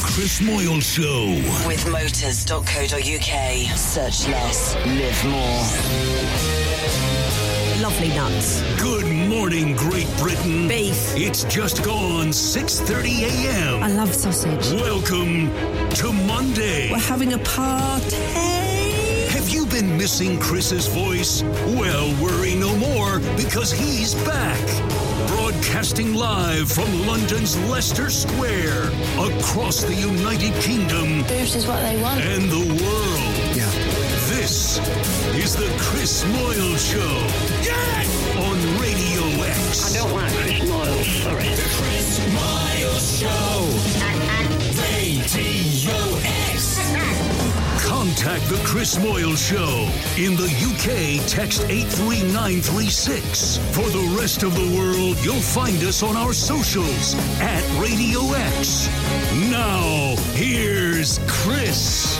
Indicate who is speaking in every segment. Speaker 1: Chris Moyle Show.
Speaker 2: With motors.co.uk. Search less, live more.
Speaker 3: Lovely nuts.
Speaker 1: Good morning, Great Britain.
Speaker 3: Beef.
Speaker 1: It's just gone 6.30 a.m.
Speaker 3: I love sausage.
Speaker 1: Welcome to Monday.
Speaker 3: We're having a party.
Speaker 1: Have you been missing Chris's voice? Well, worry no more because he's back. Broadcasting live from London's Leicester Square, across the United Kingdom.
Speaker 4: Boobs is what they want.
Speaker 1: And the world.
Speaker 5: Yeah.
Speaker 1: This is the Chris Moyle Show. Yes! On Radio
Speaker 6: X. I don't like Chris Moyle, sorry.
Speaker 1: The Chris Moyle Show. Radio X. Contact The Chris Moyle Show. In the UK, text 83936. For the rest of the world, you'll find us on our socials at Radio X. Now, here's Chris.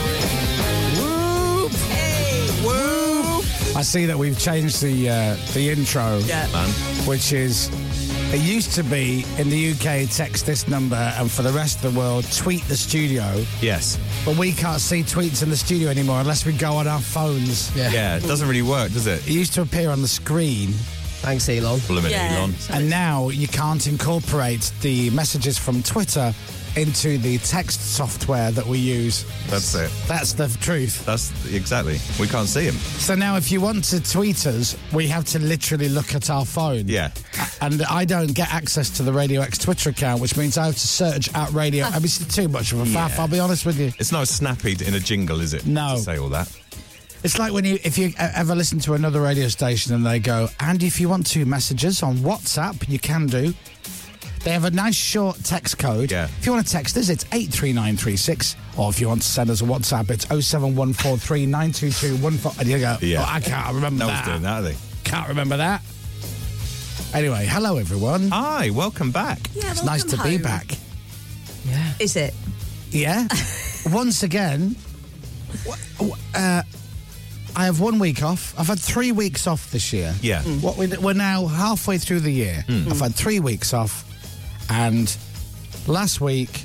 Speaker 7: Woo! Hey! Woo!
Speaker 5: I see that we've changed the uh, the intro,
Speaker 7: yeah. man.
Speaker 5: which is it used to be in the UK, text this number, and for the rest of the world, tweet the studio.
Speaker 8: Yes.
Speaker 5: But we can't see tweets in the studio anymore unless we go on our phones.
Speaker 8: Yeah, yeah it doesn't really work, does it?
Speaker 5: It used to appear on the screen.
Speaker 7: Thanks, Elon.
Speaker 8: Blooming yeah. Elon.
Speaker 5: And now you can't incorporate the messages from Twitter into the text software that we use.
Speaker 8: That's it.
Speaker 5: That's the truth.
Speaker 8: That's exactly. We can't see him.
Speaker 5: So now, if you want to tweet us, we have to literally look at our phone.
Speaker 8: Yeah.
Speaker 5: And I don't get access to the Radio X Twitter account, which means I have to search at Radio. I mean, it's too much of a faff. Yeah. I'll be honest with you.
Speaker 8: It's not snappy in a jingle, is it?
Speaker 5: No.
Speaker 8: To say all that.
Speaker 5: It's like when you, if you e, ever listen to another radio station and they go, and if you want to message us on WhatsApp, you can do. They have a nice short text code.
Speaker 8: Yeah.
Speaker 5: If you want to text us, it's 83936. Or if you want to send us a WhatsApp, it's 07143 And you go, yeah. Oh, I can't remember
Speaker 8: no
Speaker 5: that.
Speaker 8: doing that, are they?
Speaker 5: Can't remember that. Anyway, hello, everyone.
Speaker 8: Hi, welcome back.
Speaker 3: Yeah,
Speaker 5: it's
Speaker 3: welcome
Speaker 5: nice to
Speaker 3: home.
Speaker 5: be back.
Speaker 7: Yeah.
Speaker 3: Is it?
Speaker 5: Yeah. Once again, uh, I have one week off. I've had three weeks off this year.
Speaker 8: Yeah.
Speaker 3: Hmm.
Speaker 8: Hmm. Mm.
Speaker 5: What we, are now halfway through the year. Mm. I've had three weeks off, and last week,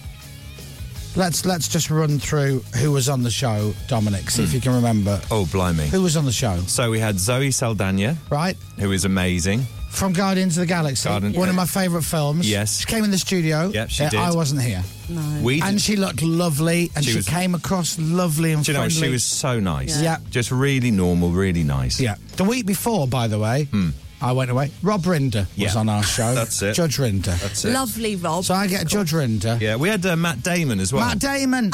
Speaker 5: let's let's just run through who was on the show, Dominic. See mm. if you can remember.
Speaker 8: Oh, blimey!
Speaker 5: Who was on the show?
Speaker 8: So we had Zoe Saldana,
Speaker 5: right?
Speaker 8: Who is amazing
Speaker 5: from Guardians of the Galaxy,
Speaker 8: Garden,
Speaker 5: one yeah. of my favourite films.
Speaker 8: Yes,
Speaker 5: she came in the studio.
Speaker 8: Yep, she yeah, did.
Speaker 5: I wasn't here.
Speaker 3: No,
Speaker 8: we
Speaker 5: and she looked lovely, and she, she was, came across lovely and
Speaker 8: do
Speaker 5: friendly.
Speaker 8: You know, she was so nice.
Speaker 5: Yeah. yeah.
Speaker 8: just really normal, really nice. Hmm.
Speaker 5: Yeah. The week before, by the way. Mm. I went away. Rob Rinder was yeah. on our show.
Speaker 8: That's it.
Speaker 5: Judge Rinder.
Speaker 8: That's it.
Speaker 3: Lovely Rob.
Speaker 5: So I get cool. Judge Rinder.
Speaker 8: Yeah, we had uh, Matt Damon as well.
Speaker 5: Matt Damon.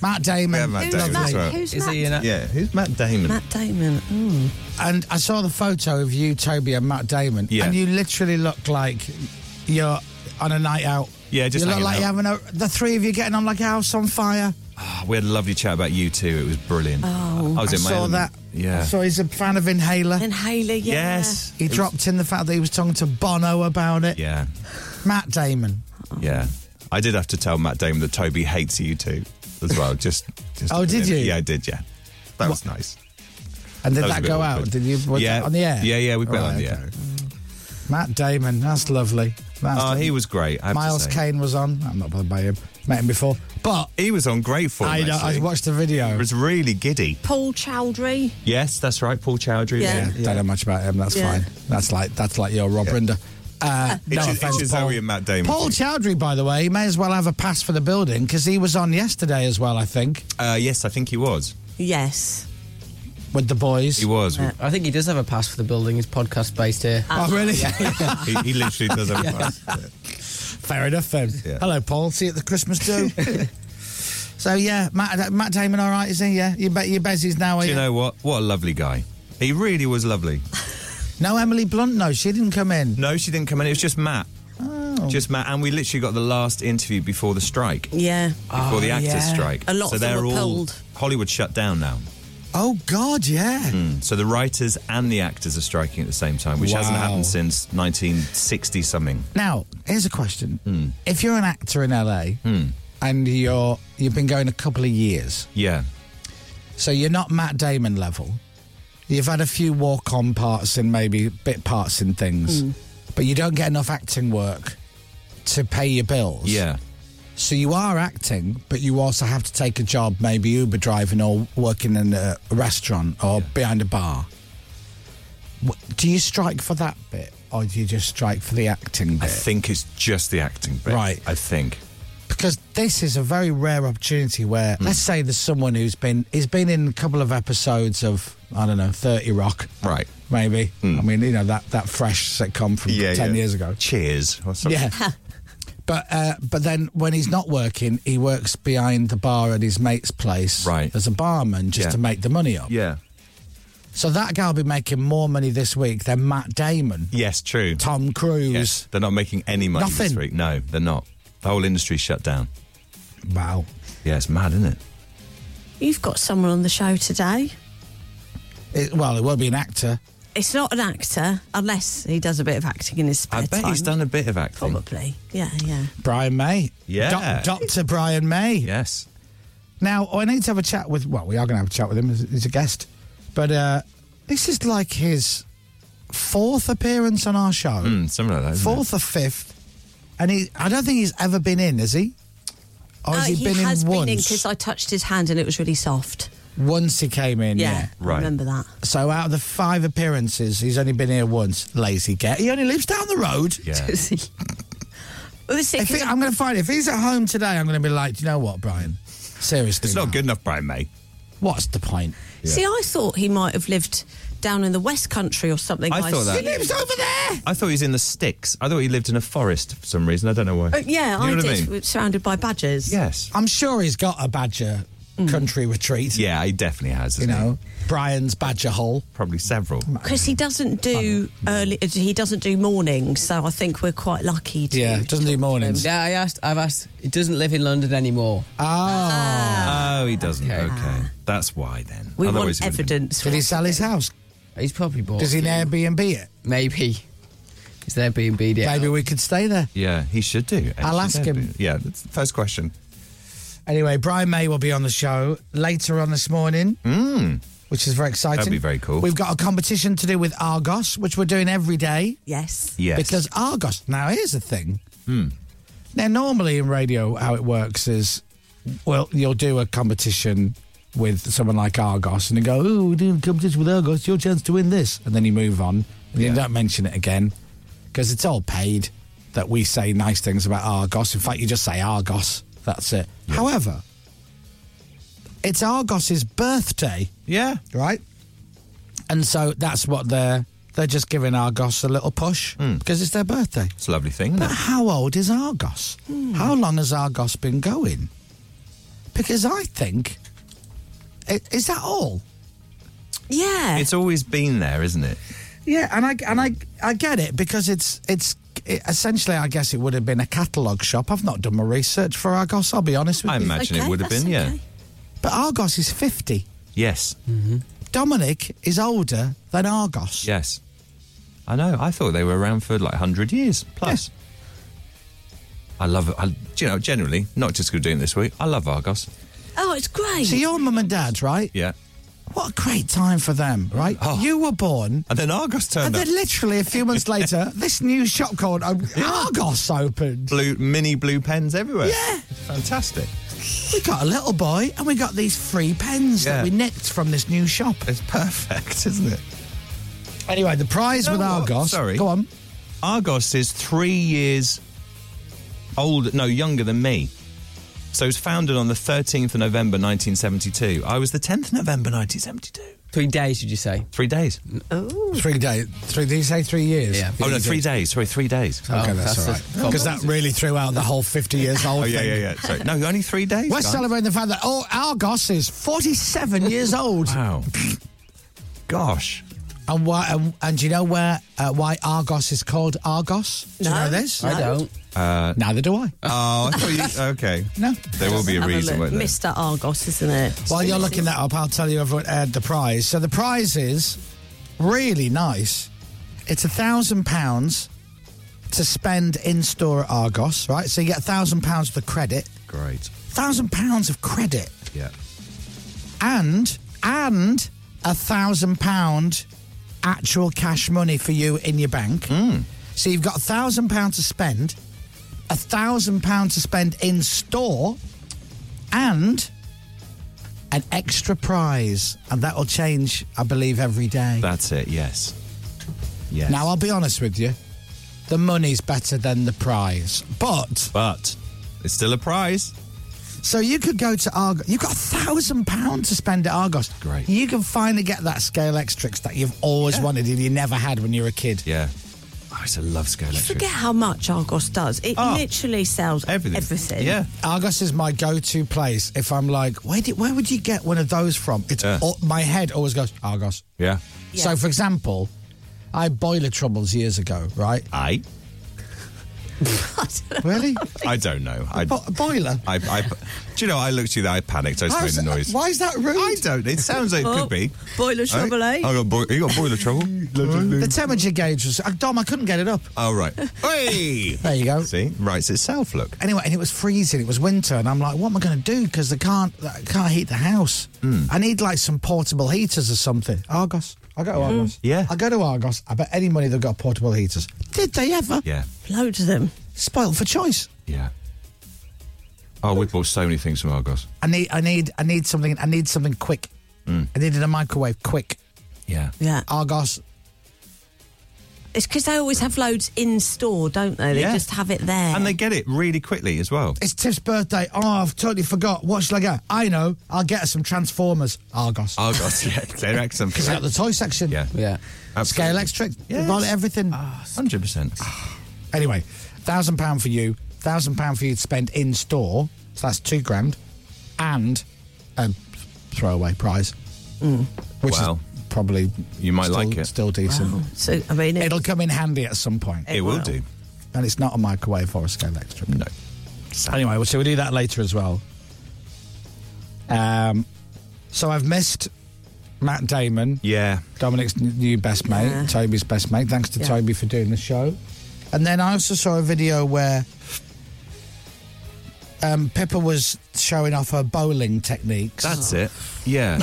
Speaker 5: Matt Damon.
Speaker 8: Yeah, Matt
Speaker 3: who's
Speaker 8: Damon
Speaker 3: Matt,
Speaker 8: as well.
Speaker 3: Who's Is Matt? He
Speaker 8: in a- yeah, who's Matt Damon?
Speaker 3: Matt Damon. Mm.
Speaker 5: And I saw the photo of you, Toby, and Matt Damon.
Speaker 8: Yeah.
Speaker 5: And you literally look like you're on a night out.
Speaker 8: Yeah, just
Speaker 5: you look
Speaker 8: hanging
Speaker 5: like
Speaker 8: out.
Speaker 5: you're having a, the three of you getting on like a house on fire.
Speaker 8: Oh, we had a lovely chat about you too. It was brilliant.
Speaker 3: Oh,
Speaker 8: I was
Speaker 5: I
Speaker 8: in my
Speaker 5: saw
Speaker 8: element.
Speaker 5: that.
Speaker 8: Yeah.
Speaker 5: So he's a fan of Inhaler.
Speaker 3: Inhaler, yeah.
Speaker 8: Yes.
Speaker 5: He
Speaker 8: It was-
Speaker 5: dropped in the fact that he was talking to Bono about it.
Speaker 8: Yeah.
Speaker 5: Matt Damon.
Speaker 8: Yeah. I did have to tell Matt Damon that Toby hates you too as well. Just, just
Speaker 5: Oh, did you?
Speaker 8: Yeah, I did. Yeah, that was nice.
Speaker 5: And did
Speaker 8: That
Speaker 5: that,
Speaker 8: was a bit
Speaker 5: go
Speaker 8: awkward.
Speaker 5: out? Did you was
Speaker 8: yeah,
Speaker 5: that on the air?
Speaker 8: Yeah, yeah, we put it
Speaker 5: Right,
Speaker 8: on the
Speaker 5: okay.
Speaker 8: air.
Speaker 5: Matt Damon, that's lovely. That's
Speaker 8: Oh,
Speaker 5: lovely.
Speaker 8: he was great. I have to
Speaker 5: Miles
Speaker 8: say.
Speaker 5: Kane was on. I'm not bothered by him. Met him before, but
Speaker 8: He was on great form.
Speaker 5: I, know- I
Speaker 8: actually.
Speaker 5: watched the video.
Speaker 8: It was really giddy.
Speaker 3: Paul Chowdhury.
Speaker 8: Yes, that's right. Paul Chowdhury. was
Speaker 3: Yeah.
Speaker 8: in
Speaker 5: Yeah,
Speaker 8: it.
Speaker 5: don't know much about him. That's
Speaker 3: Yeah.
Speaker 5: fine. That's like that's like your Rob Rinder. Uh, no
Speaker 8: It's, it's,
Speaker 5: offense,
Speaker 8: it's
Speaker 5: Paul.
Speaker 8: Zoe and Matt Damon.
Speaker 5: Paul Chowdhury, by the way, he may as well have a pass for the building because he was on yesterday as well. I think
Speaker 8: uh, yes, I think he was.
Speaker 3: Yes.
Speaker 5: with the boys.
Speaker 8: He was.
Speaker 9: Uh, I think he does have a pass for the building. His podcast based here.
Speaker 5: oh, really?
Speaker 8: he, he literally does have a pass.
Speaker 5: Fair enough then.
Speaker 8: Yeah.
Speaker 5: Hello, Paul. See you at the Christmas do. so yeah, Matt, Matt Damon, all right, is he? Yeah, you bet. You Bezzy's now. Are
Speaker 8: Do you
Speaker 5: you?
Speaker 8: know what? What a lovely guy. He really was lovely.
Speaker 5: No, Emily Blunt. No, she didn't come in.
Speaker 8: No, she didn't come in. It was just Matt.
Speaker 5: Oh.
Speaker 8: Just Matt. And we literally got the last interview before the strike, before
Speaker 3: Yeah.
Speaker 8: the actors'
Speaker 5: Oh, yeah.
Speaker 8: strike.
Speaker 3: A lot
Speaker 8: so
Speaker 3: of them
Speaker 8: they're
Speaker 3: were
Speaker 8: all
Speaker 3: pulled.
Speaker 8: Hollywood shut down now. Hmm.
Speaker 5: Oh God, yeah.
Speaker 8: So the writers and the actors are striking at the same time, which hasn't
Speaker 5: Wow.
Speaker 8: happened since 1960 something.
Speaker 5: Now, here's a question:
Speaker 8: Hmm.
Speaker 5: If you're an actor in LA and you're you've been going a couple of years,
Speaker 8: Yeah.
Speaker 5: so you're not Matt Damon level, you've had a few walk-on parts and maybe bit parts in
Speaker 8: Hmm.
Speaker 5: things, but you don't get enough acting work to pay your bills.
Speaker 8: Yeah.
Speaker 5: So you are acting, but you also have to take a job, maybe Uber driving or working in a restaurant or behind a bar. Wh- Do you strike for that bit, or do you just strike for the acting
Speaker 8: I
Speaker 5: bit?
Speaker 8: think it's just the acting bit.
Speaker 5: Right.
Speaker 8: I think.
Speaker 5: because this is a very rare opportunity where
Speaker 8: Hmm.
Speaker 5: let's say there's someone who's been he's been in a couple of episodes of I don't know 30 Rock
Speaker 8: Right. Hmm.
Speaker 5: maybe I mean you know that that fresh sitcom from 10 years ago
Speaker 8: Cheers. or something.
Speaker 5: yeah but uh, but then when he's not working he works behind the bar at his mate's place
Speaker 8: Right.
Speaker 5: as a barman just
Speaker 8: Yeah.
Speaker 5: to make the money up
Speaker 8: Yeah.
Speaker 5: so that guy will be making more money this week than Matt Damon
Speaker 8: Yes, true.
Speaker 5: Tom Cruise
Speaker 8: Yes. They're not making any money this
Speaker 5: Nothing.
Speaker 8: week. No, they're not. The whole industry's shut down.
Speaker 5: wow
Speaker 8: Yeah, it's mad, isn't it?
Speaker 3: You've got someone on the show today.
Speaker 5: it, well it won't be an actor
Speaker 3: It's not an actor, unless he does a bit of acting in his spare
Speaker 8: I bet
Speaker 3: time.
Speaker 8: he's done a bit of acting.
Speaker 3: Probably. Yeah, yeah.
Speaker 5: Brian May
Speaker 8: Yeah.
Speaker 5: Doc- Dr Brian May
Speaker 8: Yes.
Speaker 5: Now, I need to have a chat with. Well, we are going to have a chat with him as, as a guest, but uh, this is like his fourth appearance on our show,
Speaker 8: Mm, something like that. isn't it?
Speaker 5: fourth or fifth, and he. I don't think he's ever been in, has he? Or Oh, has
Speaker 3: Uh,
Speaker 5: he, been
Speaker 3: has
Speaker 5: in once?
Speaker 3: been in because I touched his hand and it was really soft.
Speaker 5: once he came in,
Speaker 3: Yeah,
Speaker 5: yeah.
Speaker 8: Right.
Speaker 3: I remember that.
Speaker 5: So out of the five appearances, he's only been here once. Lazy get. He only lives down the road.
Speaker 8: Yeah.
Speaker 3: Does he? Well, this
Speaker 5: If he, I'm going to find if he's at home today, I'm going to be like, do you know what, Brian? Seriously,
Speaker 8: It's not
Speaker 5: now,
Speaker 8: good enough, Brian May.
Speaker 5: What's the point?
Speaker 3: See, I thought he might have lived down in the West Country or something.
Speaker 8: I thought that.
Speaker 5: He lives over there.
Speaker 8: I thought he was in the sticks. I thought he lived in a forest for some reason. I don't know why.
Speaker 3: Uh, yeah,
Speaker 8: you know
Speaker 3: I
Speaker 8: what
Speaker 3: did.
Speaker 8: I mean?
Speaker 3: Surrounded by badgers. Mm.
Speaker 8: Yes.
Speaker 5: I'm sure he's got a badger country retreat.
Speaker 8: Yeah, he definitely has.
Speaker 5: You
Speaker 8: Hasn't
Speaker 5: know,
Speaker 8: he?
Speaker 5: Brian's badger hole.
Speaker 8: probably several.
Speaker 3: Because he doesn't do early, uh, he doesn't do mornings, so I think we're quite lucky. To
Speaker 5: Yeah, doesn't do mornings.
Speaker 9: Yeah, I asked. I've asked. He doesn't live in London anymore.
Speaker 5: Oh.
Speaker 8: Oh, he doesn't.
Speaker 9: Okay.
Speaker 8: Okay, that's why then.
Speaker 3: Uh, We
Speaker 8: Otherwise
Speaker 3: want
Speaker 8: he wouldn't-
Speaker 3: evidence.
Speaker 5: Did he sell his house?
Speaker 9: He's probably bought.
Speaker 5: Does he Airbnb it?
Speaker 9: Maybe. Is there being beat it?
Speaker 5: Maybe we could stay there.
Speaker 8: Yeah, he should do. actually.
Speaker 5: I'll ask
Speaker 8: That'd
Speaker 5: him.
Speaker 8: be- Yeah, that's the first question.
Speaker 5: Anyway, Brian May will be on the show later on this morning. Mm. Which is very exciting.
Speaker 8: Hmm. That'd be very cool.
Speaker 5: We've got a competition to do with Argos, which we're doing every day.
Speaker 3: Yes.
Speaker 8: Yes,
Speaker 5: Because Argos, now here's the thing.
Speaker 8: Hmm.
Speaker 5: Now, normally in radio, how it works is, well, you'll do a competition with someone like Argos and you go, oh, we're doing a competition with Argos, your chance to win this. And then you move on and you don't mention it again because it's all paid that we say nice things about Argos. In fact, you just say Argos. That's it. However, it's Argos's birthday
Speaker 8: yeah,
Speaker 5: right? And so that's what they're they're just giving Argos a little push because it's their birthday.
Speaker 8: Hmm. it's a lovely thing.
Speaker 5: But
Speaker 8: Isn't it?
Speaker 5: how old is Argos? How long has Argos been going? Because I think i- is that all?
Speaker 3: Yeah.
Speaker 8: It's always been there, isn't it?
Speaker 5: Yeah, and I and I I get it because it's it's it, essentially I guess it would have been a catalogue shop. I've not done my research for Argos. I'll be honest with
Speaker 8: I
Speaker 5: you.
Speaker 8: imagine
Speaker 3: Okay,
Speaker 8: it would have
Speaker 3: that's
Speaker 8: been. Yeah.
Speaker 3: okay.
Speaker 5: But Argos is fifty.
Speaker 8: Yes.
Speaker 5: Mm-hmm. Dominic is older than Argos.
Speaker 8: Yes. I know. I thought they were around for like hundred years plus. I love it. I, do you know, generally, not just because we're doing it this week. I love Argos.
Speaker 3: oh, it's great.
Speaker 5: So your mum and dad, right?
Speaker 8: Yeah.
Speaker 5: What a great time for them, right?
Speaker 8: Oh.
Speaker 5: You were born,
Speaker 8: And then Argos
Speaker 5: and
Speaker 8: turned up.
Speaker 5: then literally a few months later, this new shop called um, Argos opened.
Speaker 8: Blue mini blue pens everywhere.
Speaker 5: Yeah.
Speaker 8: Fantastic.
Speaker 5: We got a little boy, and we got these free pens
Speaker 8: Yeah.
Speaker 5: that we nicked from this new shop.
Speaker 8: It's perfect, isn't it?
Speaker 5: Anyway, the prize
Speaker 8: You know
Speaker 5: with
Speaker 8: what?
Speaker 5: Argos.
Speaker 8: Sorry.
Speaker 5: Go on.
Speaker 8: Argos is three years older, no, younger than me. So it was founded on the 13th of November 1972. I was the 10th November 1972.
Speaker 9: Three days, did you say?
Speaker 8: Three days.
Speaker 5: Three days. Three. Did you say three years?
Speaker 9: Yeah.
Speaker 8: Oh, no, three days. Sorry, three days.
Speaker 5: Okay,
Speaker 9: Oh,
Speaker 5: that's,
Speaker 9: that's
Speaker 5: all
Speaker 9: a
Speaker 5: right.
Speaker 9: problem.
Speaker 5: Because that really threw out the whole fifty years old.
Speaker 8: Oh, yeah,
Speaker 5: thing.
Speaker 8: yeah, yeah. Sorry. No, only three days.
Speaker 5: We're
Speaker 8: guys.
Speaker 5: celebrating the fact that oh, Argos is forty-seven years old.
Speaker 8: Wow. Gosh.
Speaker 5: And why? And, and do you know where? Uh, why Argos is called Argos? Do you
Speaker 3: No.
Speaker 5: know this?
Speaker 9: I don't.
Speaker 10: Uh,
Speaker 5: Neither do I.
Speaker 8: Oh, I thought you. Okay.
Speaker 5: No.
Speaker 8: There will be a
Speaker 3: Have a
Speaker 8: reason,
Speaker 3: look.
Speaker 8: won't there?
Speaker 3: Mr. Argos, isn't it?
Speaker 5: While you're looking that up, I'll tell you everyone uh, the prize. So the prize is really nice. It's a thousand pounds to spend in store at Argos, right? So you get a thousand pounds for credit,
Speaker 8: Great.
Speaker 5: thousand pounds of credit,
Speaker 8: Yeah.
Speaker 5: and and a thousand pound actual cash money for you in your bank. So you've got a thousand pounds to spend, a thousand pounds to spend in store, and an extra prize, and that will change, I believe, every day.
Speaker 10: That's it, yes. Yes.
Speaker 5: Now, I'll be honest with you, the money's better than the prize, but
Speaker 10: but it's still a prize.
Speaker 5: So you could go to Argos. You've got a thousand pounds to spend at Argos.
Speaker 10: Great.
Speaker 5: You can finally get that scale extrix that you've always wanted and you never had when you were a kid.
Speaker 10: Yeah. Oh, I used to love Scale Electric.
Speaker 3: Forget how much Argos does. It
Speaker 5: Ah.
Speaker 3: literally sells
Speaker 10: Everything.
Speaker 3: everything.
Speaker 10: Yeah.
Speaker 5: Argos is my go-to place if I'm like, where did, where would you get one of those from? It's
Speaker 10: Yeah.
Speaker 5: all- my head always goes Argos.
Speaker 10: Yeah.
Speaker 5: So,
Speaker 3: Yeah.
Speaker 5: for example, I had boiler troubles years ago, right?
Speaker 10: I?
Speaker 5: Really?
Speaker 10: I don't know. I,
Speaker 5: Bo- boiler.
Speaker 10: I, I, do you know, I looked at you there, I panicked. I just made
Speaker 5: How's
Speaker 10: the
Speaker 5: that-
Speaker 10: noise.
Speaker 5: Why is that rude?
Speaker 10: I don't. It sounds like it
Speaker 3: Oh,
Speaker 10: could be.
Speaker 3: boiler trouble, eh?
Speaker 10: I got boi- you got boiler trouble.
Speaker 5: The temperature gauge was. uh, Dom, I couldn't get it up.
Speaker 10: oh, right. Hey!
Speaker 5: There you go.
Speaker 10: See? Writes itself, look.
Speaker 5: anyway, and it was freezing. It was winter, and I'm like, what am I going to do? Because I can't, I can't heat the house.
Speaker 10: Hmm.
Speaker 5: I need like some portable heaters or something. Argos, I go to Argos.
Speaker 10: Yeah.
Speaker 5: I go to Argos. I bet any money they've got portable heaters. Did they ever?
Speaker 10: Yeah.
Speaker 3: Loads of them.
Speaker 5: Spoiled for choice.
Speaker 10: Yeah. Oh, we bought so many things from Argos.
Speaker 5: I need, I need, I need something. I need something quick.
Speaker 10: Hmm.
Speaker 5: I needed a microwave quick.
Speaker 10: Yeah.
Speaker 3: Yeah.
Speaker 5: Argos.
Speaker 3: It's because they always have loads in store, don't they? They
Speaker 10: Yeah.
Speaker 3: just have it there.
Speaker 10: And they get it really quickly as well.
Speaker 5: It's Tiff's birthday. Oh, I've totally forgot. What shall I get? I know. I'll get her some Transformers. Argos.
Speaker 10: Argos, yeah. They're excellent.
Speaker 5: It's out the toy section.
Speaker 10: Yeah.
Speaker 9: Yeah.
Speaker 5: Scale electric.
Speaker 10: Yes. Ah,
Speaker 5: Everything.
Speaker 10: 100%.
Speaker 5: Anyway, thousand pound for you, thousand pound for you to spend in store. So that's two grand, and a throwaway prize,
Speaker 3: Mm.
Speaker 5: which
Speaker 10: Wow.
Speaker 5: is probably
Speaker 10: You might
Speaker 5: still-
Speaker 10: like it.
Speaker 5: Still decent.
Speaker 3: Oh, so I mean, it,
Speaker 5: It'll come in handy at some point,
Speaker 10: It will do.
Speaker 5: and it's not a microwave or a scale electric.
Speaker 10: No.
Speaker 5: Anyway, well, so we'll do that later as well. Um, so I've missed Matt Damon.
Speaker 10: Yeah.
Speaker 5: Dominic's n- new best mate,
Speaker 3: Yeah.
Speaker 5: Toby's best mate. Thanks to
Speaker 3: Yeah.
Speaker 5: Toby for doing the show. And then I also saw a video where um, Pippa was showing off her bowling techniques.
Speaker 10: That's it. Yeah.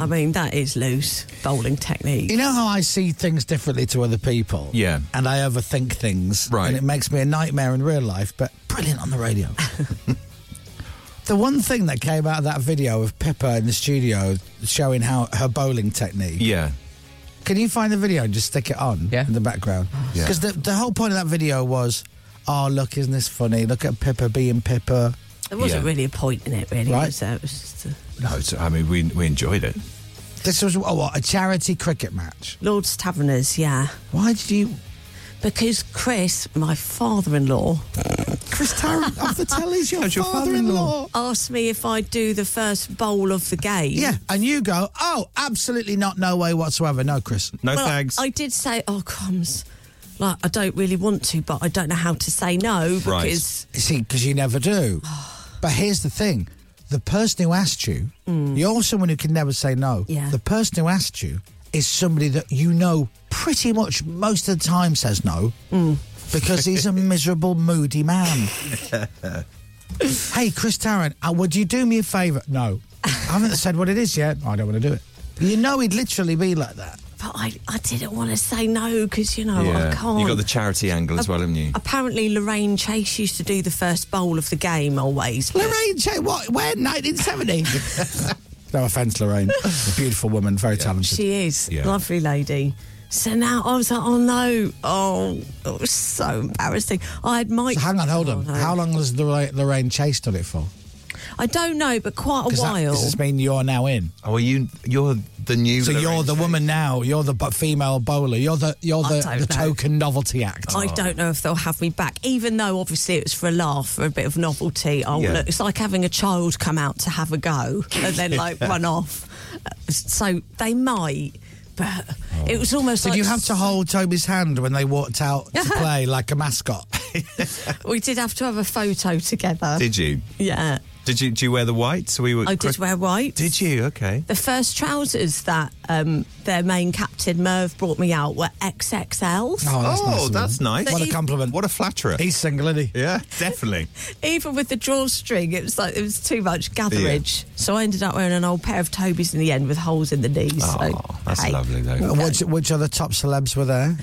Speaker 3: I mean that is loose bowling technique.
Speaker 5: you know how I see things differently to other people?
Speaker 10: Yeah.
Speaker 5: And I overthink things.
Speaker 10: Right.
Speaker 5: And it makes me a nightmare in real life, but brilliant on the radio. the one thing that came out of that video of Pippa in the studio showing how her bowling technique.
Speaker 10: yeah.
Speaker 5: Can you find the video and just stick it on
Speaker 9: Yeah.
Speaker 5: in the background?
Speaker 10: Yeah.
Speaker 5: Because the, the whole point of that video was, oh, look, isn't this funny? Look at Pippa being Pippa.
Speaker 3: There wasn't
Speaker 10: Yeah.
Speaker 3: really a point in it, really.
Speaker 5: Right.
Speaker 3: Was there? It was just a
Speaker 10: No, it's, I mean, we, we enjoyed it.
Speaker 5: This was, oh, what, a charity cricket match?
Speaker 3: Lord's Taverners, yeah.
Speaker 5: Why did you.
Speaker 3: Because Chris, my father-in-law,
Speaker 5: Chris Tarrant off the telly's your,
Speaker 10: That's your
Speaker 5: father-in-law.
Speaker 3: asked me if I'd do the first bowl of the game.
Speaker 5: Yeah, and you go, oh, absolutely not, no way whatsoever. No, Chris.
Speaker 10: No
Speaker 3: Well,
Speaker 10: thanks.
Speaker 3: I did say, oh, crumbs. Like, I don't really want to, but I don't know how to say no
Speaker 10: Right.
Speaker 3: because
Speaker 5: You See, because you never do. but here's the thing the person who asked you, you're someone who can never say
Speaker 3: Mm.
Speaker 5: no.
Speaker 3: Yeah.
Speaker 5: The person who asked you is somebody that you know pretty much most of the time says no
Speaker 3: Mm.
Speaker 5: because he's a miserable, moody man. hey, Chris Tarrant, uh, would you do me a favour? No. I haven't said what it is yet. I don't want to do it. You know, he'd literally be like that.
Speaker 3: but I, I didn't want to say no because, you know, I can't.
Speaker 10: You got the charity angle as well, haven't you?
Speaker 3: Apparently, Lorraine Chase used to do the first bowl of the game always. but-
Speaker 5: Lorraine, Ch- what? Where? 1970? no offence, Lorraine. A beautiful woman, very talented.
Speaker 3: She is.
Speaker 10: Yeah.
Speaker 3: Lovely lady. So now I was like, oh no. Oh, it was so embarrassing. I had Mike.
Speaker 5: So hang on, hold on.
Speaker 3: Oh, no.
Speaker 5: How long has Lor- Lorraine Chase done it for?
Speaker 3: I don't know, but quite a
Speaker 5: Because that
Speaker 3: while.
Speaker 5: does this mean you're now in.
Speaker 10: Oh, are you? You're the new.
Speaker 5: So you're
Speaker 10: Lorraine
Speaker 5: the
Speaker 10: Chase.
Speaker 5: woman now. You're the bu- female bowler. You're the you're
Speaker 3: I
Speaker 5: the,
Speaker 3: don't
Speaker 5: the
Speaker 3: know.
Speaker 5: token novelty act.
Speaker 3: I don't know if they'll have me back, even though obviously it was for a laugh, for a bit of novelty. Oh,
Speaker 10: Yeah.
Speaker 3: look, it's like having a child come out to have a go and then like run off. So they might, but it was almost
Speaker 5: Oh. Did
Speaker 3: like
Speaker 5: you have to hold Toby's hand when they walked out to play like a mascot?
Speaker 3: we did have to have a photo together.
Speaker 10: Did you?
Speaker 3: yeah,
Speaker 10: Did you? Do you wear the white? So we were.
Speaker 3: I did wear white.
Speaker 10: Did you? Okay.
Speaker 3: The first trousers that um, their main captain Merv brought me out were XXLs.
Speaker 5: nice of
Speaker 10: oh,
Speaker 5: him.
Speaker 10: that's nice.
Speaker 5: What a compliment.
Speaker 10: What a flatterer.
Speaker 5: He's single, isn't he?
Speaker 10: yeah, definitely.
Speaker 3: Even with the drawstring, it was like it was too much gatherage. So I ended up wearing an old pair of Toby's in the end with holes in the knees. so,
Speaker 10: Oh, that's
Speaker 3: hey.
Speaker 10: lovely though.
Speaker 5: Which, which other top celebs were there?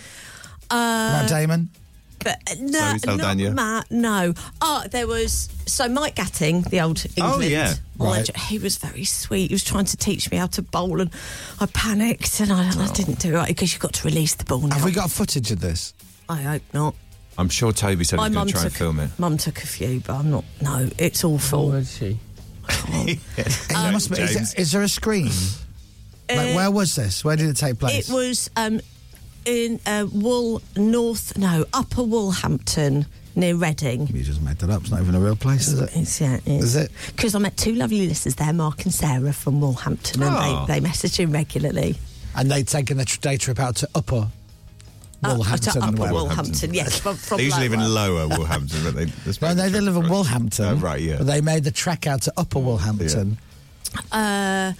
Speaker 5: Matt
Speaker 3: Uh,
Speaker 5: Damon? oh,
Speaker 3: But uh, no,
Speaker 10: Sorry, Saldania.
Speaker 3: not Matt. No. Oh, there was so Mike Gatting, the old England.
Speaker 5: Oh,
Speaker 10: yeah.
Speaker 3: legend, He was very sweet. He was trying to teach me how to bowl, and I panicked and I, I didn't do it right because you've got to release the ball. Now.
Speaker 5: Oh. Have we got footage of this?
Speaker 3: I hope not.
Speaker 10: I'm sure Toby said
Speaker 3: My
Speaker 10: he's going
Speaker 3: mum
Speaker 10: to try
Speaker 3: took
Speaker 10: and film it.
Speaker 3: mum took a few, but I'm not. No, it's
Speaker 9: Oh,
Speaker 3: awful.
Speaker 9: is she?
Speaker 5: It must be- is,
Speaker 10: James.
Speaker 5: there- is there a screen? like,
Speaker 3: Uh,
Speaker 5: where was this? Where did it take place?
Speaker 3: It was um, in uh, Wool North, no Upper Woolhampton near Reading.
Speaker 5: You just made that up. It's not even a real place, is it?
Speaker 3: It's, yeah,
Speaker 5: Is it?
Speaker 3: Because I met two lovely listeners there, Mark and Sarah from Woolhampton,
Speaker 10: Oh.
Speaker 3: and they, they message in regularly.
Speaker 5: And they'd taken their tr- day trip out to Upper
Speaker 3: Uh,
Speaker 5: Woolhampton.
Speaker 3: to Upper
Speaker 5: whatever.
Speaker 3: Woolhampton, yes. From, from
Speaker 10: They usually live in
Speaker 3: lower.
Speaker 10: lower Woolhampton, don't they? That's
Speaker 5: Well, no, they live in Woolhampton.
Speaker 10: Oh, right, yeah.
Speaker 5: But they made the trek out to Upper Woolhampton.
Speaker 3: Uh,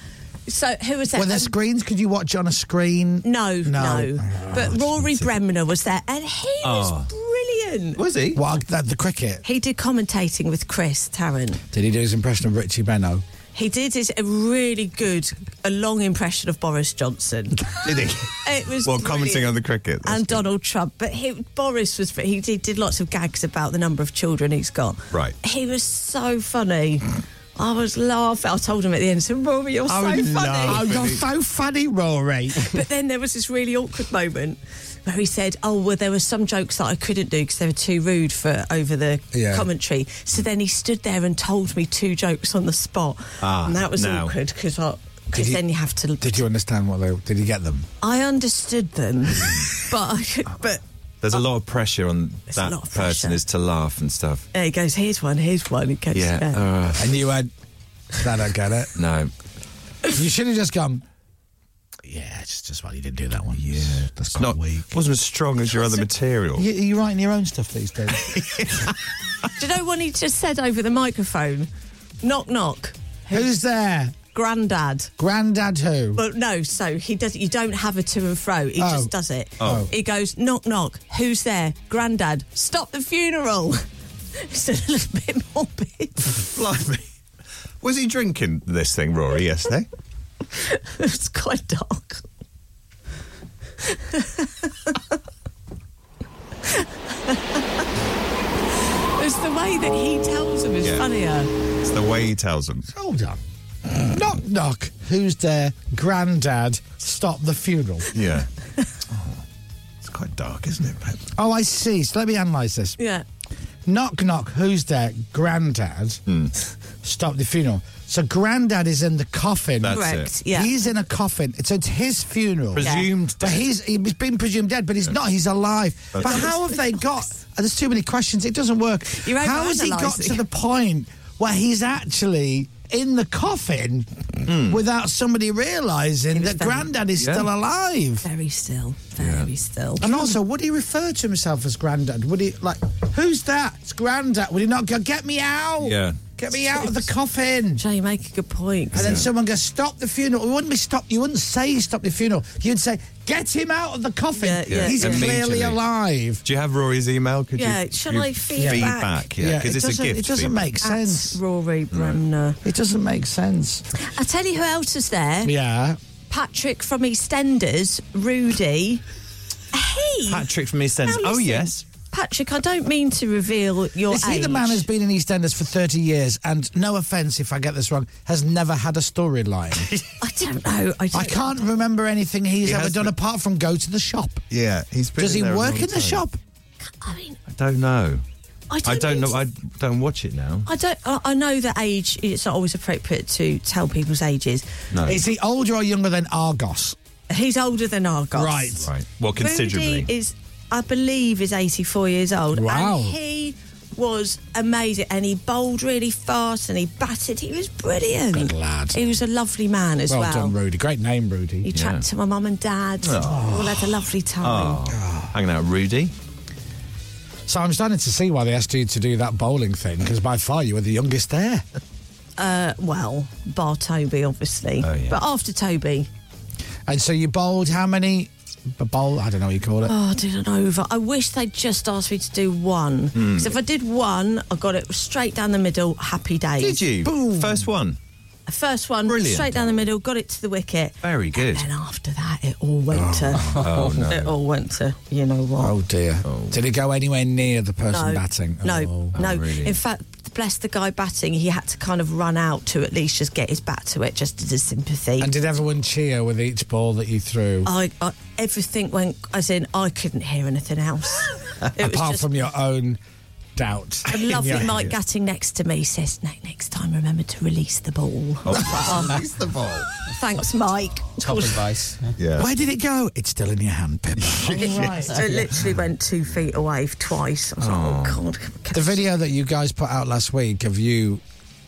Speaker 3: so who was that?
Speaker 5: Were there
Speaker 3: Um,
Speaker 5: screens? Could you watch it on a screen?
Speaker 3: no,
Speaker 5: No. Oh,
Speaker 3: no. But Rory Bremner was there, and he
Speaker 10: Oh.
Speaker 3: was brilliant.
Speaker 10: Was he?
Speaker 5: Well, the, the cricket.
Speaker 3: He did commentating with Chris Tarrant.
Speaker 5: Did he do his impression of Richie Beno?
Speaker 3: He did his a really good, a long impression of Boris Johnson.
Speaker 10: Did he?
Speaker 3: It was
Speaker 10: Well, commenting
Speaker 3: brilliant. Uh,
Speaker 10: on the cricket. that's
Speaker 3: and
Speaker 10: good.
Speaker 3: Donald Trump. But he, Boris was he did, did lots of gags about the number of children he's got.
Speaker 10: Right.
Speaker 3: He was so funny. I was laughing. I told him at the end, I said, Rory, you're so funny.
Speaker 10: no.
Speaker 5: Oh, you're so funny, Rory.
Speaker 3: But then there was this really awkward moment where he said, "Oh, well, there were some jokes that I couldn't do because they were too rude for over the
Speaker 5: Yeah.
Speaker 3: commentary." So then he stood there and told me two jokes on the spot,
Speaker 10: Ah,
Speaker 3: and that was
Speaker 10: now.
Speaker 3: awkward because because
Speaker 5: you-
Speaker 3: then you have to.
Speaker 5: did you understand what they? Did you get them?
Speaker 3: I understood them, but I, but
Speaker 10: There's a lot of pressure on
Speaker 3: Oh. There's a
Speaker 10: that
Speaker 3: lot of
Speaker 10: person
Speaker 3: pressure.
Speaker 10: is to laugh and stuff.
Speaker 3: there he goes. Here's one. Here's one. He goes,
Speaker 10: Yeah. uh,
Speaker 5: And you went, I don't get it.
Speaker 10: no.
Speaker 5: You should have just gone. Yeah, it's just why you didn't do that one. Yeah, that's
Speaker 10: Not, wasn't as strong as your other material.
Speaker 5: You, you're writing your own stuff these days.
Speaker 3: Do you know what he just said over the microphone? Knock knock,
Speaker 5: Who's there?
Speaker 3: Grandad.
Speaker 5: Grandad who?
Speaker 3: Well, no. So he does. You don't have a to and fro. He
Speaker 5: Oh.
Speaker 3: just does it.
Speaker 5: Oh.
Speaker 3: He goes knock knock. Who's there? Grandad. Stop the funeral. it's a little bit morbid.
Speaker 10: Blimey. Was he drinking this thing, Rory, yesterday?
Speaker 3: it's quite dark. it's the way that he tells him is
Speaker 10: Yeah.
Speaker 3: funnier.
Speaker 10: it's the way he tells them.
Speaker 5: Hold on. knock knock. Who's there? Grandad. Stop the funeral.
Speaker 10: Yeah. oh, it's quite dark, isn't it, Pat?
Speaker 5: Oh, I see. So let me analyse this.
Speaker 3: Yeah.
Speaker 5: Knock knock. Who's there? Grandad.
Speaker 10: Hmm.
Speaker 5: Stop the funeral. So Grandad is in the coffin.
Speaker 10: That's
Speaker 3: Correct.
Speaker 10: it.
Speaker 3: Yeah.
Speaker 5: He's in a coffin. So it's his funeral.
Speaker 10: Presumed
Speaker 5: But
Speaker 10: dead.
Speaker 5: he's he's been presumed dead, but he's not. He's alive. but
Speaker 10: right.
Speaker 5: how have they got? oh, there's too many questions. It doesn't work.
Speaker 3: You're
Speaker 5: how has he got to
Speaker 3: overanalysing.
Speaker 5: the point where he's actually in the coffin without somebody realising
Speaker 3: was
Speaker 5: that
Speaker 3: very-
Speaker 5: Grandad is
Speaker 10: Hmm. Yeah.
Speaker 5: still alive?
Speaker 3: Very still. Very still.
Speaker 5: And also, would he refer to himself as Grandad? Would he like, who's that? It's Grandad. Would he not go, get me out?
Speaker 10: Yeah.
Speaker 5: get me out of the coffin.
Speaker 3: Joe, you make a good point.
Speaker 5: And then someone goes, "Stop the funeral." It wouldn't be stop. You wouldn't say stop the funeral. You'd say, "Get him out of the coffin.
Speaker 3: Yeah, yeah,
Speaker 5: He's
Speaker 3: yeah.
Speaker 5: clearly
Speaker 10: Immediately.
Speaker 5: alive."
Speaker 10: Do you have Rory's email? Could
Speaker 3: Yeah,
Speaker 10: you,
Speaker 3: shall
Speaker 10: you
Speaker 3: I feed back?
Speaker 10: Yeah, because
Speaker 5: it
Speaker 10: it's a
Speaker 5: doesn't-
Speaker 10: gift.
Speaker 5: It doesn't
Speaker 10: feedback.
Speaker 5: make
Speaker 3: At
Speaker 5: sense.
Speaker 3: Rory Bremner.
Speaker 5: It doesn't make sense.
Speaker 3: I tell you who else is there.
Speaker 5: Yeah.
Speaker 3: Patrick from EastEnders, Rudy. Hey,
Speaker 10: Patrick from EastEnders. Oh,
Speaker 3: Now listen.
Speaker 10: yes.
Speaker 3: Patrick, I don't mean to reveal your
Speaker 5: Is
Speaker 3: age.
Speaker 5: he the man who's been in EastEnders for 30 years and, no offence if I get this wrong, has never had a storyline?
Speaker 3: I don't know. I, don't
Speaker 5: I can't remember anything he's
Speaker 10: He
Speaker 5: ever
Speaker 10: has
Speaker 5: done
Speaker 10: been-
Speaker 5: apart from go to the shop.
Speaker 10: Yeah, he's been
Speaker 5: Does he
Speaker 10: there a
Speaker 5: work
Speaker 10: long
Speaker 5: in the
Speaker 10: time.
Speaker 5: shop?
Speaker 3: I mean,
Speaker 10: I don't know.
Speaker 3: I don't,
Speaker 10: I don't
Speaker 3: mean
Speaker 10: know.
Speaker 3: to-
Speaker 10: I don't watch it now.
Speaker 3: I don't. I, I know that age. It's not always appropriate to tell people's ages.
Speaker 10: No.
Speaker 5: Is he older or younger than Argos?
Speaker 3: He's older than Argos.
Speaker 5: Right.
Speaker 10: right. Well, considerably.
Speaker 3: Rudy is, I believe, is 84 years old.
Speaker 5: Wow.
Speaker 3: And he was amazing. And he bowled really fast and he batted. He was brilliant.
Speaker 5: Good lad.
Speaker 3: He was a lovely man as well.
Speaker 5: Well, done, Rudy. Great name, Rudy.
Speaker 3: He chatted to my mum and dad. We all had a lovely time.
Speaker 10: oh, hanging out, with Rudy.
Speaker 5: So I'm starting to see why they asked you to do that bowling thing because by far you were the youngest there.
Speaker 3: Uh, well, bar Toby, obviously.
Speaker 10: Oh, yeah.
Speaker 3: But after Toby,
Speaker 5: And so you bowled how many? b- Bowl? I don't know what you call it.
Speaker 3: oh, I did an over. I wish they'd just asked me to do one.
Speaker 10: Hmm.
Speaker 3: Because if I did one, I got it straight down the middle, happy days.
Speaker 10: Did you? First one.
Speaker 3: First one,
Speaker 10: Brilliant.
Speaker 3: straight down the middle, got it to the wicket.
Speaker 10: Very good.
Speaker 3: And after that, it all went to.
Speaker 10: Oh, no.
Speaker 3: It all went to. You know what?
Speaker 5: Oh dear. Did it go anywhere near the person
Speaker 3: no,
Speaker 5: batting?
Speaker 3: No,
Speaker 5: Oh.
Speaker 3: no.
Speaker 10: really?
Speaker 3: In fact, bless the guy batting, he had to kind of run out to at least just get his bat to it, just as a sympathy.
Speaker 5: And did everyone cheer with each ball that you threw?
Speaker 3: I, I everything went as in I couldn't hear anything else. It was
Speaker 5: Apart
Speaker 3: just-
Speaker 5: from your own doubt.
Speaker 3: And
Speaker 5: in
Speaker 3: lovely
Speaker 5: your
Speaker 3: Mike
Speaker 5: head.
Speaker 3: Gatting next to me says, Nick, next time remember to release the ball.
Speaker 5: Oh. It's the ball.
Speaker 3: Thanks, Mike.
Speaker 9: Top advice.
Speaker 10: Yeah.
Speaker 5: Where did it go? It's still in your hand, Pippa.
Speaker 3: It literally went two feet away twice. I was like, oh, God.
Speaker 5: the video that you guys put out last week of you,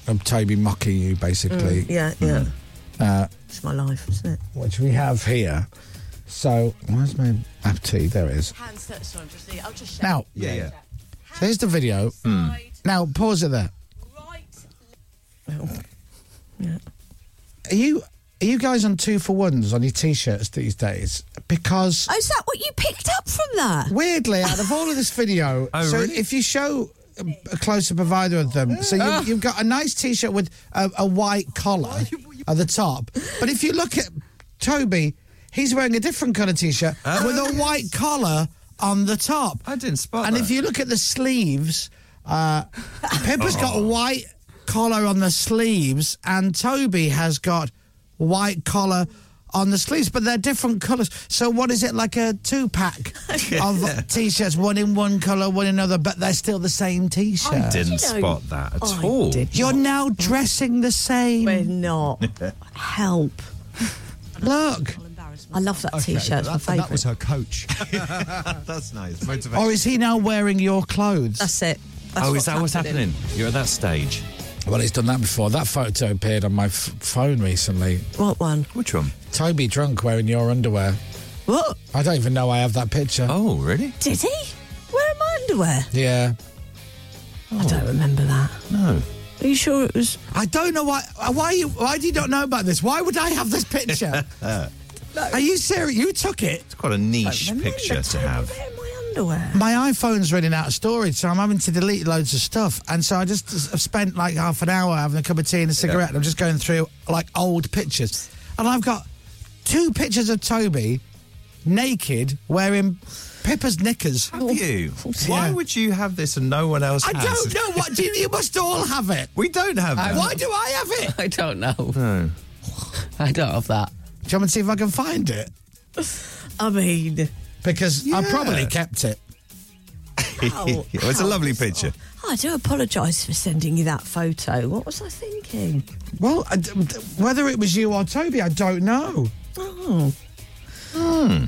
Speaker 5: of Toby mocking you, basically,
Speaker 3: Mm,
Speaker 5: Mm. Uh,
Speaker 3: Yeah, yeah. it's my life, isn't it?
Speaker 5: which we have here. So, where's my apti? There it is.
Speaker 3: Hands, that's what I'm just I'll just show
Speaker 5: Now,
Speaker 10: Yeah, yeah.
Speaker 5: so here's the video. Now, pause it there. Are you are you guys on two for ones on your t-shirts these days? Because
Speaker 3: Oh, is that what you picked up from that?
Speaker 5: weirdly, out of all of this video,
Speaker 10: Oh,
Speaker 5: so
Speaker 10: really?
Speaker 5: if you show a, a closer provider of them, so you, you've got a nice t-shirt with a, a white collar at the top, but if you look at Toby, he's wearing a different colour t-shirt with a white collar on the top.
Speaker 10: I didn't spot
Speaker 5: And
Speaker 10: that.
Speaker 5: if you look at the sleeves, uh, Pippa's got
Speaker 10: Oh.
Speaker 5: a white collar on the sleeves, and Toby has got white collar on the sleeves, but they're different colours. So what is it like a two pack of t-shirts, one in one colour, one in another, but they're still the same t-shirt?
Speaker 10: I didn't
Speaker 3: you know,
Speaker 10: spot that at
Speaker 3: I
Speaker 10: all.
Speaker 3: did.
Speaker 5: You're now dressing the same.
Speaker 3: We're not. Help.
Speaker 5: Look.
Speaker 3: I love that t shirt. It's my favourite.
Speaker 11: her coach.
Speaker 10: That's nice. Motivation.
Speaker 5: Or is he now wearing your clothes?
Speaker 3: That's it. That's
Speaker 10: Oh, is that what's happening? You're at that stage.
Speaker 5: well, he's done that before. That photo appeared on my f- phone recently.
Speaker 3: What one?
Speaker 10: Which one?
Speaker 5: Toby drunk wearing your underwear.
Speaker 3: What?
Speaker 5: I don't even know I have that picture.
Speaker 10: Oh, really?
Speaker 3: Did he? Wearing my underwear?
Speaker 5: Yeah.
Speaker 3: I don't remember that.
Speaker 10: No.
Speaker 3: Are you sure it was?
Speaker 5: Oh. I don't know why. uh, Why you? Why do you not know about this? Why would I have this picture? Are you serious? You took it.
Speaker 10: It's quite a niche
Speaker 3: Remember
Speaker 10: picture to
Speaker 3: Toby
Speaker 10: have.
Speaker 3: Wearing my underwear.
Speaker 5: My iPhone's running out of storage, so I'm having to delete loads of stuff. And so I just have spent like half an hour having a cup of tea and a cigarette. and I'm just going through like old pictures, and I've got two pictures of Toby naked wearing Pippa's knickers.
Speaker 10: Have you? Why
Speaker 5: Yeah.
Speaker 10: would you have this and no one else
Speaker 5: I
Speaker 10: has?
Speaker 5: don't know what. Do you, you must all have it.
Speaker 10: We don't have that.
Speaker 5: Why do I have it?
Speaker 9: I don't know. I don't have that.
Speaker 5: Do you want me to see if I can find it?
Speaker 3: I mean,
Speaker 5: Because I probably kept it.
Speaker 3: how-
Speaker 10: Yeah, it's a
Speaker 3: how
Speaker 10: lovely
Speaker 3: bizarre.
Speaker 10: picture.
Speaker 3: Oh, I do apologise for sending you that photo. What was I thinking?
Speaker 5: Well, I d- d- whether it was you or Toby, I don't know.
Speaker 3: Oh,
Speaker 10: Hmm.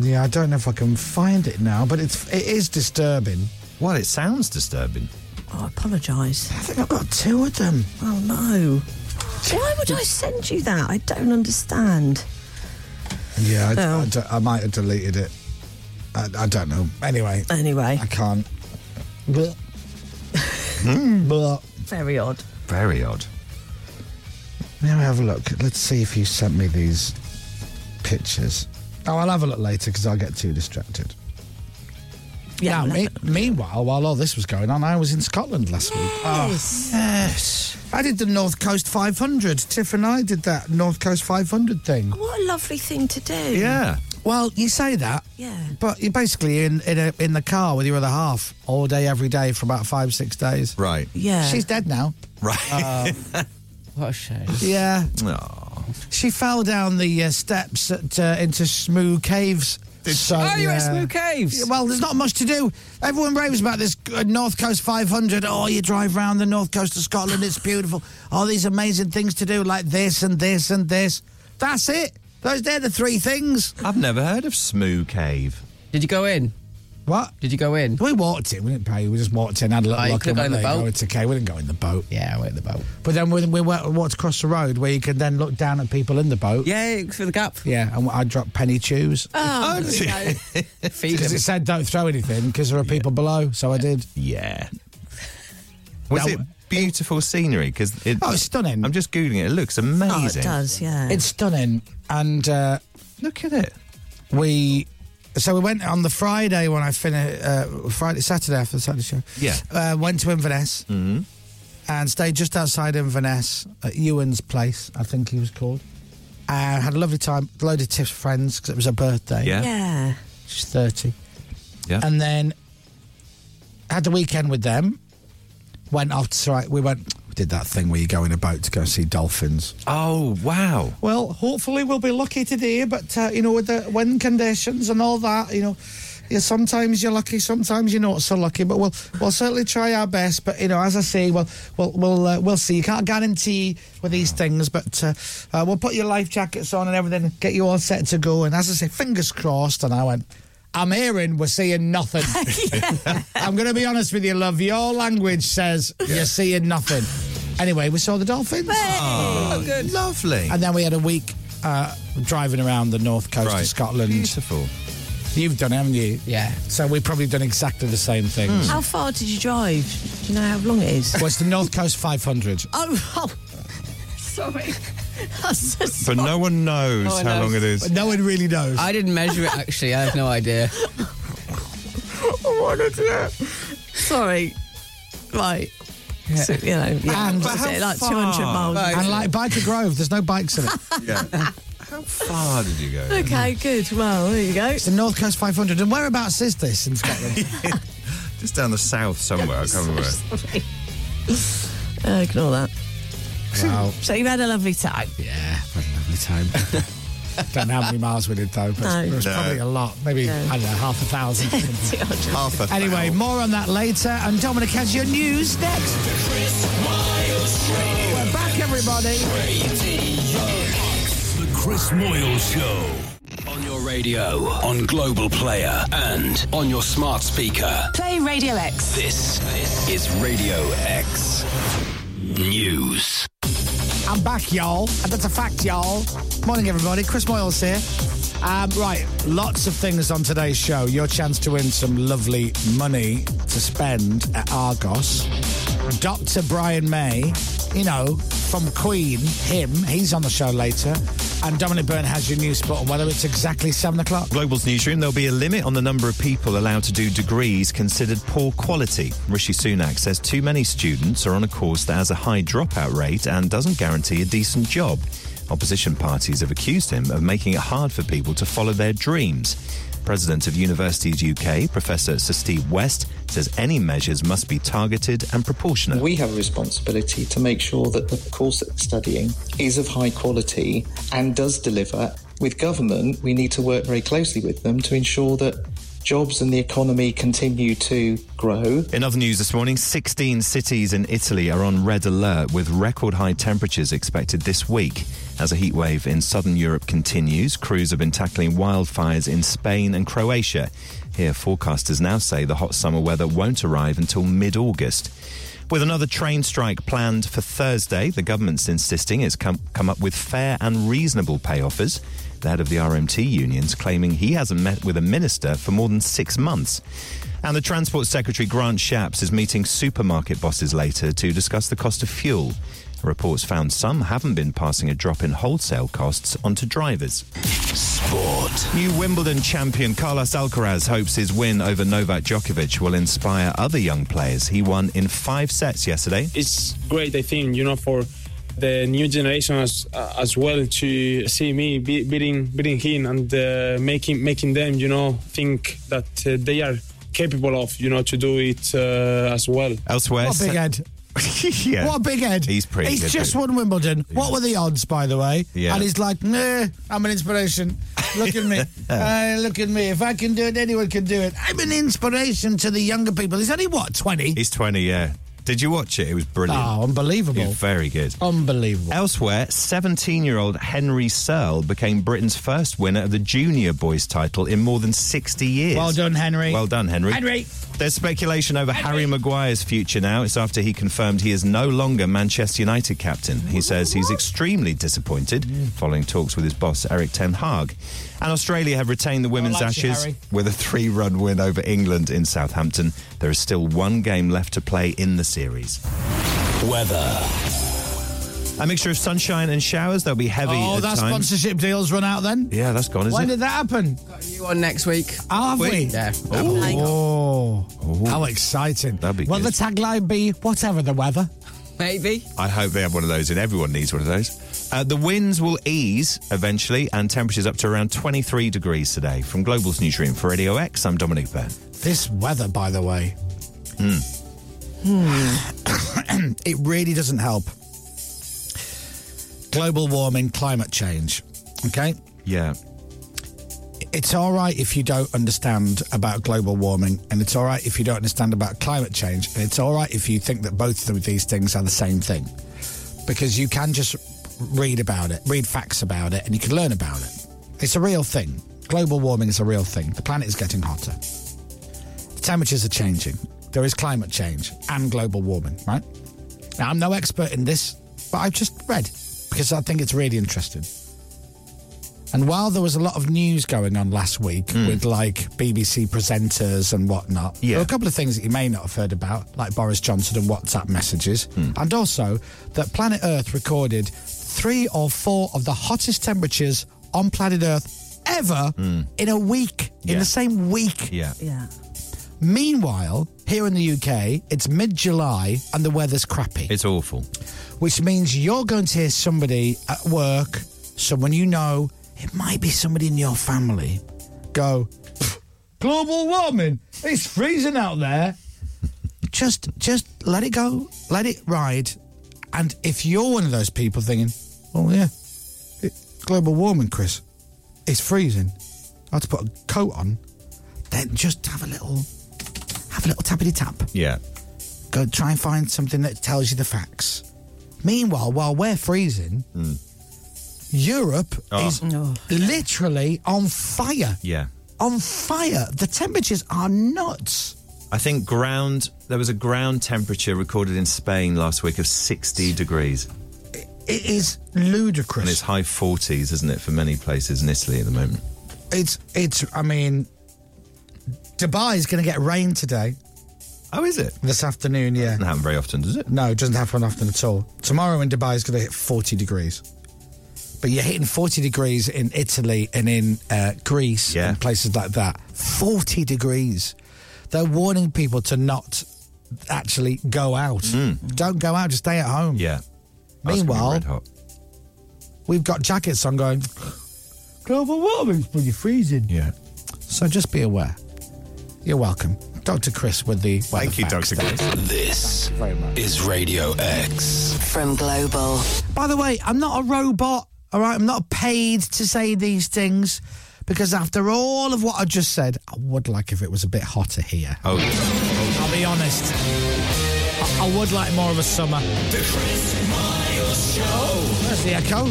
Speaker 5: Yeah, I don't know if I can find it now, but it's it is disturbing.
Speaker 10: Well, it sounds disturbing.
Speaker 3: Oh, I apologise.
Speaker 5: I think I've got two of them.
Speaker 3: Oh no. Why would I send you that? I don't understand.
Speaker 5: Yeah, I,
Speaker 3: Oh.
Speaker 5: I d- I might have deleted it. I, I don't know. Anyway,
Speaker 3: Anyway,
Speaker 5: I can't. Blah.
Speaker 10: Hmm?
Speaker 5: Blah.
Speaker 3: very odd.
Speaker 10: Very odd.
Speaker 5: Now have a look. Let's see if you sent me these pictures. Oh, I'll have a look later because I'll get too distracted.
Speaker 3: Yeah.
Speaker 5: now,
Speaker 3: let-
Speaker 5: me- meanwhile, while all this was going on, I was in Scotland last week. Ah,
Speaker 3: Yes.
Speaker 5: Yes. I did the North Coast 500. Tiff and I did that North Coast 500 thing.
Speaker 3: What a lovely thing to do.
Speaker 10: Yeah.
Speaker 5: Well, you say that.
Speaker 3: Yeah.
Speaker 5: But you're basically in in, a, in the car with your other half all day, every day for about five, six days.
Speaker 10: Right.
Speaker 3: Yeah.
Speaker 5: She's dead now.
Speaker 10: Right.
Speaker 5: Uh,
Speaker 9: What a shame.
Speaker 5: Yeah.
Speaker 10: Aw.
Speaker 5: She fell down the uh, steps at, uh, into Smoo Caves. So,
Speaker 9: Oh, you're at
Speaker 5: yeah.
Speaker 9: Smoo Caves.
Speaker 5: Yeah, Well, there's not much to do. Everyone raves about this uh, North Coast 500. Oh, you drive round the North Coast of Scotland, it's beautiful. All these amazing things to do, like this and this and this. That's it. Those they're the three things.
Speaker 10: I've never heard of Smoo Cave.
Speaker 9: Did you go in?
Speaker 5: What?
Speaker 9: Did you go in?
Speaker 5: We walked in. We didn't pay. We just walked in, had a little
Speaker 9: Oh, you
Speaker 5: look,
Speaker 9: could've
Speaker 5: and
Speaker 9: gone in
Speaker 5: went,
Speaker 9: the
Speaker 5: "There you
Speaker 9: boat."
Speaker 5: go, It's okay. We didn't go in the boat.
Speaker 9: Yeah, I went in the boat.
Speaker 5: But then when we went, walked across the road where you could then look down at people in the boat.
Speaker 9: Yeah, for the gap.
Speaker 5: Yeah, and I dropped penny chews
Speaker 3: Oh, no.
Speaker 9: Feed
Speaker 5: because
Speaker 9: him.
Speaker 5: it said don't throw anything because there are people below. So I did.
Speaker 10: Yeah. Was
Speaker 5: Now-
Speaker 10: it beautiful scenery? Because it,
Speaker 5: Oh, it's stunning.
Speaker 10: I'm just googling it. It looks
Speaker 3: Oh, it
Speaker 10: amazing.
Speaker 3: does, yeah.
Speaker 5: It's stunning. And uh,
Speaker 10: Look at it.
Speaker 5: we so we went on the Friday when I finished uh, Friday Saturday after the Saturday show.
Speaker 10: Yeah.
Speaker 5: uh, went to Inverness. Mm-hmm. and stayed just outside Inverness at Ewan's place, I think he was called. And had a lovely time, loaded Tiff's friends because it was her birthday.
Speaker 8: Yeah.
Speaker 3: Yeah.
Speaker 5: She's 30.
Speaker 8: Yeah.
Speaker 5: And then had the weekend with them. Went off to Sri- we went we did that thing where you go in a boat to go see dolphins.
Speaker 8: oh, wow.
Speaker 5: Well, hopefully we'll be lucky today, but uh, you know with the wind conditions and all that, you know, yeah, sometimes you're lucky, sometimes you're not so lucky. But we'll we'll certainly try our best. But you know, as I say, well, we'll we'll uh, we'll see. You can't guarantee with these things, but uh, uh, we'll put your life jackets on and everything, get you all set to go. And as I say, fingers crossed. And I went. I'm hearing we're seeing nothing. I'm going to be honest with you, love. Your language says you're seeing nothing. Anyway, we saw the dolphins.
Speaker 8: Oh, good. Lovely.
Speaker 5: And then we had a week uh, driving around the north coast
Speaker 8: Right.
Speaker 5: of Scotland.
Speaker 8: Beautiful.
Speaker 5: You've done it, haven't you?
Speaker 9: Yeah.
Speaker 5: So we've probably done exactly the same
Speaker 8: Hmm.
Speaker 5: things.
Speaker 3: How far did you drive? Do you know how long it is?
Speaker 5: Well, it's the North Coast 500.
Speaker 3: oh, oh. sorry. I'm so sorry.
Speaker 8: But no one knows
Speaker 9: No one
Speaker 8: Oh, how long
Speaker 9: knows.
Speaker 8: it is.
Speaker 5: No one really knows.
Speaker 9: Oh, I didn't measure it actually. I have no idea.
Speaker 8: Oh,
Speaker 3: Sorry. Right. So, you know, yeah,
Speaker 5: And-
Speaker 3: what
Speaker 5: But
Speaker 3: is
Speaker 8: how
Speaker 3: it, like
Speaker 8: far?
Speaker 3: 200 miles.
Speaker 9: Right.
Speaker 5: and like Biker Grove, there's no bikes in it.
Speaker 8: Yeah. how far did you go? then?
Speaker 3: Okay, good. Well, there you go.
Speaker 5: It's the North Coast 500. And whereabouts is this in Scotland?
Speaker 8: Just down the south somewhere. I can't remember. where.
Speaker 3: Sorry. Uh, ignore that.
Speaker 5: wow.
Speaker 3: So you had a lovely time.
Speaker 5: Yeah, what a lovely time. Don't know how many miles we did though, but
Speaker 3: No.
Speaker 5: it was
Speaker 8: No.
Speaker 5: probably a lot. Maybe, I don't know, half a thousand.
Speaker 8: Half a
Speaker 5: anyway,
Speaker 8: mile.
Speaker 5: more on that later. And Dominic has your news next. We're back, everybody.
Speaker 12: The Chris Moyle Show.
Speaker 11: On your radio, on Global Player, and on your smart speaker.
Speaker 13: Play Radio X.
Speaker 11: This, this is Radio X News.
Speaker 5: I'm back, y'all. And that's a fact, y'all. Morning, everybody. Chris Moyles here. Um, right, lots of things on today's show. Your chance to win some lovely money to spend at Argos. Dr. Brian May, you know, from Queen, him, he's on the show later. And Dominic Byrne has your new spot on whether it's exactly seven o'clock.
Speaker 8: Global's newsroom, there'll be a limit on the number of people allowed to do degrees considered poor quality. Rishi Sunak says too many students are on a course that has a high dropout rate and doesn't guarantee a decent job. Opposition parties have accused him of making it hard for people to follow their dreams. President of Universities UK, Professor Sir Steve West, says any measures must be targeted and proportionate.
Speaker 14: We have a responsibility to make sure that the course that we're studying is of high quality and does deliver. With government, we need to work very closely with them to ensure that jobs and the economy continue to grow.
Speaker 8: In other news this morning, 16 cities in Italy are on red alert with record high temperatures expected this week. As a heat wave in southern Europe continues, crews have been tackling wildfires in Spain and Croatia. Here, forecasters now say the hot summer weather won't arrive until mid August. With another train strike planned for Thursday, the government's insisting it's come, come up with fair and reasonable pay offers. The head of the RMT unions claiming he hasn't met with a minister for more than six months. And the Transport Secretary Grant Shapps is meeting supermarket bosses later to discuss the cost of fuel. Reports found some haven't been passing a drop in wholesale costs onto drivers.
Speaker 11: Sport.
Speaker 8: New Wimbledon champion Carlos Alcaraz hopes his win over Novak Djokovic will inspire other young players. He won in five sets yesterday.
Speaker 15: it's great i think you know for the new generation as as well to see me be, beating beating him and uh, making making them you know think that uh, they are capable of you know to do it uh, as well
Speaker 8: Elsewhere,
Speaker 5: What a big head.
Speaker 8: yeah.
Speaker 5: What a big head.
Speaker 8: He's pretty
Speaker 5: He's
Speaker 8: good,
Speaker 5: just
Speaker 8: dude.
Speaker 5: won Wimbledon. What were the odds, by the way?
Speaker 8: Yeah.
Speaker 5: And he's like, nah, I'm an inspiration. Look at me. uh, look at me. If I can do it, anyone can do it. I'm an inspiration to the younger people. He's only, what, 20?
Speaker 8: He's 20, yeah. Did you watch it? It was brilliant.
Speaker 5: Oh,
Speaker 8: It
Speaker 5: unbelievable.
Speaker 8: was very good.
Speaker 5: Unbelievable.
Speaker 8: Elsewhere, 17 year old Henry Searle became Britain's first winner of the junior boys title in more than 60 years.
Speaker 5: Well done, Henry.
Speaker 8: Well done, Henry.
Speaker 5: Henry.
Speaker 8: There's speculation over Harry Maguire's future now. It's after he confirmed he is no longer Manchester United captain. He says he's extremely disappointed
Speaker 5: Mm.
Speaker 8: following talks with his boss, Eric Ten Hag. And Australia have retained the women's
Speaker 5: like you,
Speaker 8: ashes
Speaker 5: Harry.
Speaker 8: with a three run win over England in Southampton. There is still one game left to play in the series.
Speaker 11: Weather.
Speaker 8: A mixture of sunshine and showers. There'll be heavy
Speaker 5: Oh,
Speaker 8: at
Speaker 5: that
Speaker 8: times.
Speaker 5: sponsorship deal's run out then?
Speaker 8: Yeah, that's gone, isn't
Speaker 5: When
Speaker 8: it?
Speaker 5: did that happen?
Speaker 9: You on next week?
Speaker 5: Oh, have we?
Speaker 9: Yeah.
Speaker 5: Oh, how exciting.
Speaker 8: That'd be
Speaker 5: Will
Speaker 8: good.
Speaker 5: the tagline be whatever the weather?
Speaker 7: Maybe.
Speaker 10: I hope they have one of those, and everyone needs one of those. Uh, the winds will ease eventually, and temperatures up to around 23 degrees today. From Global's Newsroom for Radio X, I'm Dominic Byrne.
Speaker 5: This weather, by the way,
Speaker 8: Hmm.
Speaker 10: Mm.
Speaker 5: Hmm. it really doesn't help. Global warming, climate change. Okay?
Speaker 10: Yeah.
Speaker 5: It's all right if you don't understand about global warming, and it's all right if you don't understand about climate change, and it's all right if you think that both of these things are the same thing. Because you can just read about it, read facts about it, and you can learn about it. It's a real thing. Global warming is a real thing. The planet is getting hotter. The temperatures are changing. There is climate change and global warming, right? Now, I'm no expert in this, but I've just read because I think it's really interesting. And while there was a lot of news going on last week with like BBC presenters and whatnot, there were a couple of things that you may not have heard about, like Boris Johnson and WhatsApp messages, and also that planet Earth recorded three or four of the hottest temperatures on planet Earth ever in a week, in the same week.
Speaker 10: Yeah.
Speaker 3: Yeah.
Speaker 5: Meanwhile, here in the UK, it's mid July and the weather's crappy
Speaker 10: It's awful.
Speaker 5: which means you're going to hear somebody at work, someone you know, it might be somebody in your family, go, "Pff, global warming, it's freezing out there. just, just let it go, let it ride. And if you're one of those people thinking, oh yeah, it, global warming, Chris, it's freezing, I have to put a coat on, then just have a little, have a little tappity tap
Speaker 10: Yeah.
Speaker 5: go try and find something that tells you the facts. Meanwhile, while we're freezing,
Speaker 10: Mm,
Speaker 5: Europe
Speaker 10: Oh.
Speaker 5: is literally on fire.
Speaker 10: Yeah.
Speaker 5: On fire. The temperatures are nuts.
Speaker 10: I think ground, there was a ground temperature recorded in Spain last week of 60 degrees.
Speaker 5: It is ludicrous.
Speaker 10: And it's high 40s, isn't it, for many places in Italy at the moment?
Speaker 5: It's it's. I mean, Dubai is going to get rain today.
Speaker 10: Oh, is it
Speaker 5: this afternoon? Yeah, doesn't
Speaker 10: happen very often, does it?
Speaker 5: No, it doesn't happen often at all. Tomorrow in Dubai is going to hit forty degrees. But you're hitting 40 degrees in Italy and in uh, Greece and places like that. 40 degrees. They're warning people to not actually go out. Don't go out, just stay at home.
Speaker 10: Hmm. Yeah. That's gonna be
Speaker 5: Meanwhile,
Speaker 10: red hot.
Speaker 5: we've got jackets on going, global warming's bloody freezing.
Speaker 10: Yeah.
Speaker 5: So just be aware. You're welcome. Dr. Chris with the weather
Speaker 10: Thank you,
Speaker 5: facts.
Speaker 10: Dr. Chris. This is Radio X.
Speaker 2: From Global.
Speaker 5: By the way, I'm not a robot, all right? I'm not paid to say these things because after all of what I just said, I would like if it was a bit hotter here.
Speaker 10: Oh,
Speaker 5: I'll be honest. I, I would like more of a summer. The Chris Miles Show. there's the echo.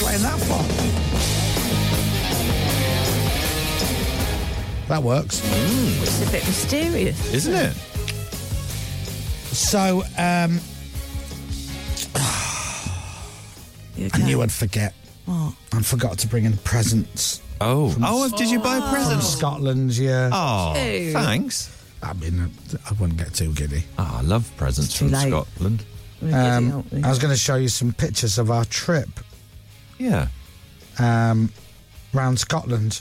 Speaker 5: Playing that for? That works.
Speaker 7: Hmm.
Speaker 3: It's a bit mysterious.
Speaker 10: Isn't it?
Speaker 5: So, um, I knew I'd forget.
Speaker 3: What?
Speaker 5: I forgot to bring in presents.
Speaker 10: Oh,
Speaker 5: From-
Speaker 10: oh, did you buy a present?
Speaker 5: From Scotland, yeah.
Speaker 10: Oh, Ew. thanks.
Speaker 5: I mean, I- I wouldn't get too giddy.
Speaker 10: Ah, I love presents from Scotland.
Speaker 5: Um, I was going to show you some pictures of our trip
Speaker 10: Yeah.
Speaker 5: um, round Scotland,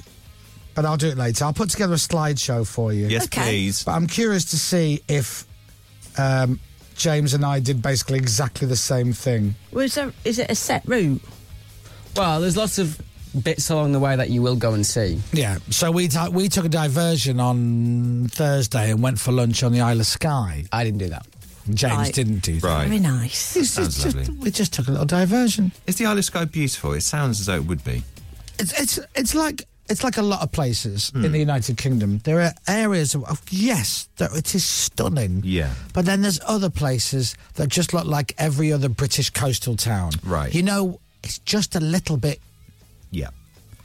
Speaker 5: but I'll do it later. I'll put together a slideshow for you.
Speaker 10: Yes, Okay. please.
Speaker 5: But I'm curious to see if um, James and I did basically exactly the same thing.
Speaker 3: Well, is, there, is it a set route?
Speaker 7: Well, there's lots of bits along the way that you will go and see.
Speaker 5: Yeah. So we t- we took a diversion on Thursday and went for lunch on the Isle of Skye.
Speaker 7: I didn't do that.
Speaker 5: James
Speaker 7: Right.
Speaker 5: didn't do that.
Speaker 10: Right.
Speaker 3: Very nice.
Speaker 5: It's
Speaker 10: Sounds
Speaker 5: just-
Speaker 10: lovely.
Speaker 5: we just took a little diversion.
Speaker 10: Is the Isle of Skye beautiful? It sounds as though it would be.
Speaker 5: It's it's it's like it's like a lot of places
Speaker 10: Hmm.
Speaker 5: in the United Kingdom. There are areas of, of yes, that it is stunning.
Speaker 10: Yeah.
Speaker 5: But then there's other places that just look like every other British coastal town.
Speaker 10: Right.
Speaker 5: You know, it's just a little bit
Speaker 10: Yeah.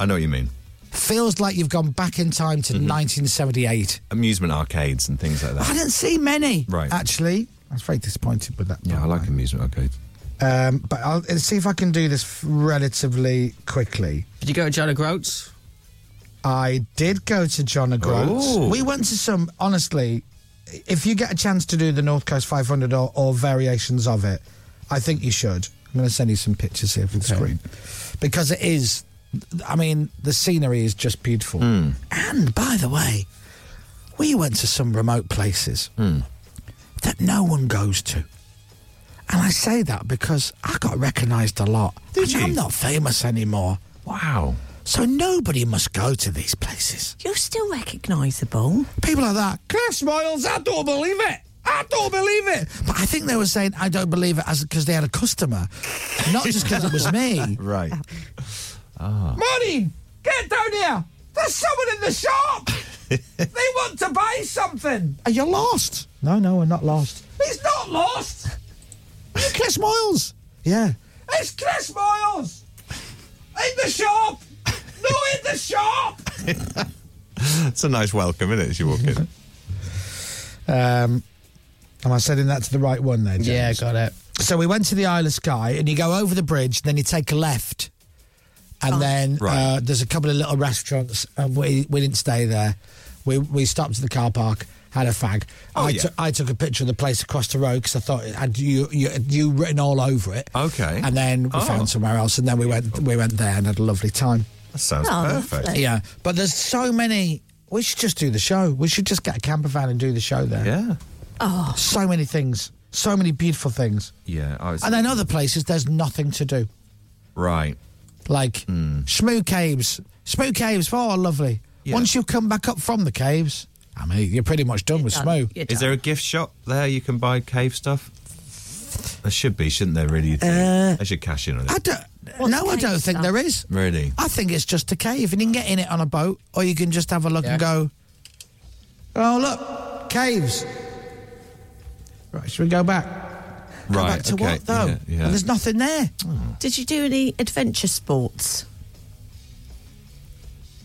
Speaker 10: I know what you mean.
Speaker 5: feels like you've gone back in time
Speaker 10: Mm-hmm.
Speaker 5: to 1978.
Speaker 10: Amusement arcades and things like
Speaker 5: I
Speaker 10: that.
Speaker 5: didn't see many.
Speaker 10: Right.
Speaker 5: Actually, I was very disappointed with that.
Speaker 10: Yeah, I like amusement arcades.
Speaker 5: Um, but I'll let's see if I can do this relatively quickly.
Speaker 7: Did you go to John O'Groats?
Speaker 5: I did go to John
Speaker 7: Ooh.
Speaker 5: O'Groats. We went to some, honestly, if you get a chance to do the North Coast 500 or, or variations of it, I think you should. I'm going to send you some pictures here for the screen. Because it is, I mean, the scenery is just beautiful.
Speaker 10: Hmm.
Speaker 5: Hmm. And by the way, we went to some remote places. that no one goes to. And I say that because I got recognised a lot. Did you? I'm not famous anymore. Wow. So nobody must go to these places.
Speaker 3: You're still recognisable.
Speaker 5: People like that. Chris Miles, I don't believe it. I don't believe it. But I think they were saying I don't believe it as because they had a customer, not just because it was me.
Speaker 8: Right.
Speaker 10: Ah.
Speaker 5: Money, get down here. There's someone in the shop. they want to buy something. Are you lost? No, no, we're not lost. He's not lost. It's Chris Miles. Yeah. It's Chris Miles. In the shop. no, in the shop.
Speaker 8: it's a nice welcome, isn't it, as you walk in?
Speaker 5: Um, am I sending that to the right one then?
Speaker 8: Yeah,
Speaker 5: got it. So we went to the Isle of Skye, and you go over the bridge, then you take a left, and then uh, there's a couple of little restaurants. And we we didn't stay there. We we stopped at the car park, had a fag.
Speaker 8: Oh,
Speaker 5: I
Speaker 8: yeah.
Speaker 5: took- I took a picture of the place across the road because I thought it had you, you had you written all over it.
Speaker 8: Okay.
Speaker 5: And then we
Speaker 8: Oh.
Speaker 5: found somewhere else, and then we went we went there and had a lovely time.
Speaker 8: That sounds
Speaker 5: Oh,
Speaker 8: perfect.
Speaker 5: lovely. Yeah, but there's so many. We should just do the show. We should just get a camper van and do the show there.
Speaker 8: Yeah.
Speaker 5: Oh. So many things. So many beautiful things.
Speaker 8: Yeah. I was,
Speaker 5: And then other places, there's nothing to do.
Speaker 8: right.
Speaker 5: Like
Speaker 8: Hmm.
Speaker 5: Schmoo Caves. Schmoo Caves, oh, lovely. Once you come back up from the caves, I mean, you're pretty much done with Schmoo.
Speaker 8: Is there a gift shop there you can buy cave stuff? There should be, shouldn't there? Really, You think?
Speaker 5: Uh,
Speaker 8: I should cash in on it.
Speaker 5: I don't, no, I don't think there is.
Speaker 8: really,
Speaker 5: I think it's just a cave, and you can get in it on a boat, or you can just have a look and go, oh, look, caves. Right, should we go back? Go
Speaker 8: right?
Speaker 5: back to
Speaker 8: okay.
Speaker 5: what, though?
Speaker 8: Yeah, yeah. Hmm.
Speaker 5: And there's nothing there.
Speaker 3: Did you do any adventure sports?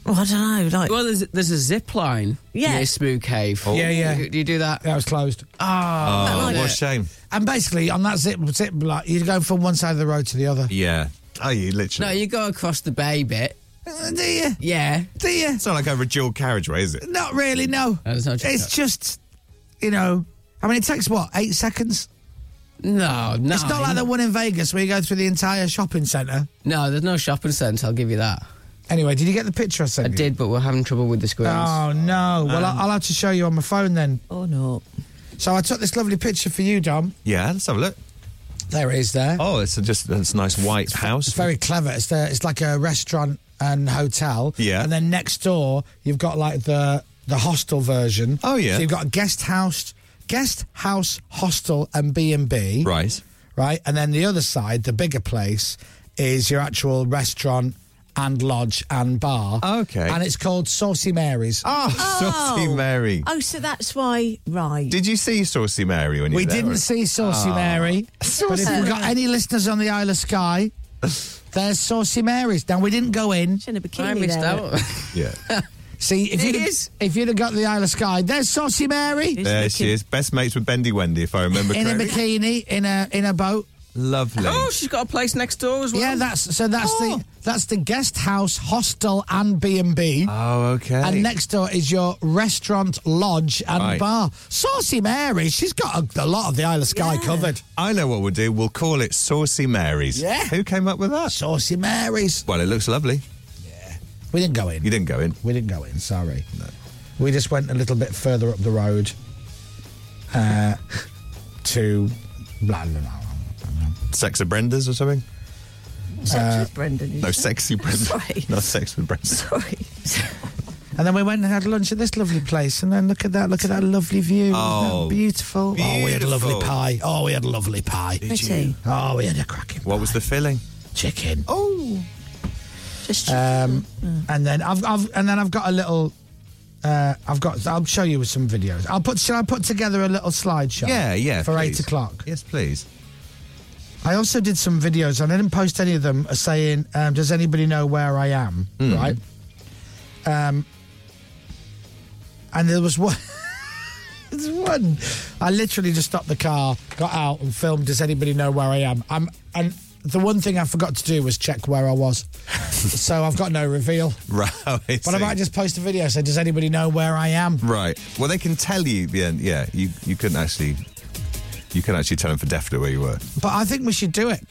Speaker 3: Well, I don't know. Like,
Speaker 9: well, there's there's a zip line
Speaker 3: Yeah.
Speaker 9: near Smoo Cave.
Speaker 5: Yeah, yeah.
Speaker 9: Do you do that?
Speaker 5: That was closed.
Speaker 8: Oh,
Speaker 5: Ah, I like
Speaker 8: what a
Speaker 5: it.
Speaker 8: shame.
Speaker 5: And basically, on that zip, zip like, you're going from one side of the road to the other.
Speaker 8: Yeah. Oh, you
Speaker 9: No,
Speaker 8: literally.
Speaker 9: you go across the bay bit.
Speaker 5: Uh, do you?
Speaker 9: Yeah.
Speaker 5: Do you?
Speaker 8: It's not like over a dual carriageway, is it?
Speaker 5: Not really, no.
Speaker 9: it's not just that.
Speaker 5: just, you know, I mean, it takes what, eight seconds?
Speaker 9: No, no.
Speaker 5: It's not like the one in Vegas where you go through the entire shopping centre.
Speaker 9: No, there's no shopping centre. I'll give you that.
Speaker 5: Anyway, did you get the picture I sent
Speaker 9: I
Speaker 5: you?
Speaker 9: did, but we're having trouble with the squirrels.
Speaker 5: Oh, no. Well,
Speaker 9: Um,
Speaker 5: I'll I'll have to show you on my phone then.
Speaker 3: Oh, no.
Speaker 5: So I took this lovely picture for you, Dom.
Speaker 8: Yeah. Let's have a look.
Speaker 5: There it is there.
Speaker 8: Oh, it's a just it's a nice white house.
Speaker 5: It's very clever. It's the, it's like a restaurant and hotel.
Speaker 8: Yeah.
Speaker 5: And then next door, you've got like the the hostel version.
Speaker 8: Oh, yeah.
Speaker 5: So you've got a guest house, guest house, hostel, and B and B.
Speaker 8: Right.
Speaker 5: Right. And then the other side, the bigger place, is your actual restaurant and lodge and bar.
Speaker 8: Okay.
Speaker 5: And it's called Saucy Mary's.
Speaker 8: Oh, Saucy Mary.
Speaker 3: Oh, so that's why, right.
Speaker 8: Did you see Saucy Mary when you
Speaker 5: We
Speaker 8: were there,
Speaker 5: didn't
Speaker 8: or-
Speaker 5: see Saucy
Speaker 8: Ah.
Speaker 5: Mary. But if we've got any listeners on the Isle of Skye, there's Saucy Mary's. Now, we didn't go in.
Speaker 3: She's in a bikini
Speaker 9: I missed
Speaker 3: there.
Speaker 9: out.
Speaker 8: Yeah.
Speaker 5: See, if you'd,
Speaker 9: It
Speaker 5: have,
Speaker 9: is.
Speaker 5: if you'd have got the Isle of Skye, there's Saucy Mary
Speaker 8: there she is. Best mates with Bendy Wendy, if I remember
Speaker 5: in a
Speaker 8: correctly.
Speaker 5: bikini in a in a boat.
Speaker 8: Lovely.
Speaker 9: oh, she's got a place next door as well. Oh.
Speaker 5: Yeah, that's so that's the that's the guest house, hostel, and B and B.
Speaker 8: Oh, okay.
Speaker 5: And next door is your restaurant, lodge, and
Speaker 8: Right.
Speaker 5: bar. Saucy Mary, she's got a, a lot of the Isle of Skye covered.
Speaker 8: I know what we'll do. We'll call it Saucy Mary's.
Speaker 5: Yeah.
Speaker 8: Who came up with that?
Speaker 5: Saucy Mary's.
Speaker 8: Well, it looks lovely.
Speaker 5: We didn't go in.
Speaker 8: You didn't go in.
Speaker 5: We didn't go in, sorry. We just went a little bit further up the road uh, to. Blah, blah, blah, blah.
Speaker 8: Sex of Brenda's or something?
Speaker 5: Uh,
Speaker 3: Such as Brendan. you
Speaker 8: No,
Speaker 3: said.
Speaker 8: sexy Brenda.
Speaker 3: Sorry.
Speaker 8: Not sex with Brenda.
Speaker 3: Sorry.
Speaker 5: And then we went and had lunch at this lovely place. And then look at that, look at that lovely view. Isn't that
Speaker 8: Oh,
Speaker 5: beautiful. Oh, we had a lovely
Speaker 8: beautiful.
Speaker 5: pie. Oh, we had a lovely pie.
Speaker 3: Pretty.
Speaker 5: Oh, we had a cracking
Speaker 8: What was the filling?
Speaker 5: chicken.
Speaker 8: Oh.
Speaker 3: Just
Speaker 5: Um, and then I've, I've and then I've got a little. Uh, I've got. I'll show you some videos. I'll put. Shall I put together a little slideshow?
Speaker 8: Yeah, yeah.
Speaker 5: For eight
Speaker 8: please.
Speaker 5: o'clock.
Speaker 8: Yes, please.
Speaker 5: I also did some videos and I didn't post any of them uh, saying, um, Does anybody know where I am?
Speaker 8: Hmm.
Speaker 5: Right? Um, and there was one. there's one. I literally just stopped the car, got out, and filmed, Does anybody know where I am? I'm, and the one thing I forgot to do was check where I was. so I've got no reveal.
Speaker 8: Right. I
Speaker 5: But I
Speaker 8: see.
Speaker 5: might just post a video say, Does anybody know where I am?
Speaker 8: Right. Well, they can tell you. Yeah, yeah. You you couldn't actually. You can actually tell them for definite where you were.
Speaker 5: But I think we should do it.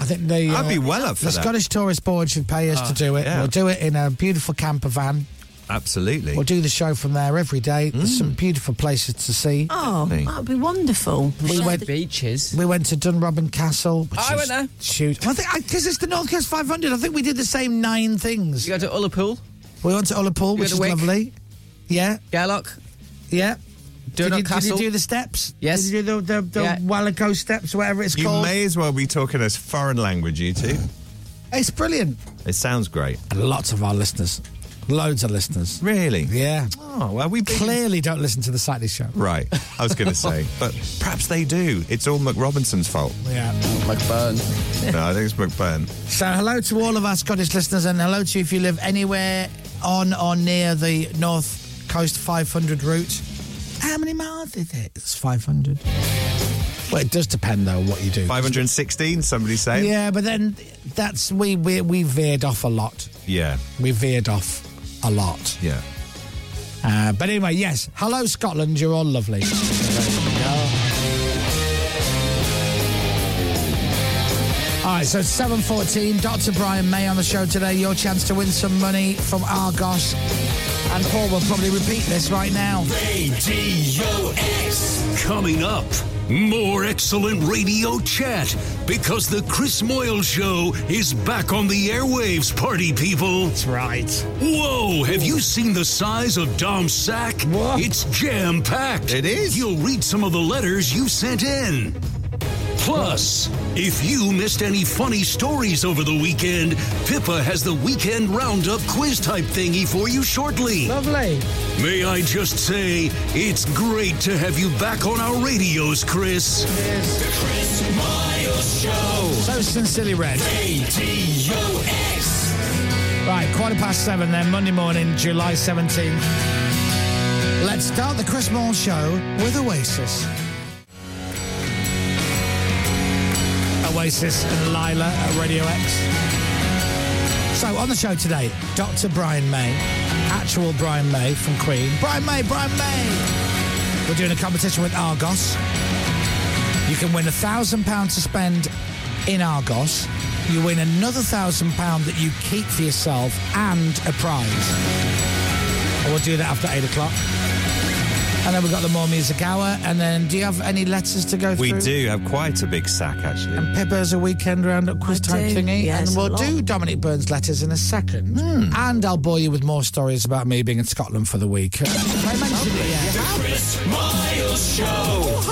Speaker 5: I think the uh,
Speaker 8: I'd be well up for
Speaker 5: the
Speaker 8: that. Ah,
Speaker 5: Scottish Tourist Board should pay us to do it.
Speaker 8: yeah.
Speaker 5: We'll do it in a beautiful camper van.
Speaker 10: Absolutely.
Speaker 5: We'll do the show from there every day. There's some beautiful places to see.
Speaker 3: Oh, that would be wonderful.
Speaker 5: We went
Speaker 7: beaches.
Speaker 5: We went to Dunrobin Castle. Which
Speaker 7: I went
Speaker 5: is
Speaker 7: there.
Speaker 5: Shoot, I think because it's the North Coast 500. I think we did the same nine things.
Speaker 7: go
Speaker 5: You
Speaker 7: to Ullapool.
Speaker 5: We went to Ullapool,
Speaker 7: You
Speaker 5: which
Speaker 7: go to
Speaker 5: is
Speaker 7: Wick.
Speaker 5: lovely. Yeah.
Speaker 7: Gallock.
Speaker 5: Yeah.
Speaker 7: Durnock
Speaker 5: did, you,
Speaker 7: Castle.
Speaker 5: did you do the steps?
Speaker 7: Yes.
Speaker 5: Did you do the, the, the
Speaker 7: Yeah.
Speaker 5: Wallaco steps, whatever it's
Speaker 10: You
Speaker 5: called?
Speaker 10: may as well be talking as foreign language, you two.
Speaker 5: It's brilliant.
Speaker 10: It sounds great.
Speaker 5: And lots of our listeners. Loads of listeners.
Speaker 10: Really?
Speaker 5: Yeah.
Speaker 10: Oh, well, we
Speaker 5: Clearly don't listen to the Saturday show.
Speaker 10: Right, I was going to say, but perhaps they do. It's all McRobinson's fault.
Speaker 5: Yeah.
Speaker 7: McBurn.
Speaker 10: No, I think it's McBurn.
Speaker 5: So hello to all of our Scottish listeners and hello to you if you live anywhere on or near the North Coast 500 route. How many miles is it? It's 500. Well, it does depend though what you do.
Speaker 10: 516, somebody saying?
Speaker 5: Yeah, but then that's we we we veered off a lot.
Speaker 10: Yeah,
Speaker 5: We veered off a lot.
Speaker 10: yeah.
Speaker 5: Uh, but anyway, yes. Hello Scotland, you're all lovely. All right, so 7.14, Dr. Brian May on the show today. Your chance to win some money from Argos. And Paul will probably repeat this right now.
Speaker 1: Radio X. Coming up, more excellent radio chat because the Chris Moyle Show is back on the airwaves, party people. That's
Speaker 5: right.
Speaker 1: Whoa, have you seen the size of Dom's sack? It's jam packed. It is. You'll read some of the letters you sent in. Plus, if you missed any funny stories over the weekend, Pippa has the weekend roundup quiz type thingy for you shortly.
Speaker 5: Lovely.
Speaker 1: May I just say, it's great to have you back on our radios, Chris.
Speaker 5: The
Speaker 1: Chris Miles Show.
Speaker 5: So sincerely read. Right, quarter past seven then, Monday morning, July 17th. Let's start the Chris Moore show with Oasis. Oasis and Lila at Radio X. So on the show today, Dr. Brian May, actual Brian May from Queen. Brian May, Brian May! We're doing a competition with Argos. You can win a thousand pounds to spend in Argos. You win another thousand pound that you keep for yourself and a prize. And we'll do that after eight o'clock. And then we've got the more music hour. And then, do you have any letters to go
Speaker 10: We
Speaker 5: through?
Speaker 10: do have quite a big sack, actually.
Speaker 5: Pippa's a weekend roundup quiz
Speaker 3: I
Speaker 5: type
Speaker 3: do,
Speaker 5: thingy.
Speaker 3: yes,
Speaker 5: and
Speaker 3: a
Speaker 5: we'll
Speaker 3: lot.
Speaker 5: do Dominic Burns' letters in a second. And I'll bore you with more stories about me being in Scotland for the week. I mentioned it, yeah.
Speaker 1: The Chris Miles Show. Oh,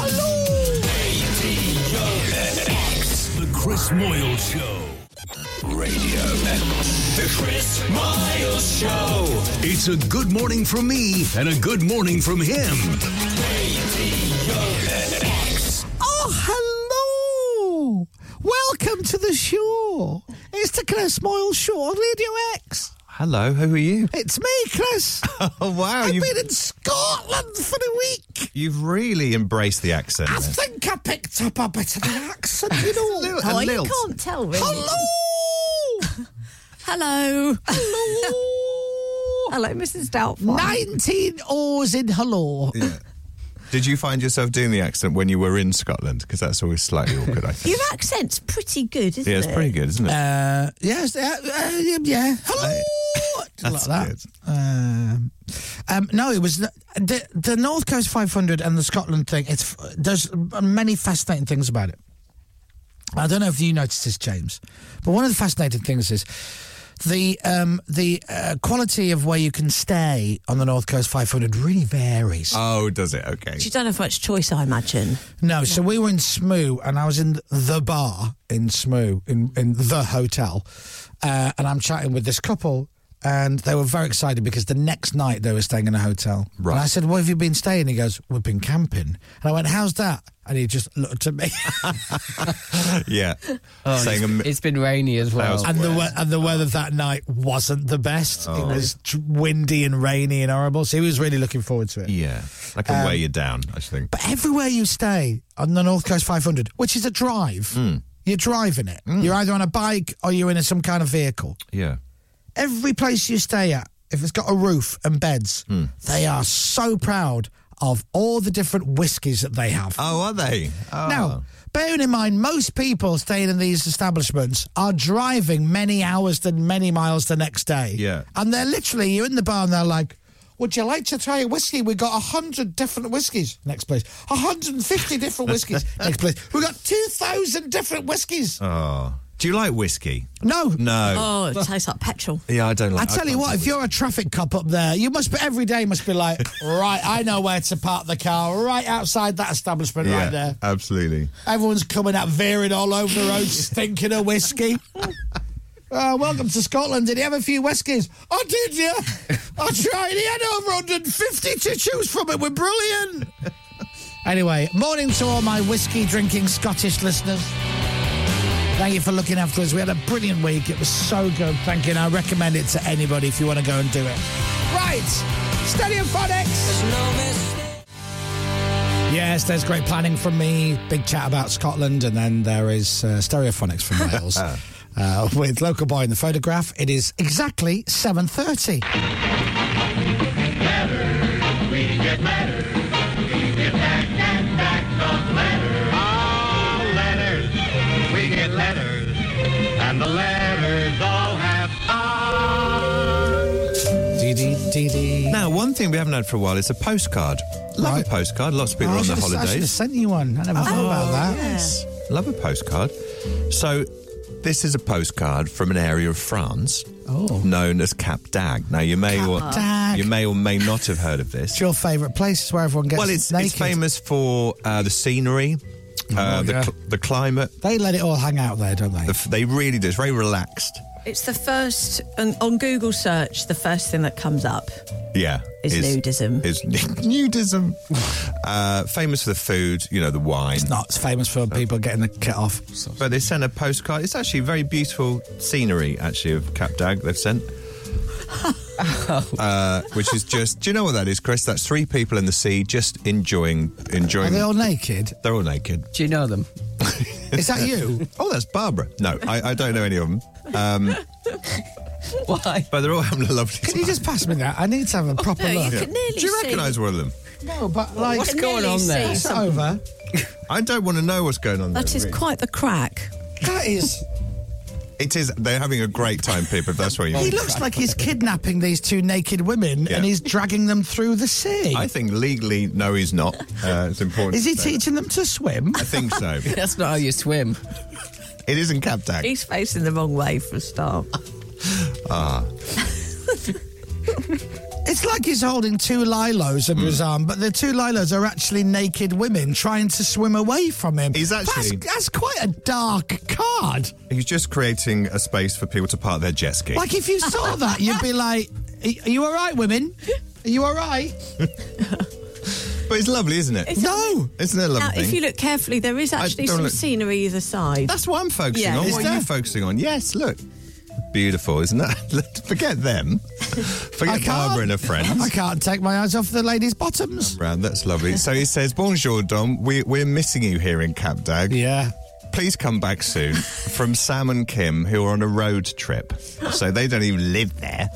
Speaker 1: hello. Radio X. The Chris Moyle Show. Radio X. The Chris Miles Show. It's a good morning from me and a good morning from him. Radio X.
Speaker 5: Oh, hello! Welcome to the show. It's the Chris Moyle Show on Radio X.
Speaker 10: Hello, who are you?
Speaker 5: It's me, Chris.
Speaker 10: Oh, wow.
Speaker 5: I've
Speaker 10: You've,
Speaker 5: been in Scotland for the week.
Speaker 10: you've really embraced the accent.
Speaker 5: I
Speaker 10: there.
Speaker 5: think I picked up a bit of the accent, you know.
Speaker 10: little-
Speaker 3: Oh,
Speaker 10: a
Speaker 3: you
Speaker 10: lilt.
Speaker 3: can't tell, really.
Speaker 5: Hello!
Speaker 3: Hello.
Speaker 5: Hello!
Speaker 3: Hello, Mrs. Doubtfire.
Speaker 5: 19 O's in hello.
Speaker 10: Yeah. Did you find yourself doing the accent when you were in Scotland? Because that's always slightly awkward, I think.
Speaker 3: Your accent's pretty good, isn't
Speaker 10: Yeah,
Speaker 3: it?
Speaker 10: it's pretty good, isn't it?
Speaker 5: Uh, yes, uh, uh, yeah. Hello.
Speaker 10: That's
Speaker 5: like that.
Speaker 10: good.
Speaker 5: Um, um, no, it was the, the the North Coast 500 and the Scotland thing. It's there's many fascinating things about it. I don't know if you noticed this, James, but one of the fascinating things is the um, the uh, quality of where you can stay on the North Coast 500 really varies.
Speaker 10: oh, does it? Okay.
Speaker 3: You don't have much choice, I imagine.
Speaker 5: No, so we were in Smoo, and I was in the bar in Smoo, in, in the hotel, uh, and I'm chatting with this couple, and they were very excited because the next night they were staying in a hotel.
Speaker 10: Right.
Speaker 5: And I said, "Where have you been staying?" He goes, "We've been camping," and I went, "How's that?" And he just looked at me,
Speaker 10: Yeah.
Speaker 8: Oh,
Speaker 10: Saying
Speaker 8: "Um,
Speaker 10: a mi-
Speaker 7: It's been rainy as well.
Speaker 10: Thousand-
Speaker 5: and the we- and the weather that night wasn't the best.
Speaker 10: Oh.
Speaker 5: It was d- windy and rainy and horrible. So he was really looking forward to it.
Speaker 10: yeah. I
Speaker 8: um,
Speaker 10: can weigh you down, I should think.
Speaker 5: But everywhere you stay on the North Coast 500, which is a drive,
Speaker 10: Hmm,
Speaker 5: you're driving it. You're either on a bike or you're in a, some kind of vehicle.
Speaker 10: Yeah.
Speaker 5: Every place you stay at, if it's got a roof and beds, they are so proud of all the different whiskies that they have.
Speaker 8: Ah.
Speaker 10: Oh, are they? Oh.
Speaker 5: Now, Bearing in mind, most people staying in these establishments are driving many hours and many miles the next day.
Speaker 8: Yeah.
Speaker 5: And they're literally, you're in the bar and they're like, would you like to try a whiskey? We've got 100 different whiskies. Next place. 150 different whiskies. Next place. We've got 2,000 different whiskies.
Speaker 8: Oh. Do you like whiskey?
Speaker 5: No.
Speaker 8: No.
Speaker 3: Oh, it tastes like petrol.
Speaker 8: Yeah, I don't
Speaker 5: I
Speaker 8: like
Speaker 5: tell
Speaker 8: I
Speaker 5: you
Speaker 8: can't
Speaker 5: what,
Speaker 8: do
Speaker 5: if you're a traffic cop up there, you must be every day must be like, right, I know where to park the car, right outside that establishment
Speaker 8: Yeah,
Speaker 5: right there.
Speaker 8: Absolutely.
Speaker 5: Everyone's coming out veering all over the road, stinking of whiskey. Uh, welcome to Scotland. Did you have a few whiskies? I did, yeah. I tried. He had over 150 to choose from. It were brilliant. Anyway, morning to all my whiskey drinking Scottish listeners. Thank you for looking after us. We had a brilliant week. It was so good. Thank you. And I recommend it to anybody if you want to go and do it. Right. Stadium Phonics. Yes, there's great planning from me. Big chat about Scotland, and then there is uh, stereophonics from Wales uh, with local boy in the photograph. It is exactly seven thirty.
Speaker 9: letters. We get letters. And the letters all have
Speaker 8: Now, one thing we haven't had for a while is a postcard. Love a postcard. Lots of people
Speaker 5: Oh,
Speaker 8: are
Speaker 5: I
Speaker 8: on their
Speaker 5: should've- I should have
Speaker 8: holidays.
Speaker 5: sent you one. I never thought about that.
Speaker 8: Love a postcard. So, this is a postcard from an area of France
Speaker 5: Oh.
Speaker 8: known as Cap d'Ag. Now, you may or
Speaker 5: d'Ag.
Speaker 8: you may or may not have heard of
Speaker 5: It's
Speaker 8: this.
Speaker 5: your favourite place. It's where everyone gets
Speaker 8: Well, it's,
Speaker 5: naked. Oh,
Speaker 8: it's famous for uh, the scenery, uh, the, cl- the climate.
Speaker 5: They let it all hang out there, don't they?
Speaker 8: The, f- they really do. It's very relaxed.
Speaker 3: It's the first, and on Google search, the first thing that comes up.
Speaker 8: Yeah.
Speaker 3: Is nudism.
Speaker 8: Is nudism. uh, famous for the food, you know, the wine. It's
Speaker 5: not. It's famous
Speaker 8: Oh.
Speaker 5: for people getting the kit off.
Speaker 8: But they sent a postcard. It's actually very beautiful scenery, actually, of Cap Dag they've sent. uh, which is just, do you know what that is, Chris? That's three people in the sea just enjoying, enjoying.
Speaker 5: Are they all naked?
Speaker 8: They're all naked.
Speaker 16: Do you know them?
Speaker 5: Is that you?
Speaker 8: oh, that's Barbara. No, I, I don't know any of them. Um,
Speaker 16: Why?
Speaker 8: But they're all having a lovely
Speaker 5: Can you just pass me that? I need to
Speaker 3: Oh,
Speaker 5: have a proper
Speaker 8: Yeah.
Speaker 5: look.
Speaker 8: Do you recognise one of them?
Speaker 5: No, but like,
Speaker 3: What's going on there?
Speaker 5: It's not over.
Speaker 8: I don't want to know what's going on.
Speaker 3: That
Speaker 8: there,
Speaker 3: is
Speaker 8: really.
Speaker 3: quite the crack.
Speaker 5: That is.
Speaker 8: It is. They're having a great time, people. If that's what you.
Speaker 5: He looks like he's kidnapping these two naked women
Speaker 8: Yeah.
Speaker 5: and he's dragging them through the sea.
Speaker 8: I think legally, no, he's not. Uh, it's important.
Speaker 5: Is he
Speaker 8: to say that.
Speaker 5: teaching them to swim?
Speaker 8: I think so.
Speaker 16: That's not how you swim.
Speaker 8: It isn't Cap Dag.
Speaker 3: He's facing the wrong way for a start.
Speaker 8: Ah,
Speaker 5: Oh. It's like he's holding two lilos under his arm, but the two lilos are actually naked women trying to swim away from him.
Speaker 8: He's actually-
Speaker 5: That's, that's quite a dark card.
Speaker 8: he's just creating a space for people to park their jet ski.
Speaker 5: Like, if you saw that, you'd be like, Are you all right, women? Are you all right?
Speaker 8: but it's lovely, isn't it?
Speaker 3: It's No!
Speaker 8: isn't it a lovely?
Speaker 3: Now, if
Speaker 8: thing?
Speaker 3: you look carefully, there is
Speaker 8: I
Speaker 3: actually
Speaker 8: don't
Speaker 3: some
Speaker 8: look-
Speaker 3: scenery either side.
Speaker 8: That's what I'm focusing
Speaker 3: Yeah.
Speaker 8: on.
Speaker 3: Is
Speaker 8: What are
Speaker 3: there?
Speaker 8: you focusing on? Yes, look. Beautiful, isn't it? Forget them. Forget Barbara and her friends.
Speaker 5: I can't take my eyes off the ladies' bottoms.
Speaker 8: Round, that's lovely. So he says, Bonjour, Dom. We, we're missing you here in Cap Dag.
Speaker 5: Yeah.
Speaker 8: Please come back soon from Sam and Kim, who are on a road trip. So they don't even live there.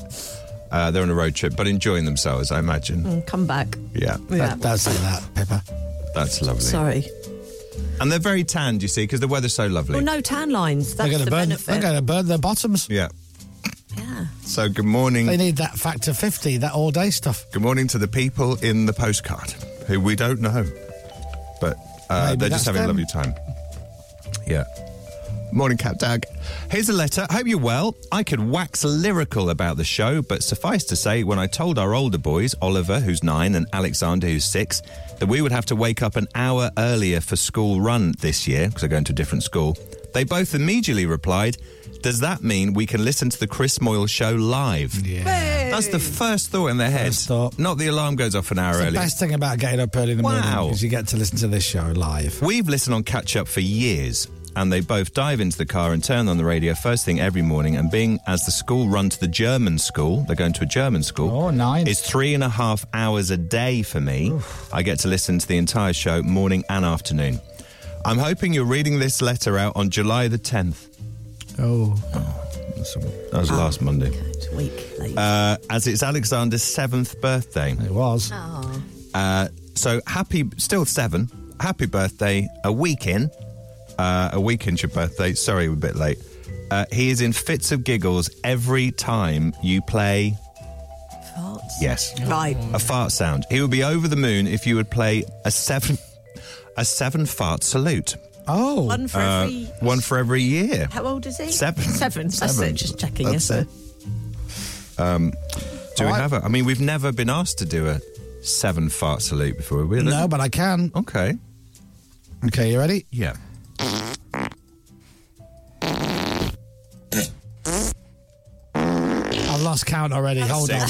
Speaker 8: Uh, they're on a road trip, but enjoying themselves, I imagine.
Speaker 3: Mm, Come back.
Speaker 8: Yeah.
Speaker 3: Yeah.
Speaker 5: That, that's that, Pepper.
Speaker 8: That's lovely.
Speaker 3: Sorry.
Speaker 8: And they're very tanned, you see, because the weather's so lovely.
Speaker 3: Well, no tan lines.
Speaker 5: They're
Speaker 3: That's
Speaker 5: going
Speaker 3: the
Speaker 5: to burn.
Speaker 3: benefit.
Speaker 5: They're going to burn their bottoms.
Speaker 8: Yeah. So good morning.
Speaker 5: They need that factor fifty, that all day stuff.
Speaker 8: Good morning to the people in the postcard who we don't know, but uh,
Speaker 5: Maybe
Speaker 8: they're just
Speaker 5: that's
Speaker 8: having a
Speaker 5: them.
Speaker 8: lovely time. Yeah. Morning, Cap Dag. Here's a letter. Hope you're well. I could wax lyrical about the show, but suffice to say, when I told our older boys, Oliver, who's nine, and Alexander, who's six, that we would have to wake up an hour earlier for school run this year, because they're going to a different school, they both immediately replied, Does that mean we can listen to the Chris Moyle show live? Yeah. That's the first thought in their head. Not the alarm goes off an hour
Speaker 5: It's the
Speaker 8: early.
Speaker 5: best thing about getting up early in the
Speaker 8: Wow.
Speaker 5: morning is you get to listen to this show live.
Speaker 8: We've listened on catch up for years, and they both dive into the car and turn on the radio first thing every morning. And being as the school run to the German school, they're going to a German school.
Speaker 5: Oh, nice.
Speaker 8: It's three and a half hours a day for me. I get to listen to the entire show, morning and afternoon. I'm hoping you're reading this letter out on July the 10th.
Speaker 5: Oh,
Speaker 8: That's- That
Speaker 5: Ah.
Speaker 8: was last Monday.
Speaker 3: It's weak.
Speaker 8: Uh, as it's Alexander's seventh birthday. It
Speaker 5: was.
Speaker 8: Uh, so happy, still seven. Happy birthday, a week in. uh, a week into your birthday. Sorry, we're a bit late. Uh, he is in fits of giggles every time you play.
Speaker 3: Farts?
Speaker 8: Yes.
Speaker 3: Right.
Speaker 8: A fart sound. He would be over the moon if you would play a seven, a seven fart salute. Uh,
Speaker 5: Oh,
Speaker 3: One for every-
Speaker 8: one for every year.
Speaker 3: How old is he?
Speaker 8: Seven.
Speaker 3: Seven. That's
Speaker 8: Seven.
Speaker 3: it. Just checking.
Speaker 8: That's
Speaker 3: yes,
Speaker 8: it. Um, do we have it? I mean, we've never been asked to do a seven fart salute before, have we?
Speaker 5: No, but I can.
Speaker 8: Okay.
Speaker 5: Okay, you ready?
Speaker 8: Yeah.
Speaker 5: I lost count already. Hold on.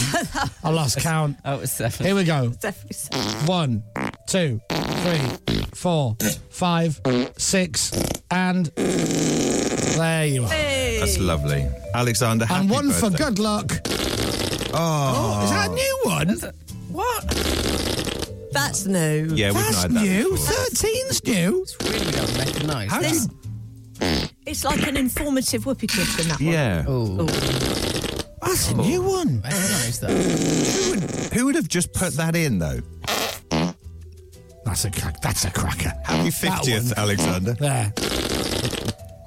Speaker 5: I lost count.
Speaker 7: Oh, it's seven.
Speaker 5: Here we go.
Speaker 3: Definitely
Speaker 5: One, two, three, four, five, six, and there you are.
Speaker 8: That's lovely. Alexander, happy
Speaker 5: and one for
Speaker 8: birthday.
Speaker 5: good luck.
Speaker 8: Oh.
Speaker 5: is that a new one?
Speaker 3: What? That's new.
Speaker 8: Yeah, we've
Speaker 5: That's
Speaker 8: not had that
Speaker 5: new.
Speaker 8: before.
Speaker 5: Thirteen's new.
Speaker 7: It's really not recognised.
Speaker 3: This- It's like an informative whoopee cushion, that one.
Speaker 8: Yeah.
Speaker 5: That's a new
Speaker 8: Oh.
Speaker 5: one.
Speaker 8: Who would, who would have just put that in, though?
Speaker 5: That's a crack, that's a cracker.
Speaker 8: Happy
Speaker 5: That
Speaker 8: 50th,
Speaker 5: one.
Speaker 8: Alexander.
Speaker 5: There.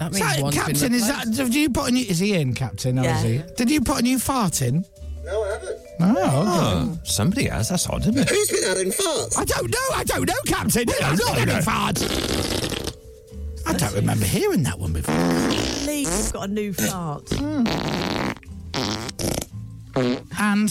Speaker 7: That means
Speaker 5: Is that,
Speaker 7: one's been
Speaker 5: Captain, is that?
Speaker 7: replaced.
Speaker 5: Did you put a new? Is he in, Captain? Or
Speaker 7: Yeah.
Speaker 5: is he? Did you put a new fart in? No, I haven't. Oh, okay.
Speaker 8: Oh, somebody has. That's odd, isn't it?
Speaker 17: Who's been having farts?
Speaker 5: I don't know. Oh, I don't know, Captain. I don't know.
Speaker 8: no.
Speaker 5: Fart. I don't remember hearing that one before.
Speaker 3: At least we've got a new fart.
Speaker 5: Hmm. And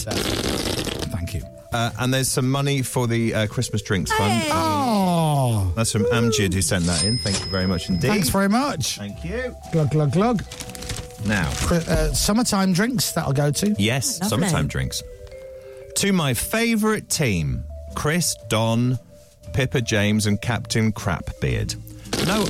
Speaker 5: thank you.
Speaker 8: Uh, and there's some money for the uh, Christmas drinks fund.
Speaker 5: Oh,
Speaker 8: That's from Amjid who sent that in. Thank you very much indeed.
Speaker 5: thanks very much.
Speaker 8: Thank you.
Speaker 5: Glug glug glug.
Speaker 8: Now,
Speaker 5: Cri- Uh, summertime drinks that'll go to.
Speaker 8: yes,
Speaker 5: Oh, Lovely.
Speaker 8: summertime drinks. To my favourite team, Chris, Don, Pippa James, and Captain Crapbeard. No.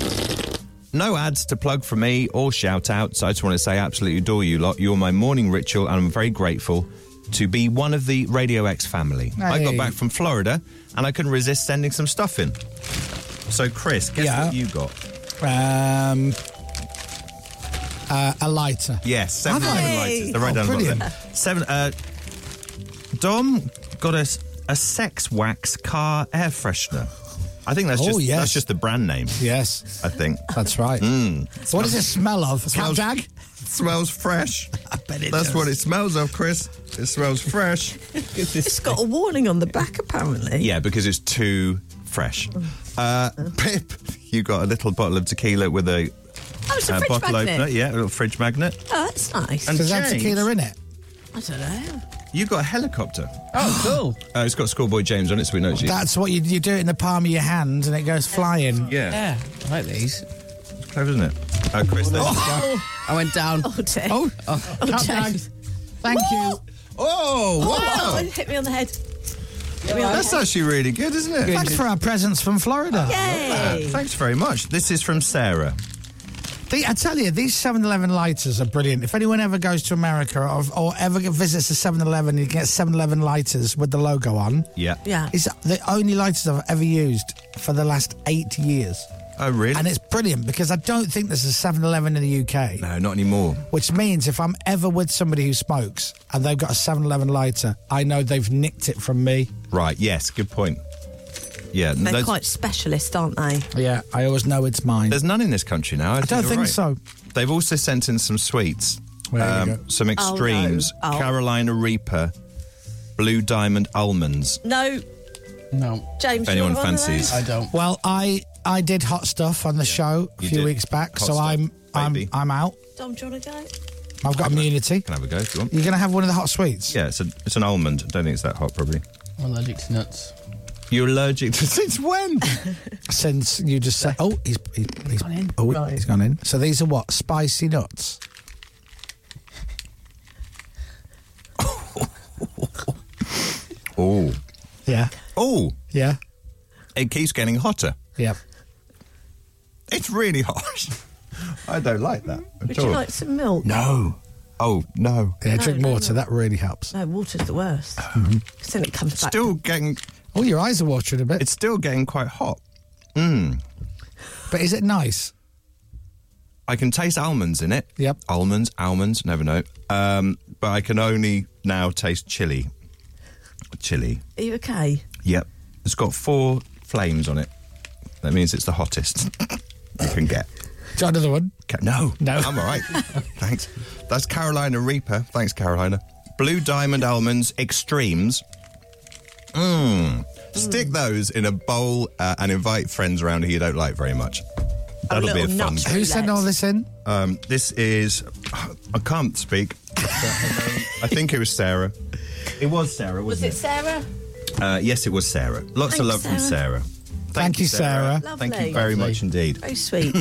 Speaker 8: No ads to plug for me or shout outs. I just want to say, I absolutely adore you lot. You're my morning ritual, and I'm very grateful to be one of the Radio X family. I got
Speaker 5: Hey.
Speaker 8: back from Florida, and I couldn't resist sending some stuff in. So, Chris, guess
Speaker 5: Yeah.
Speaker 8: what you got?
Speaker 5: Um, uh, a lighter.
Speaker 8: Yes, seven
Speaker 5: Have I?
Speaker 8: different lighters. The
Speaker 5: Oh,
Speaker 8: red
Speaker 5: brilliant.
Speaker 8: Seven. Uh, Dom got us a Sex Wax car air freshener. I think that's
Speaker 5: Oh,
Speaker 8: just
Speaker 5: yes.
Speaker 8: that's just the brand name.
Speaker 5: Yes,
Speaker 8: I think Mm.
Speaker 5: that's right. What does it smell of? Cap Jag?
Speaker 8: Smells fresh. I bet it That's what it smells of, Chris. It smells fresh.
Speaker 3: It's got a warning on the back, apparently.
Speaker 8: Yeah, because it's too fresh.
Speaker 3: Oh.
Speaker 8: Uh, Pip, you got a little bottle of tequila with a,
Speaker 3: Oh, it's a
Speaker 8: uh,
Speaker 3: fridge
Speaker 8: bottle
Speaker 3: magnet.
Speaker 8: opener. Yeah, a little fridge magnet.
Speaker 3: Oh, that's nice.
Speaker 8: And
Speaker 5: Does that have
Speaker 8: James.
Speaker 5: tequila in it?
Speaker 3: I don't know.
Speaker 8: You got a helicopter.
Speaker 7: Oh, cool.
Speaker 8: Uh, it's got Schoolboy James on it, so we know it's you.
Speaker 5: That's what you, you do it in the palm of your hand and it goes flying.
Speaker 8: Yeah.
Speaker 7: Yeah, I like these.
Speaker 8: Clever, isn't it? Oh, Chris, there.
Speaker 7: I went down.
Speaker 3: Oh, dear.
Speaker 5: Oh, Cap Jag. Thank you.
Speaker 8: Oh,
Speaker 3: Oh,
Speaker 8: wow.
Speaker 3: it hit me on the head. Hit me on
Speaker 8: That's
Speaker 3: the
Speaker 8: actually really good, isn't it?
Speaker 5: Thanks for our presents from Florida.
Speaker 3: head. Yay.
Speaker 8: Uh, Thanks very much. This is from Sarah.
Speaker 5: The, I tell you, these 7 Eleven lighters are brilliant. If anyone ever goes to America or, or ever visits a 7 Eleven and gets 7 Eleven lighters with the logo on,
Speaker 8: Yeah.
Speaker 3: Yeah.
Speaker 5: it's the only lighters I've ever used for the last eight years.
Speaker 8: Oh, really?
Speaker 5: And it's brilliant because I don't think there's a 7 Eleven in the UK.
Speaker 8: no, not anymore.
Speaker 5: Which means if I'm ever with somebody who smokes and they've got a 7 Eleven lighter, I know they've nicked it from me.
Speaker 8: Right. Yes. Good point. Yeah.
Speaker 3: They're
Speaker 8: there's,
Speaker 3: quite specialist, aren't they?
Speaker 5: Yeah, I always know it's mine.
Speaker 8: there's none in this country now. I,
Speaker 5: don't
Speaker 8: you're
Speaker 5: think
Speaker 8: right.
Speaker 5: so.
Speaker 8: They've also sent in some sweets, Um,
Speaker 5: There you go.
Speaker 8: some extremes,
Speaker 3: Oh, no. Oh.
Speaker 8: Carolina Reaper, Blue Diamond almonds.
Speaker 3: No,
Speaker 7: No,
Speaker 3: James.
Speaker 8: If
Speaker 3: you
Speaker 8: anyone
Speaker 3: want one of
Speaker 8: fancies.
Speaker 7: I
Speaker 3: those?
Speaker 7: don't.
Speaker 5: Well, I I did hot stuff on the show a
Speaker 8: you
Speaker 5: few
Speaker 8: did.
Speaker 5: weeks back,
Speaker 8: Hot
Speaker 5: so
Speaker 8: stuff,
Speaker 5: I'm
Speaker 8: baby.
Speaker 5: I'm I'm out.
Speaker 3: Dom, do you want to go?
Speaker 5: I've got immunity.
Speaker 8: Can I have a go if you want.
Speaker 5: You're gonna have one of the hot sweets.
Speaker 8: Yeah, it's, a, it's an almond. I don't think it's that hot, probably.
Speaker 7: I'm allergic to nuts.
Speaker 8: You're allergic to. Since when?
Speaker 5: Since you just said, oh, he's he's, he's
Speaker 7: Gone in.
Speaker 5: Oh,
Speaker 7: Right.
Speaker 5: he's gone in. So these are what spicy nuts.
Speaker 8: oh.
Speaker 5: Yeah,
Speaker 8: Oh.
Speaker 5: yeah,
Speaker 8: It keeps getting hotter.
Speaker 5: yeah.
Speaker 8: It's really hot. I don't like that at
Speaker 3: Would
Speaker 8: all.
Speaker 3: you like some milk?
Speaker 8: no. Oh no.
Speaker 5: Yeah,
Speaker 3: No,
Speaker 5: drink
Speaker 3: no,
Speaker 5: water.
Speaker 3: no.
Speaker 5: That really helps.
Speaker 3: No, water's the worst. Because then it comes back.
Speaker 8: Still getting.
Speaker 5: Oh, your eyes are watering a bit.
Speaker 8: It's still getting quite hot. Hmm.
Speaker 5: but is it nice?
Speaker 8: I can taste almonds in it.
Speaker 5: Yep.
Speaker 8: Almonds, almonds, never know. Um, but I can only now taste chili. Chili.
Speaker 3: Are you okay?
Speaker 8: Yep. It's got four flames on it. That means it's the hottest. you can get.
Speaker 5: Do you want another one?
Speaker 8: No.
Speaker 5: No.
Speaker 8: I'm all right. Thanks. That's Carolina Reaper. Thanks, Carolina. Blue Diamond Almonds Extremes. Mmm. Stick
Speaker 5: Mm.
Speaker 8: those in a bowl uh, and invite friends around who you don't like very much. That'll be a
Speaker 5: little
Speaker 8: fun.
Speaker 5: nut Who sent roulette. all this in?
Speaker 8: Um, this is. I can't speak. I think it was Sarah. It was Sarah, wasn't
Speaker 17: Was it Sarah?
Speaker 8: Uh, yes, it was Sarah.
Speaker 17: Thank
Speaker 8: Lots of
Speaker 17: you,
Speaker 8: love from
Speaker 17: Sarah.
Speaker 8: Sarah.
Speaker 5: Thank, you, Sarah.
Speaker 8: Thank you very much indeed.
Speaker 3: Very sweet.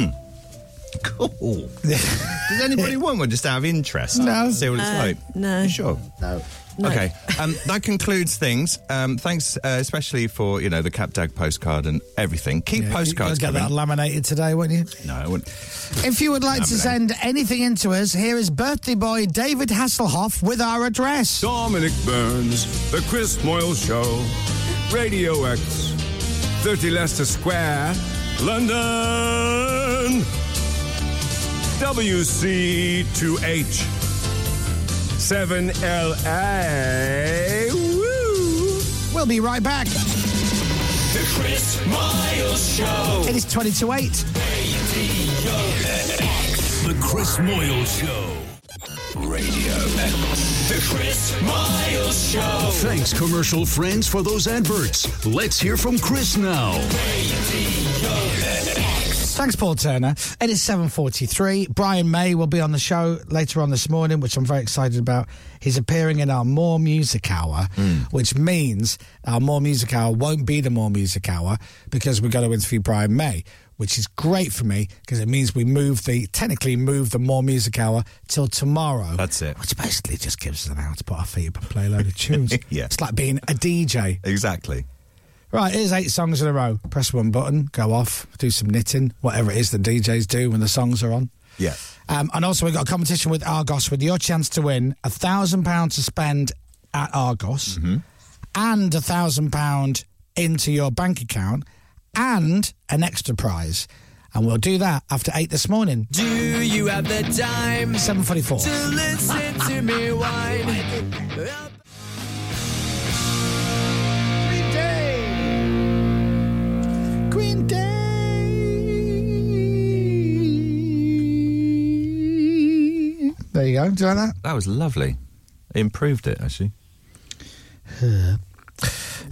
Speaker 8: cool. Hmm. Does anybody want one just out of interest?
Speaker 3: No.
Speaker 8: See what it's
Speaker 3: No.
Speaker 8: like.
Speaker 3: Uh, No.
Speaker 8: You sure. No.
Speaker 3: No.
Speaker 8: Okay, um, that concludes things. Um, thanks, uh, especially for you know the Capdag postcard and everything. Keep postcards
Speaker 5: You'll get
Speaker 8: coming.
Speaker 5: that laminated today, won't you?
Speaker 8: no, I wouldn't.
Speaker 5: If you would like to
Speaker 8: Laminate.
Speaker 5: send anything into us, here is birthday boy David Hasselhoff with our address.
Speaker 18: Dominic Burns, The Chris Moyle Show, Radio X, 30 Leicester Square, London, WC2H, 7LA. Woo!
Speaker 5: We'll be right back.
Speaker 19: The Chris Miles Show.
Speaker 5: It is 20 to 8.
Speaker 1: The Chris Moyle Show.
Speaker 11: Radio X.
Speaker 19: The Chris Miles Show.
Speaker 1: Thanks, commercial friends, for those adverts. Let's hear from Chris now.
Speaker 5: Thanks, Paul Turner. It is 7.43. Brian May will be on the show later on this morning, which I'm very excited about. He's appearing in our More Music Hour,
Speaker 8: Hmm.
Speaker 5: which means our More Music Hour won't be the More Music Hour because we're going to interview Brian May, which is great for me because it means we move the, technically move the More Music Hour till tomorrow. That's
Speaker 8: it.
Speaker 5: Which basically just gives us an hour to put our feet up and play a load of tunes.
Speaker 8: Yeah.
Speaker 5: It's like being a DJ.
Speaker 8: Exactly.
Speaker 5: Right, here's eight songs in a row. Press one button, go off, do some knitting, whatever it is the DJs do when the songs are on.
Speaker 8: Yeah.
Speaker 5: Um, and also, we've got a competition with Argos with your chance to win a thousand pounds to spend at Argos
Speaker 19: Mm-hmm.
Speaker 5: and a thousand pound into your bank account and an extra prize. And we'll do that after eight this morning.
Speaker 19: Do you have the time?
Speaker 5: 744.
Speaker 19: To listen to me whine.
Speaker 5: Green Day. Green Day. There you go. Do you like that?
Speaker 8: That was lovely. Improved it actually.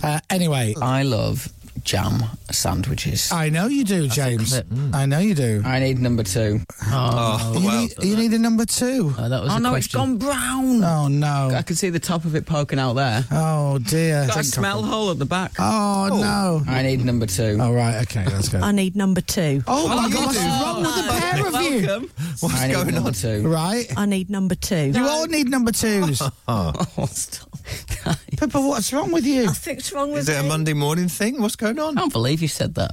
Speaker 5: Uh, anyway,
Speaker 9: I love jam sandwiches.
Speaker 5: I know you do, James.
Speaker 19: Mm.
Speaker 5: I know you do.
Speaker 9: I need number two.
Speaker 5: Oh, you, need, you need a number two.
Speaker 9: Oh, that was
Speaker 5: Oh,
Speaker 9: a
Speaker 5: no, it's
Speaker 9: question.
Speaker 5: gone
Speaker 9: brown.
Speaker 5: Oh no!
Speaker 9: I can see the top of it poking out there.
Speaker 5: Oh dear!
Speaker 9: Got a smell hole at the back.
Speaker 5: Oh, no!
Speaker 9: I need number two.
Speaker 5: All right. Okay. Let's go.
Speaker 3: I need number two.
Speaker 5: Oh,
Speaker 9: my God, what's
Speaker 5: wrong with the pair of you? Welcome.
Speaker 9: What's I need going number on? two.
Speaker 5: Right.
Speaker 3: I need number two.
Speaker 5: You all need number twos.
Speaker 9: oh, stop.
Speaker 5: Pippa, what's wrong with you?
Speaker 3: I think it's wrong with
Speaker 8: Is it a
Speaker 3: me.
Speaker 8: Monday morning thing? What's going on?
Speaker 9: I can't believe you said that.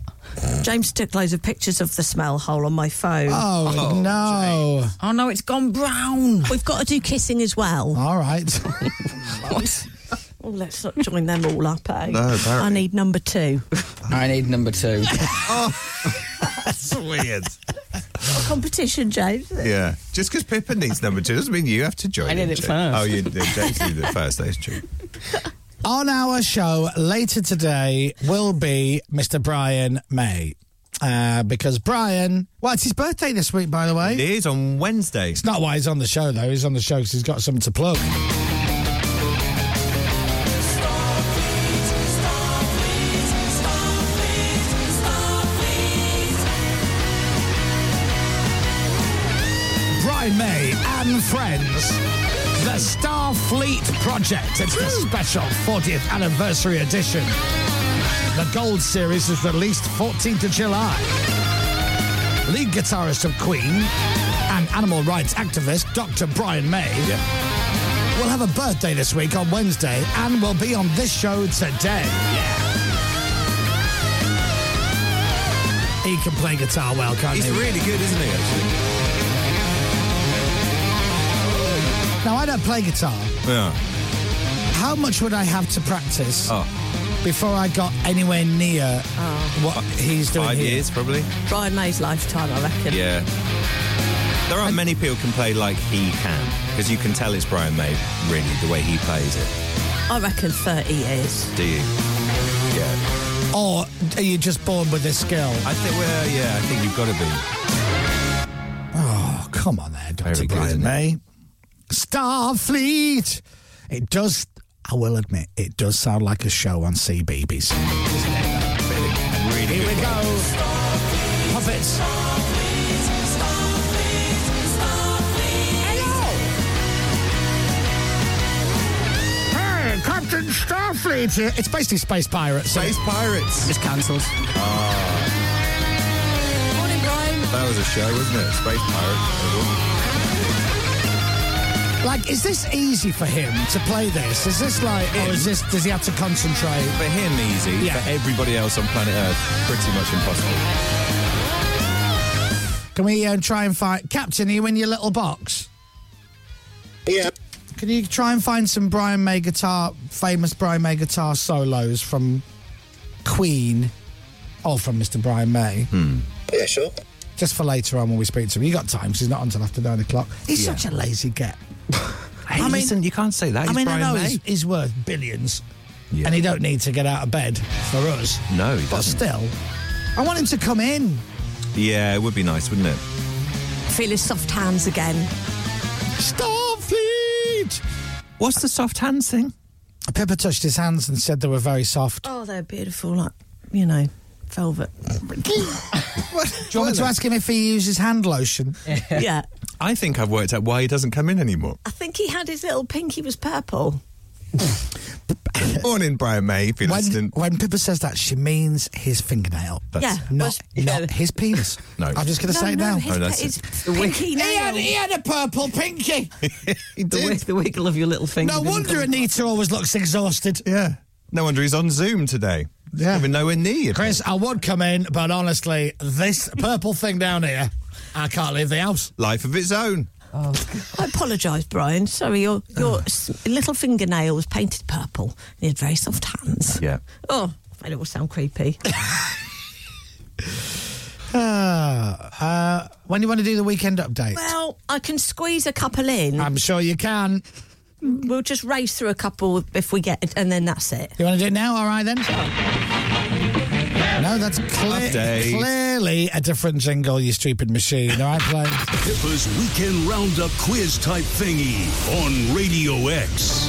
Speaker 3: James took loads of pictures of the smell hole on my phone.
Speaker 5: Oh, no!
Speaker 9: Oh no, it's gone brown.
Speaker 3: We've got to do kissing as well.
Speaker 5: All right.
Speaker 3: well, let's not join them all up, eh?
Speaker 9: No, apparently.
Speaker 3: I need number two.
Speaker 9: I need number two.
Speaker 5: Oh.
Speaker 8: That's weird.
Speaker 3: What competition, James.
Speaker 8: Yeah. Just because Pippa needs number two doesn't mean you have to join.
Speaker 3: I did
Speaker 8: in,
Speaker 3: it
Speaker 8: Jane.
Speaker 3: first.
Speaker 8: Oh, you did. James did it first. That is true.
Speaker 5: On our show later today will be Mr. Brian May. Uh, because Brian, well, it's his birthday this week, by the way. It
Speaker 8: is on Wednesday. It's
Speaker 5: not why he's on the show, though. He's on the show because he's got something to plug. Brian May and friends. The Starfleet Project. It's the special 40th anniversary edition. The Gold Series is released 14th of July. Lead guitarist of Queen and animal rights activist Dr. Brian May will have a birthday this week on Wednesday and will be on this show today. He can play guitar well, can't
Speaker 8: He's
Speaker 5: he?
Speaker 8: really good, isn't he? Actually.
Speaker 5: Now, I don't play guitar.
Speaker 8: Yeah.
Speaker 5: How much would I have to practice
Speaker 8: Oh.
Speaker 5: before I got anywhere near
Speaker 3: Oh.
Speaker 5: what he's doing
Speaker 8: Five
Speaker 5: here?
Speaker 8: years probably.
Speaker 3: Brian May's lifetime, I reckon.
Speaker 8: Yeah. There aren't many people can play like he can because you can tell it's Brian May really the way he plays it.
Speaker 3: I reckon 30 years.
Speaker 8: Do you? Yeah.
Speaker 5: Or Oh, are you just born with this skill?
Speaker 8: I think we're, yeah, I think you've got to be.
Speaker 5: Oh, come on there, Dr. Brian May. Starfleet! It does, I will admit, it does sound like a show on CBeebies.
Speaker 8: Here we
Speaker 5: go. Puppets. Hey, Captain Starfleet here. It's basically Space Pirates. Space
Speaker 8: Pirates.
Speaker 5: It's cancelled.
Speaker 3: Morning, Brian.
Speaker 8: Ah. That was a show, wasn't it? Space Pirate.
Speaker 5: Like, is this easy for him to play this? Is this like, or Oh, is this, does he have to concentrate?
Speaker 8: For him, easy.
Speaker 5: Yeah.
Speaker 8: For everybody else on planet Earth, pretty much impossible.
Speaker 5: Can we uh, try and find Captain? Are you in your little box?
Speaker 17: Yeah.
Speaker 5: Can you try and find some Brian May guitar, famous Brian May guitar solos from Queen or from Mr. Brian May?
Speaker 8: Hmm.
Speaker 17: Yeah, sure.
Speaker 5: Just for later on when we speak to him. You got time 'cause he's not until after nine o'clock. He's
Speaker 8: Yeah.
Speaker 5: such a lazy get.
Speaker 8: Hey, listen, you can't say that.
Speaker 5: I
Speaker 8: He's
Speaker 5: mean,
Speaker 8: Brian
Speaker 5: I know
Speaker 8: May.
Speaker 5: he's, he's worth billions, and he don't need to get out of bed for us.
Speaker 8: No, he
Speaker 5: But
Speaker 8: doesn't.
Speaker 5: still, I want him to come in.
Speaker 8: Yeah, it would be nice, wouldn't it?
Speaker 3: Feel his soft hands again.
Speaker 5: Starfleet!
Speaker 8: What's the soft hands thing?
Speaker 5: Pippa touched his hands and said they were very soft.
Speaker 3: Oh, they're beautiful, like you know, velvet.
Speaker 5: Do you want me to ask him if he uses hand lotion?
Speaker 3: yeah,
Speaker 8: I think I've worked out why he doesn't come in anymore.
Speaker 3: I think he had his little pinky was purple.
Speaker 8: Morning, Brian May. If you're
Speaker 5: When,
Speaker 8: listening.
Speaker 5: when Pippa says that, she means his fingernail.
Speaker 8: That's- Yeah,
Speaker 5: Not, not his penis.
Speaker 8: No.
Speaker 5: I'm just going to
Speaker 8: No,
Speaker 5: say it
Speaker 8: no,
Speaker 5: now.
Speaker 7: Oh,
Speaker 8: his- No, that's his
Speaker 5: pinky nail. He had, he had a purple pinky.
Speaker 7: the, wi- the wiggle of your little finger.
Speaker 5: no
Speaker 7: didn't
Speaker 5: wonder Anita always looks exhausted.
Speaker 8: Yeah. No wonder he's on Zoom today.
Speaker 5: Yeah.
Speaker 8: Even nowhere near.
Speaker 5: Chris, I would come in, but honestly, this purple thing down here, I can't leave the house.
Speaker 8: Life of its own.
Speaker 3: Oh, I apologise, Brian. Sorry, your your s little fingernail was painted purple. And he had very soft hands.
Speaker 8: Yeah.
Speaker 3: Oh, and it will sound creepy.
Speaker 5: Uh, uh, when do you want to do the weekend update?
Speaker 3: well, I can squeeze a couple in.
Speaker 5: I'm sure you can.
Speaker 3: We'll just race through a couple if we get it, and then that's it.
Speaker 5: You want to do it now? All right, then. No, that's cle-
Speaker 8: Update.
Speaker 5: clearly a different jingle, you stupid machine. All right, play.
Speaker 1: Pippa's weekend roundup quiz type thingy on Radio X.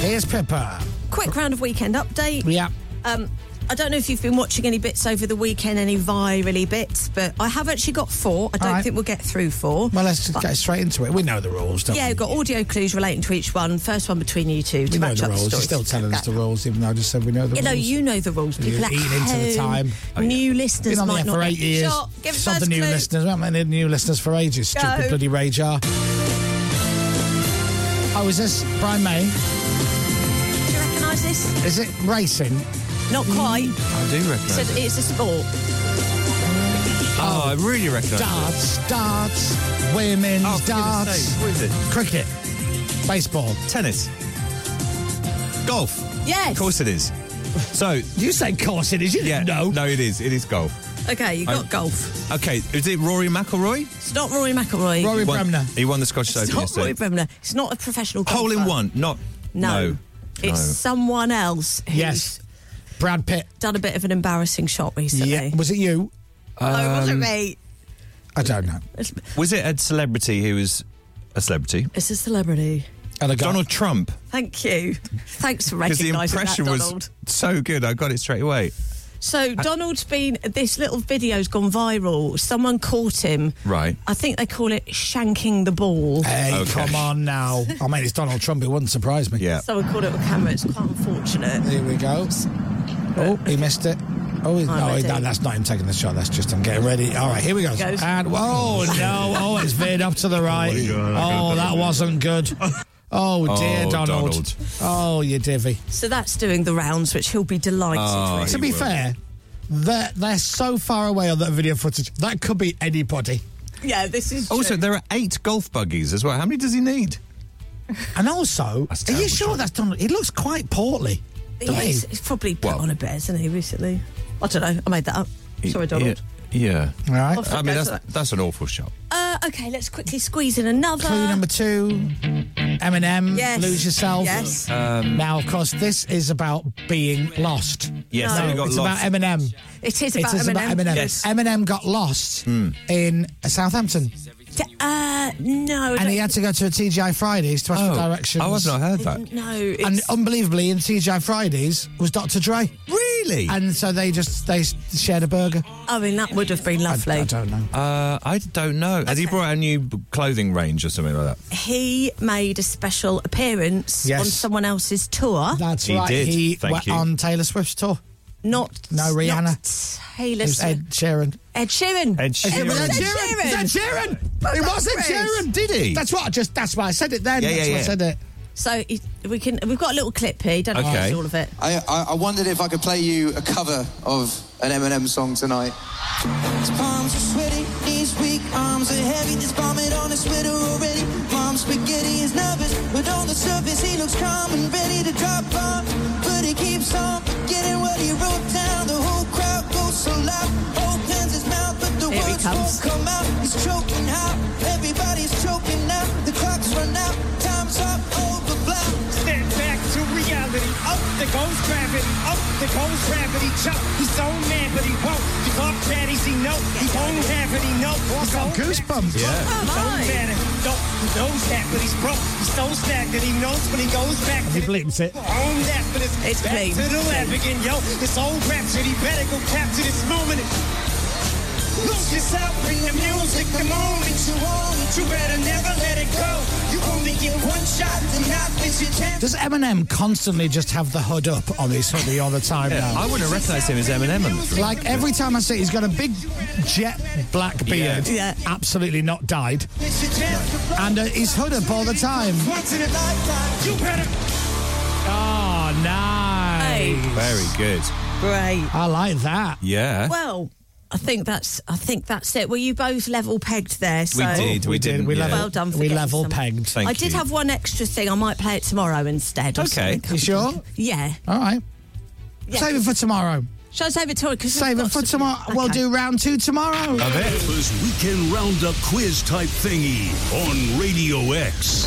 Speaker 5: Here's Pippa.
Speaker 3: Quick round of weekend update.
Speaker 5: Yeah.
Speaker 3: Um, I don't know if you've been watching any bits over the weekend, any virally bits, but I have actually got four. I don't
Speaker 5: right.
Speaker 3: think we'll get through four.
Speaker 5: Well, let's just get straight into it. We know the rules, don't
Speaker 3: Yeah,
Speaker 5: we?
Speaker 3: we've got audio clues relating to each one. First one between you two to
Speaker 5: we know
Speaker 3: match
Speaker 5: the
Speaker 3: up
Speaker 5: rules.
Speaker 3: the
Speaker 5: You're
Speaker 3: stories.
Speaker 5: still telling us the rules, even though I just said we know the
Speaker 3: You know,
Speaker 5: rules.
Speaker 3: you know the rules.
Speaker 5: You're
Speaker 3: People at
Speaker 5: eating into
Speaker 3: home,
Speaker 5: the time. Oh, yeah.
Speaker 3: New listeners
Speaker 5: Been on
Speaker 3: might
Speaker 5: there for
Speaker 3: not
Speaker 5: eight
Speaker 3: get-
Speaker 5: years.
Speaker 3: Sure, give
Speaker 5: Some of
Speaker 3: first
Speaker 5: the new
Speaker 3: clue.
Speaker 5: listeners. We haven't had any new listeners for ages. Stupid
Speaker 3: Go.
Speaker 5: bloody radar. Oh, is this Brian May?
Speaker 3: Do you recognise this?
Speaker 5: Is it racing? Mm.
Speaker 3: Not quite.
Speaker 8: I do recognise
Speaker 3: So
Speaker 8: it.
Speaker 3: it's a sport.
Speaker 8: Oh, I really recognise it.
Speaker 5: Darts, darts, women's
Speaker 8: Oh, for goodness
Speaker 5: darts,
Speaker 8: sake, What is it?
Speaker 5: cricket, baseball.
Speaker 8: Tennis. Golf.
Speaker 3: Yes.
Speaker 8: Of course it is. So,
Speaker 5: You say course it is, you
Speaker 8: yeah.
Speaker 5: didn't know.
Speaker 8: No, it is. It is golf.
Speaker 3: Okay, you got
Speaker 8: I-
Speaker 3: golf.
Speaker 8: Okay, is it Rory McIlroy?
Speaker 3: It's not Rory McIlroy.
Speaker 5: Rory
Speaker 8: He won-
Speaker 5: Bremner.
Speaker 8: He won the Scottish
Speaker 3: it's
Speaker 8: Open
Speaker 3: not Rory
Speaker 8: yesterday.
Speaker 3: Bremner. It's not a professional golfer.
Speaker 8: Hole in one, not.
Speaker 3: No. It's
Speaker 8: No.
Speaker 3: someone else who's
Speaker 5: Yes. Brad Pitt.
Speaker 3: done a bit of an embarrassing shot recently.
Speaker 5: Yeah. Was it you?
Speaker 3: no, it
Speaker 8: Um,
Speaker 3: wasn't me.
Speaker 5: I don't know.
Speaker 3: It's,
Speaker 8: Was it a celebrity who was a celebrity?
Speaker 3: it's a celebrity.
Speaker 5: And I got-
Speaker 8: Donald Trump.
Speaker 3: Thank you. Thanks for
Speaker 8: Because the
Speaker 3: recognising
Speaker 8: impression
Speaker 3: that,
Speaker 8: was
Speaker 3: Donald.
Speaker 8: so good, I got it straight away.
Speaker 3: So Donald's been. This little video's gone viral. Someone caught him.
Speaker 8: Right.
Speaker 3: I think they call it shanking the ball.
Speaker 5: Hey,
Speaker 8: Okay.
Speaker 5: come on now. I mean, it's Donald Trump. It wouldn't surprise me.
Speaker 8: Yeah.
Speaker 3: Someone caught it on camera. It's quite unfortunate.
Speaker 5: Here we go. Oh, he missed it. Oh, he,
Speaker 3: I'm
Speaker 5: no, he-
Speaker 3: ready.
Speaker 5: no, that's not him taking the shot. That's just him getting ready. All right, here we go.
Speaker 3: Goes.
Speaker 5: And oh no, oh it's veered up to the right. Oh, that wasn't good. Oh dear,
Speaker 8: Oh,
Speaker 5: Donald.
Speaker 8: Donald.
Speaker 5: Oh, you divvy.
Speaker 3: So that's doing the rounds, which he'll be delighted
Speaker 8: Oh,
Speaker 3: with.
Speaker 5: to
Speaker 8: he
Speaker 5: be
Speaker 8: will.
Speaker 5: fair, they're they're so far away on that video footage that could be anybody.
Speaker 3: Yeah, this is.
Speaker 8: Also,
Speaker 3: true.
Speaker 8: there are eight golf buggies as well. How many does he need?
Speaker 5: And also,
Speaker 8: That's
Speaker 5: are you
Speaker 8: terrible
Speaker 5: sure
Speaker 8: shot.
Speaker 5: that's Donald? He looks quite portly. don't he?
Speaker 3: He's, he's probably put
Speaker 8: Well-
Speaker 3: on a bit, hasn't he, recently? I don't know. I made that up. Sorry, Donald.
Speaker 8: Yeah.
Speaker 5: All right.
Speaker 3: Off-
Speaker 8: I mean,
Speaker 3: Okay,
Speaker 8: that's,
Speaker 3: so-
Speaker 8: that's an awful shot.
Speaker 3: Uh, okay, let's quickly squeeze in another.
Speaker 5: Clue number two. Eminem,
Speaker 3: Yes.
Speaker 5: Lose Yourself.
Speaker 3: Yes.
Speaker 8: Um,
Speaker 5: now, of course, this is about being lost.
Speaker 8: Yes,
Speaker 5: no,
Speaker 8: they got
Speaker 5: it's
Speaker 8: lost.
Speaker 5: about Eminem.
Speaker 3: It is about
Speaker 5: it is
Speaker 3: Eminem.
Speaker 5: About Eminem.
Speaker 8: Yes. Hmm.
Speaker 5: Eminem got lost in Southampton.
Speaker 3: Uh, no.
Speaker 5: And he had to go to a TGI Fridays to ask
Speaker 8: Oh.
Speaker 5: for directions.
Speaker 8: Oh, I've not heard that.
Speaker 3: No.
Speaker 5: And unbelievably, in TGI Fridays was Dr. Dre.
Speaker 8: Really?
Speaker 5: And so they just they shared a burger.
Speaker 3: I mean, Oh, that would have been lovely.
Speaker 5: I don't know.
Speaker 8: Uh, I don't know. Has he brought out a new b- clothing range or something like that?
Speaker 3: He made a special appearance
Speaker 8: Yes.
Speaker 3: on someone else's tour.
Speaker 5: That's
Speaker 8: He
Speaker 5: right.
Speaker 8: did.
Speaker 5: He
Speaker 8: Thank
Speaker 5: went
Speaker 8: you.
Speaker 5: on Taylor Swift's tour.
Speaker 3: Not
Speaker 5: No Rihanna.
Speaker 3: Not Taylor
Speaker 5: It was
Speaker 3: Swift.
Speaker 5: Ed Sheeran.
Speaker 3: Ed Sheeran.
Speaker 8: Ed Sheeran.
Speaker 5: It was Ed Sheeran. It was Ed Sheeran. It was Ed
Speaker 3: Chris.
Speaker 5: Sheeran.
Speaker 8: Did he?
Speaker 5: That's what I just. That's why I said it then.
Speaker 8: Yeah,
Speaker 5: that's
Speaker 8: yeah,
Speaker 5: why I
Speaker 8: yeah.
Speaker 5: said it.
Speaker 3: So he- we can. We've got a little clip here. Don't have to
Speaker 8: Okay.
Speaker 3: use all of it.
Speaker 20: I, I, I wondered if I could play you a cover of an Eminem song tonight.
Speaker 21: His palms are sweaty, knees weak, arms are heavy. This vomit on his sweater already. Mom's spaghetti is nervous, but on the surface he looks calm and ready to drop on. But he keeps on forgetting what he wrote down. The whole crowd goes so loud, opens his mouth, but the
Speaker 3: Here he
Speaker 21: words
Speaker 3: comes.
Speaker 21: won't come out. He's choking out, everybody's choking out. The clock's run out, time's up, over black. Step back to reality. Up there goes gravity, up there goes gravity. Chop, he's so mad, but he won't. Give up daddies, he know he won't have it, he know. He's so
Speaker 5: Goosebumps.
Speaker 21: he don't matter. He don't, he knows that, but he's broke. He's so stacked that he knows when he goes back.
Speaker 5: He bleeps it.
Speaker 21: Own that, but it's,
Speaker 3: It's
Speaker 21: back
Speaker 3: clean.
Speaker 21: to the lab again, yo. This old rhapsody better go capture this moment. Lose yourself in the music, the moment you own it. You better never let it go. You only get one shot, and not miss your chance.
Speaker 5: Does Eminem constantly just have the hood up on his hoodie all the time
Speaker 8: Yeah,
Speaker 5: now?
Speaker 8: I wouldn't have recognised him as Eminem. I'm sure.
Speaker 5: Like every time I see, it, he's got a big jet black beard,
Speaker 8: Yeah.
Speaker 5: absolutely not dyed,
Speaker 21: Miss your chance to blow.
Speaker 5: and uh, he's hood up all the time.
Speaker 21: Once in a lifetime, you better.
Speaker 5: Oh, nice!
Speaker 8: Very good.
Speaker 3: Great.
Speaker 5: I like that.
Speaker 8: Yeah.
Speaker 3: Well, I think that's. I think that's it. Well, you both level pegged there. So.
Speaker 8: we did. We, didn't.
Speaker 5: We
Speaker 8: yeah.
Speaker 5: level,
Speaker 3: Well done for
Speaker 5: we
Speaker 3: getting
Speaker 5: level
Speaker 3: some.
Speaker 5: pegged.
Speaker 8: Thank
Speaker 3: I did
Speaker 8: you.
Speaker 3: have one extra thing. I might play it tomorrow instead. or
Speaker 8: Okay.
Speaker 3: something.
Speaker 5: You sure?
Speaker 3: Yeah.
Speaker 5: All right.
Speaker 3: Yeah.
Speaker 5: Save it for tomorrow.
Speaker 3: Shall I save it tomorrow? 'Cause we've
Speaker 5: Save it
Speaker 3: got
Speaker 5: for
Speaker 3: some-
Speaker 5: tomorrow. We'll
Speaker 3: Okay.
Speaker 5: do round two tomorrow.
Speaker 8: Love it.
Speaker 1: Alpha's Weekend Roundup quiz type thingy on Radio X.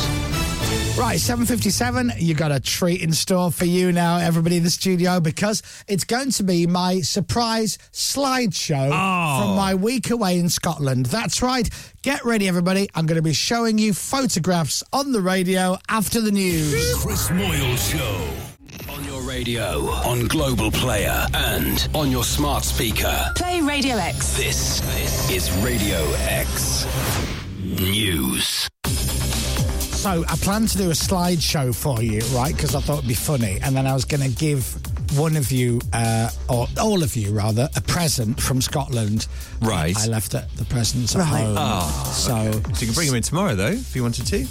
Speaker 5: Right, 7.57, you got a treat in store for you now, everybody in the studio, because it's going to be my surprise slideshow
Speaker 8: Oh.
Speaker 5: from my week away in Scotland. That's right. Get ready, everybody. I'm going to be showing you photographs on the radio after the news.
Speaker 1: Chris Moyle Show.
Speaker 11: On your radio, on Global Player, and on your smart speaker.
Speaker 2: Play Radio X.
Speaker 11: This is Radio X News.
Speaker 5: So I planned to do a slideshow for you, right? Because I thought it'd be funny, and then I was going to give one of you, uh, or all of you rather, a present from Scotland.
Speaker 8: Right.
Speaker 5: I left the, the presents at
Speaker 3: Right.
Speaker 5: home.
Speaker 8: Oh,
Speaker 5: so
Speaker 8: So you can bring him in tomorrow, though, if you wanted to.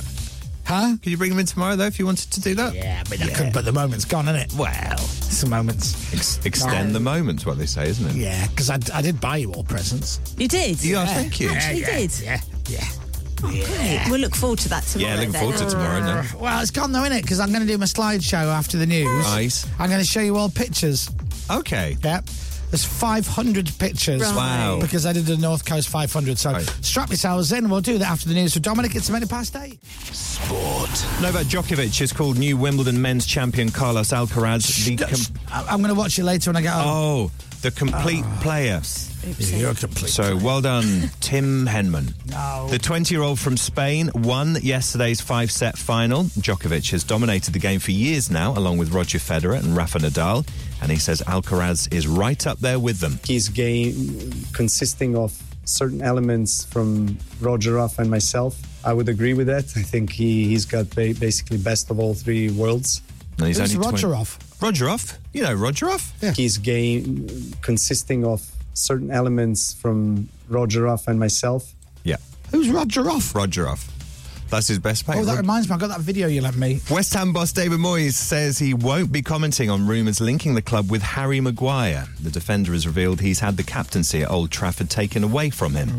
Speaker 5: huh?
Speaker 8: Could you bring him in tomorrow, though, if you wanted to do that?
Speaker 5: Yeah, but I could. But the moment's gone, isn't it? Well, it's the moment's.
Speaker 8: Ex- extend
Speaker 5: No.
Speaker 8: the moment, what they say, isn't it?
Speaker 5: Yeah, because I, I did buy you all presents.
Speaker 3: You did?
Speaker 8: Yeah, thank you.
Speaker 3: Actually
Speaker 5: yeah,
Speaker 3: did? Oh,
Speaker 5: Yeah, yeah.
Speaker 3: Great. We'll look forward to that tomorrow.
Speaker 8: Yeah, looking
Speaker 3: then.
Speaker 8: forward to tomorrow. No?
Speaker 5: Uh, Well, it's gone though, isn't it? Because I'm going to do my slideshow after the news.
Speaker 8: Nice.
Speaker 5: I'm going to show you all pictures.
Speaker 8: Okay.
Speaker 5: Yep. There's 500 pictures.
Speaker 3: Right.
Speaker 8: Wow.
Speaker 5: Because I did the North Coast 500. So
Speaker 8: Right.
Speaker 5: strap yourselves in. We'll do that after the news for Dominic. It's a minute past eight.
Speaker 8: Novak Djokovic has called new Wimbledon men's champion Carlos Alcaraz the com-
Speaker 5: I- I'm going to watch it later when I get home.
Speaker 8: oh
Speaker 5: Oh.
Speaker 8: the complete player.
Speaker 5: You're complete.
Speaker 8: So well done, Tim Henman. The 20 year old from Spain won yesterday's five set final. Djokovic has dominated the game for years now, along with Roger Federer and Rafa Nadal. And he says Alcaraz is right up there with them.
Speaker 22: His game consisting of certain elements from Roger Ruff and myself. I would agree with that. I think he, he's got ba- basically best of all three worlds.
Speaker 8: And he's
Speaker 5: Who's
Speaker 8: only 20
Speaker 5: Rodgerov?
Speaker 8: Rodgerov? You know Rodgerov?
Speaker 22: His game consisting of certain elements from Roger Ruff and myself.
Speaker 8: Yeah,
Speaker 5: Who's Rodgerov?
Speaker 8: Rodgerov. That's his best mate.
Speaker 5: Oh, that
Speaker 8: Rod-
Speaker 5: reminds me. I got that video you lent me.
Speaker 8: West Ham boss David Moyes says he won't be commenting on rumours linking the club with Harry Maguire. The defender has revealed he's had the captaincy at Old Trafford taken away from him.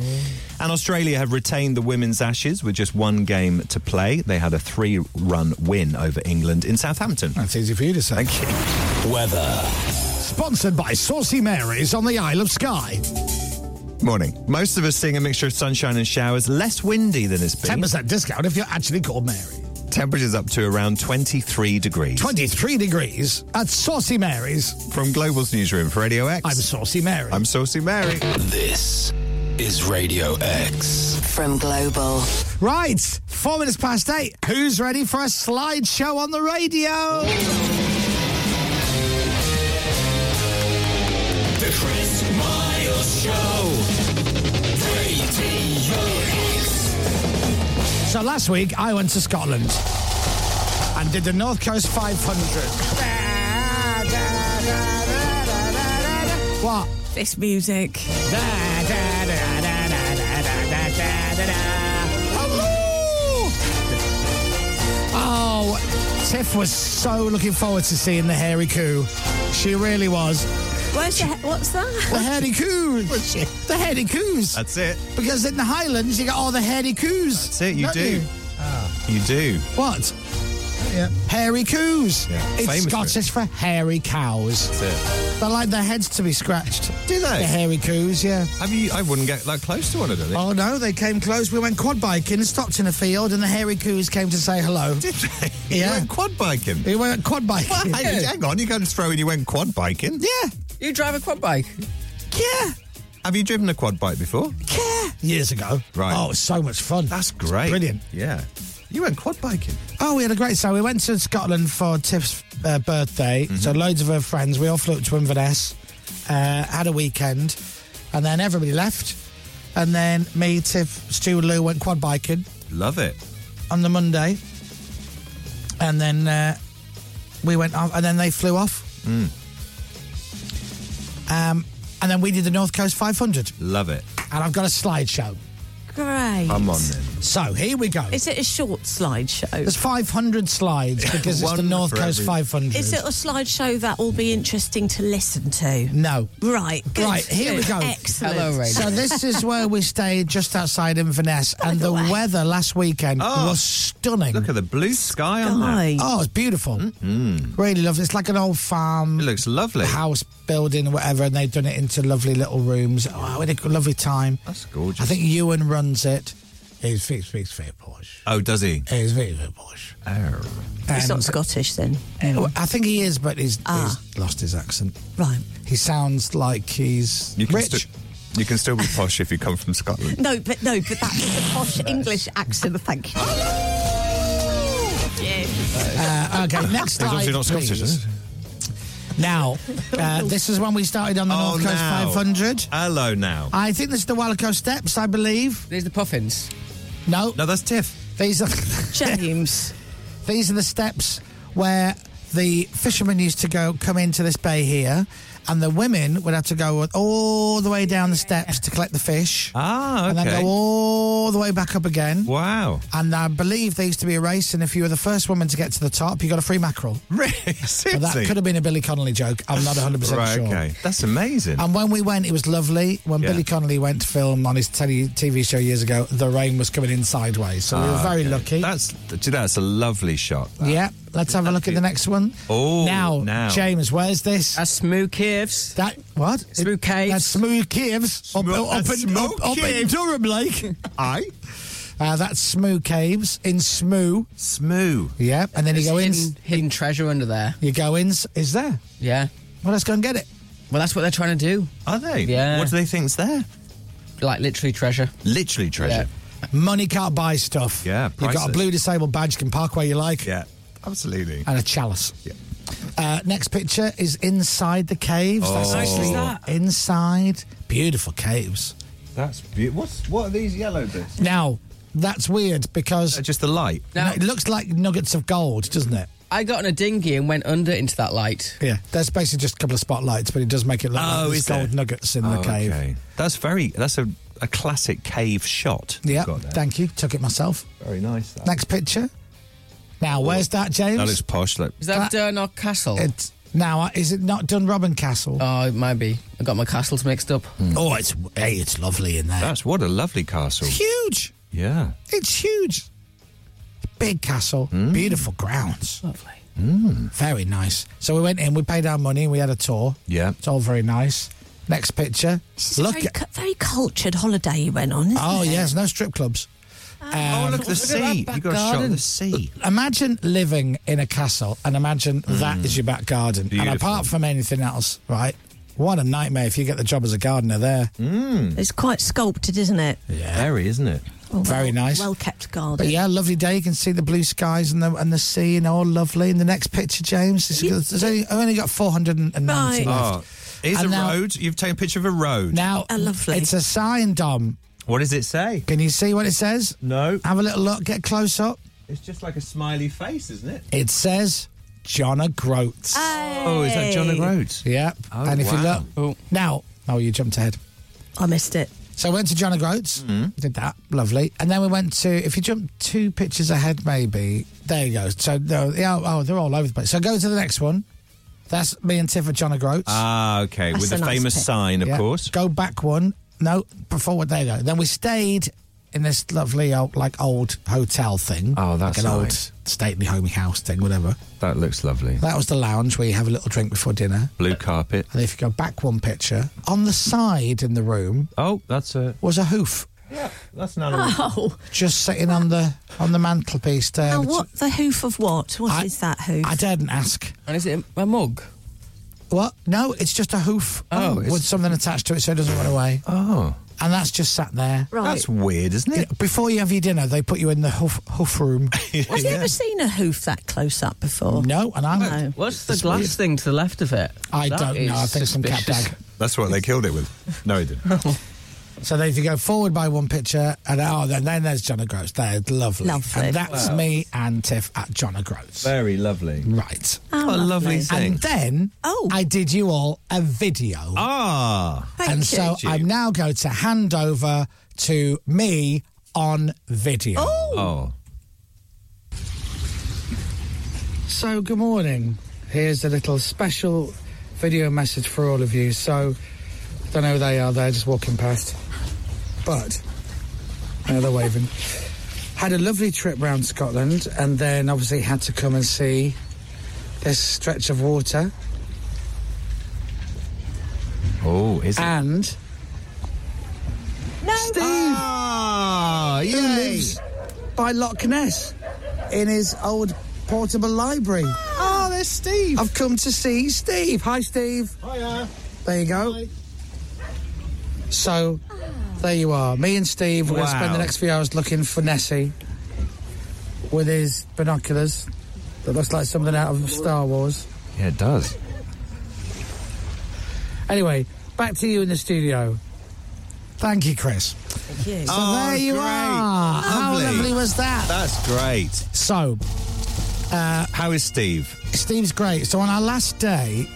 Speaker 8: And Australia have retained the women's ashes with just one game to play. They had a three run win over England in Southampton.
Speaker 5: That's easy for you to say.
Speaker 8: Thank you.
Speaker 11: Weather.
Speaker 5: Sponsored by Saucy Mary's on the Isle of Skye.
Speaker 8: Morning. Most of us seeing a mixture of sunshine and showers, less windy than it's been.
Speaker 5: 10% discount if you're actually called Mary.
Speaker 8: Temperatures up to around 23 degrees.
Speaker 5: 23 degrees at Saucy Mary's.
Speaker 8: From Global's newsroom for Radio X.
Speaker 5: I'm Saucy Mary.
Speaker 8: I'm Saucy Mary.
Speaker 11: This is Radio X.
Speaker 2: From Global.
Speaker 5: Right, four minutes past eight. Who's ready for a slideshow on the radio?
Speaker 19: The Chris Miles Show. Radio X.
Speaker 5: So last week I went to Scotland and did the North Coast 500. What?
Speaker 3: This music.
Speaker 5: Oh, Tiff was so looking forward to seeing the hairy coo. She really was.
Speaker 3: Where's your, he- what's that?
Speaker 5: The hairy coos. The hairy coos.
Speaker 8: That's it.
Speaker 5: Because in the Highlands you got all the hairy coos.
Speaker 8: That's it. You
Speaker 5: don't
Speaker 8: do. You do.
Speaker 5: What? Yeah. Hairy coos.
Speaker 8: Yeah,
Speaker 5: It's
Speaker 8: famous for it.
Speaker 5: Scottish for hairy cows.
Speaker 8: That's
Speaker 5: They like their heads to be scratched.
Speaker 8: Do they?
Speaker 5: The hairy coos, yeah.
Speaker 8: Have you? I wouldn't get that close to one, I don't think.
Speaker 5: Oh no, they came close. We went quad biking and stopped in a field, and the hairy coos came to say hello.
Speaker 8: Did they? You
Speaker 5: Yeah,
Speaker 8: went quad biking.
Speaker 5: we went quad biking.
Speaker 8: Well, hang, hang on, you going to throw in you went quad biking?
Speaker 5: Yeah,
Speaker 9: You drive a quad bike?
Speaker 5: yeah,
Speaker 8: Have you driven a quad bike before?
Speaker 5: yeah. Years ago.
Speaker 8: Right.
Speaker 5: Oh, it was so much fun.
Speaker 8: That's great.
Speaker 5: Brilliant.
Speaker 8: Yeah. You went quad biking.
Speaker 5: Oh, we had a great. So we went to Scotland for Tiff's uh, birthday.
Speaker 8: Mm-hmm.
Speaker 5: So loads of her friends. We all flew up to Inverness, uh, had a weekend, and then everybody left. And then me, Tiff, Stu, Lou went quad biking.
Speaker 8: Love it.
Speaker 5: on the Monday, and then uh, we went off, and then they flew off.
Speaker 8: Mm.
Speaker 5: Um, and then we did the North Coast 500,
Speaker 8: Love it.
Speaker 5: and I've got a slideshow.
Speaker 3: Great.
Speaker 8: I'm on then.
Speaker 5: So Oh, here we go.
Speaker 3: Is it a short slideshow?
Speaker 5: There's 500 slides because it's the
Speaker 8: One
Speaker 5: North
Speaker 8: for
Speaker 5: Coast
Speaker 8: every-
Speaker 5: 500.
Speaker 3: Is it a slideshow that will be interesting to listen to?
Speaker 5: no.
Speaker 3: Right. good,
Speaker 5: Right, here we
Speaker 3: good,
Speaker 5: go.
Speaker 3: Excellent.
Speaker 9: Hello, radio.
Speaker 5: So this is where we stayed, just outside Inverness, and the weather last weekend
Speaker 8: Oh.
Speaker 5: was stunning.
Speaker 8: Look at the blue sky on that.
Speaker 3: Guy.
Speaker 5: Oh, it's beautiful. Really lovely. It's like an old farm.
Speaker 8: It looks Hmm? lovely.
Speaker 5: house building or whatever, and they've done it into lovely little rooms. Oh, we had a good- lovely time.
Speaker 8: That's gorgeous.
Speaker 5: I think Ewan runs it. He's very, very, very posh.
Speaker 8: Oh, does he?
Speaker 5: He's very, very posh.
Speaker 8: Oh.
Speaker 3: He's not
Speaker 5: And-
Speaker 3: Scottish then.
Speaker 5: Well, I think he is, but he's,
Speaker 3: Ah.
Speaker 5: he's lost his accent.
Speaker 3: Right.
Speaker 5: He sounds like he's
Speaker 8: You can
Speaker 5: rich.
Speaker 8: stu- you can still be posh if you come from Scotland.
Speaker 3: No, but no, but that's the posh English accent. Thank you.
Speaker 5: Uh, okay, next
Speaker 8: He's
Speaker 5: slide.
Speaker 8: obviously not Scottish,
Speaker 5: please.
Speaker 8: is he?
Speaker 5: Now, uh, this is when we started on the
Speaker 8: Oh,
Speaker 5: North Coast
Speaker 8: now.
Speaker 5: 500.
Speaker 8: Hello now.
Speaker 5: I think this is the Wallaco Steps, I believe.
Speaker 9: There's the puffins.
Speaker 5: No,
Speaker 8: No, that's Tiff.
Speaker 5: these are.
Speaker 3: James.
Speaker 5: These are the steps where the fishermen used to go come into this bay here, and the women would have to go all the way down the steps to collect the fish,
Speaker 8: Ah,
Speaker 5: and then
Speaker 8: okay.
Speaker 5: go all the way back up again.
Speaker 8: Wow.
Speaker 5: And I believe there used to be a race, and if you were the first woman to get to the top, you got a free mackerel.
Speaker 8: Really?
Speaker 5: But that
Speaker 8: Seriously?
Speaker 5: could have been a Billy Connolly joke. I'm not 100 percent
Speaker 8: right,
Speaker 5: sure.
Speaker 8: okay. That's amazing.
Speaker 5: And when we went, it was lovely. When
Speaker 8: Yeah.
Speaker 5: Billy Connolly went to film on his telly, TV show years ago, the rain was coming in sideways, so we were very lucky.
Speaker 8: Ah, That's gee, that's a lovely shot. that.
Speaker 5: Yeah, let's have a look at the next one.
Speaker 8: Oh,
Speaker 5: now,
Speaker 8: now.
Speaker 5: James, where's this?
Speaker 7: That's smooth caves.
Speaker 5: that what?
Speaker 7: Smooth caves.
Speaker 5: That's smooth caves up,
Speaker 8: Smo-
Speaker 5: up,
Speaker 8: that's
Speaker 5: in,
Speaker 8: smooth
Speaker 5: up, up in
Speaker 8: caves.
Speaker 5: Durham Lake.
Speaker 8: I
Speaker 5: Uh, that's smooth caves in Smoo.
Speaker 8: Smoo.
Speaker 5: Yeah, and then you go in.
Speaker 9: There's hidden, hidden treasure under there.
Speaker 5: You go in. Is there?
Speaker 9: Yeah.
Speaker 5: Well, let's go and get it.
Speaker 9: Well, that's what they're trying to do.
Speaker 8: Are they?
Speaker 9: Yeah.
Speaker 8: What do they think's there?
Speaker 9: Like literally treasure.
Speaker 8: Literally treasure.
Speaker 5: Money can't buy stuff.
Speaker 8: Yeah,
Speaker 5: you've got a
Speaker 8: priceless.
Speaker 5: blue disabled badge. You can park where you like.
Speaker 8: Yeah. Absolutely.
Speaker 5: and a chalice.
Speaker 8: Yeah.
Speaker 5: Uh, next picture is inside the caves.
Speaker 8: Oh.
Speaker 5: That's actually inside. Beautiful caves.
Speaker 8: That's beautiful. What's what are these yellow bits?
Speaker 5: Now, that's weird because
Speaker 8: Uh, Just the light.
Speaker 9: Now-
Speaker 5: it looks like nuggets of gold, doesn't it?
Speaker 9: I got on a dinghy and went under into that light.
Speaker 5: Yeah. There's basically just a couple of spotlights, but it does make it look
Speaker 8: Oh,
Speaker 5: like there's
Speaker 8: is there?
Speaker 5: gold nuggets in
Speaker 8: Oh,
Speaker 5: the cave.
Speaker 8: Okay. That's very. That's a, a classic cave shot. you've
Speaker 5: Yeah.
Speaker 8: got there.
Speaker 5: Thank you. Took it myself.
Speaker 8: Very nice. That.
Speaker 5: Next picture. Now, where's that, James?
Speaker 8: That is posh. Look.
Speaker 9: Is that, Durnock Castle?
Speaker 5: It's- now, uh, is it not Dunrobin Castle?
Speaker 9: oh, it might be. I got my castles mixed up.
Speaker 8: Hmm.
Speaker 5: oh, it's hey, it's lovely in there.
Speaker 8: That's what a lovely castle.
Speaker 5: It's huge.
Speaker 8: Yeah.
Speaker 5: It's huge. Big castle,
Speaker 8: Hmm.
Speaker 5: beautiful grounds. Hmm.
Speaker 9: Lovely.
Speaker 5: Very nice. So we went in, we paid our money, we had a tour.
Speaker 8: Yeah.
Speaker 5: It's all very nice. Next picture.
Speaker 3: This is a very,
Speaker 5: at-
Speaker 3: cu- very cultured holiday you went on, isn't
Speaker 5: Oh,
Speaker 3: it?
Speaker 5: yes, no strip clubs.
Speaker 8: Oh, look, the sea. You got a shot of the sea.
Speaker 5: Imagine living in a castle and imagine that is your back garden.
Speaker 8: Hmm. Beautiful.
Speaker 5: And apart from anything else, right? What a nightmare if you get the job as a gardener there.
Speaker 3: It's quite sculpted, isn't it? Oh,
Speaker 8: Yeah. Hmm. Very, isn't it?
Speaker 5: Very nice.
Speaker 3: Well kept
Speaker 5: But
Speaker 3: garden.
Speaker 5: yeah, lovely day. You can see the blue skies and the and the sea and all lovely. And the next picture, James, is there's only, I've only got 490 left.
Speaker 8: Oh, here's
Speaker 5: And
Speaker 8: a
Speaker 5: now-
Speaker 8: road. You've taken a picture of a road.
Speaker 5: Now,
Speaker 3: Oh,
Speaker 5: it's a sign, Dom.
Speaker 8: What does it say?
Speaker 5: Can you see what it says?
Speaker 8: No.
Speaker 5: Have a little look. Get a close up.
Speaker 8: It's just like a smiley face, isn't it?
Speaker 5: It says John O'Groats.
Speaker 8: Oh, is that John O'Groats?
Speaker 5: Yep.
Speaker 8: Oh,
Speaker 5: and if
Speaker 8: wow.
Speaker 5: you look now, oh, you jumped ahead.
Speaker 3: I missed it.
Speaker 5: So I went to John O'Groats.
Speaker 8: Mm-hmm.
Speaker 5: Did that. Lovely. And then we went to, if you jump two pictures ahead, maybe. There you go. So, no, yeah, oh, they're all over the place. So go to the next one. That's me and Tiff at John O'Groats.
Speaker 8: Ah, okay.
Speaker 5: That's
Speaker 8: With
Speaker 5: a
Speaker 8: the
Speaker 5: nice
Speaker 8: famous
Speaker 5: pic.
Speaker 8: sign, of
Speaker 5: Yeah.
Speaker 8: course.
Speaker 5: Go back one. No, forward. There you go. Then we stayed in this lovely old, like old hotel thing. Oh,
Speaker 8: that's
Speaker 5: like an
Speaker 8: nice.
Speaker 5: old stately homey house thing, whatever.
Speaker 8: That looks lovely.
Speaker 5: That was the lounge where you have a little drink before dinner.
Speaker 8: Blue carpet.
Speaker 5: And if you go back one picture, on the side in the room
Speaker 8: Oh, that's a.
Speaker 5: was a hoof
Speaker 8: Yeah, that's not
Speaker 5: Ah.
Speaker 3: Oh,
Speaker 5: just sitting on the on the mantelpiece there.
Speaker 3: now
Speaker 5: Which-
Speaker 3: what? The hoof of what? What is
Speaker 5: I-
Speaker 3: that hoof?
Speaker 5: I didn't ask.
Speaker 9: And is it a mug?
Speaker 5: What? No, it's just a hoof
Speaker 8: Oh, it's-
Speaker 5: with something attached to it so it doesn't run away.
Speaker 8: Oh.
Speaker 5: And that's just sat there.
Speaker 3: Right.
Speaker 8: That's weird, isn't it?
Speaker 5: Yeah, Before you have your dinner, they put you in the hoof, hoof room.
Speaker 3: I've never seen a hoof that close up before.
Speaker 5: no, and I'm.
Speaker 3: No.
Speaker 9: What's the glass thing to the left of it?
Speaker 5: I
Speaker 9: That
Speaker 5: don't know.
Speaker 9: is
Speaker 5: I think some cat
Speaker 9: suspicious.
Speaker 5: bag.
Speaker 8: That's what they killed it with. No, he didn't.
Speaker 5: So then if you go forward by one picture, and oh, then, then there's John O'Groats. They're lovely.
Speaker 3: Lovely.
Speaker 5: And that's
Speaker 8: Wow.
Speaker 5: me and Tiff at John O'Groats.
Speaker 8: Very lovely.
Speaker 5: Right.
Speaker 3: Oh,
Speaker 8: What a lovely
Speaker 3: lovely.
Speaker 8: thing.
Speaker 5: And then
Speaker 3: Oh.
Speaker 5: I did you all a video.
Speaker 8: ah.
Speaker 3: Thank
Speaker 5: and
Speaker 3: you.
Speaker 5: so I'm now going to hand over to me on video.
Speaker 8: Oh.
Speaker 5: So, good morning. Here's a little special video message for all of you. So, I don't know who they are, they're just walking past. But, no, they're waving. Had a lovely trip round Scotland and then obviously had to come and see this stretch of water.
Speaker 8: Oh, is it?
Speaker 5: And
Speaker 3: No.
Speaker 8: Ah,
Speaker 5: who lives by Loch Ness in his old portable library.
Speaker 8: Oh, there's Steve.
Speaker 5: I've come to see Steve. Hi, Steve. Hiya. There you go. So, there you are. Me and Steve, we're going to spend
Speaker 8: Wow.
Speaker 5: the next few hours looking for Nessie with his binoculars that looks like something out of Star Wars.
Speaker 8: Yeah, it does.
Speaker 5: Anyway, back to you in the studio. Thank you, Chris.
Speaker 3: Thank you.
Speaker 5: So
Speaker 8: Oh,
Speaker 5: there you
Speaker 8: great.
Speaker 5: are. How
Speaker 8: Lovely.
Speaker 5: lovely was that?
Speaker 8: That's great.
Speaker 5: So, uh,
Speaker 8: How is Steve?
Speaker 5: Steve's great. So on our last day,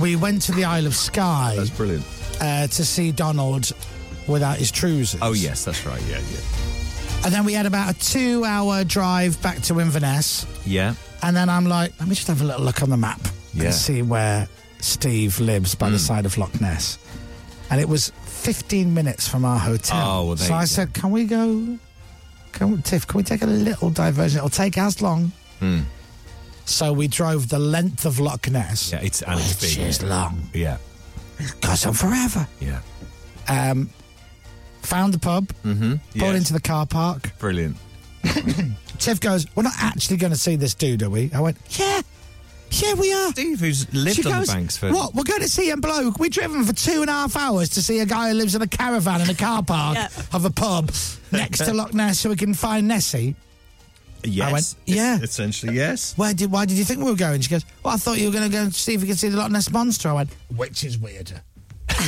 Speaker 5: we went to the Isle of Skye.
Speaker 8: That's brilliant.
Speaker 5: uh, to see Donald without his trousers.
Speaker 8: Oh, yes, that's right. Yeah, yeah.
Speaker 5: And then we had about a two hour drive back to Inverness.
Speaker 8: Yeah.
Speaker 5: And then I'm like, let me just have a little look on the map
Speaker 8: Yeah. Hmm.
Speaker 5: and see where Steve lives by the side of Loch Ness. And it was 15 minutes from our hotel.
Speaker 8: Oh, well, there
Speaker 5: so
Speaker 8: you
Speaker 5: I
Speaker 8: go.
Speaker 5: said, can we go? Can we, Tiff, can we take a little diversion? It'll take as long.
Speaker 8: Hmm.
Speaker 5: So we drove the length of Loch Ness,
Speaker 8: Yeah, it's and it's
Speaker 5: which
Speaker 8: big.
Speaker 5: is long.
Speaker 8: Yeah,
Speaker 5: It goes on forever.
Speaker 8: yeah.
Speaker 5: Um, found the pub,
Speaker 8: Mm-hmm.
Speaker 5: pulled into the car park.
Speaker 8: Brilliant.
Speaker 5: Tiff goes, We're not actually going to see this dude, are we? I went, Yeah, yeah, we are.
Speaker 8: Steve, who's lived
Speaker 5: She
Speaker 8: on
Speaker 5: goes,
Speaker 8: the banks for
Speaker 5: What? We're going to see a bloke. We've driven for two and a half hours to see a guy who lives in a caravan in a car park
Speaker 3: Yeah.
Speaker 5: of a pub next to Loch Ness so we can find Nessie.
Speaker 8: Yes.
Speaker 5: I went, yeah.
Speaker 8: Essentially, yes.
Speaker 5: Where did, why did you think we were going? She goes, Well, I thought you were going to go and see if we could see the Loch Ness monster. I went, Which is weirder?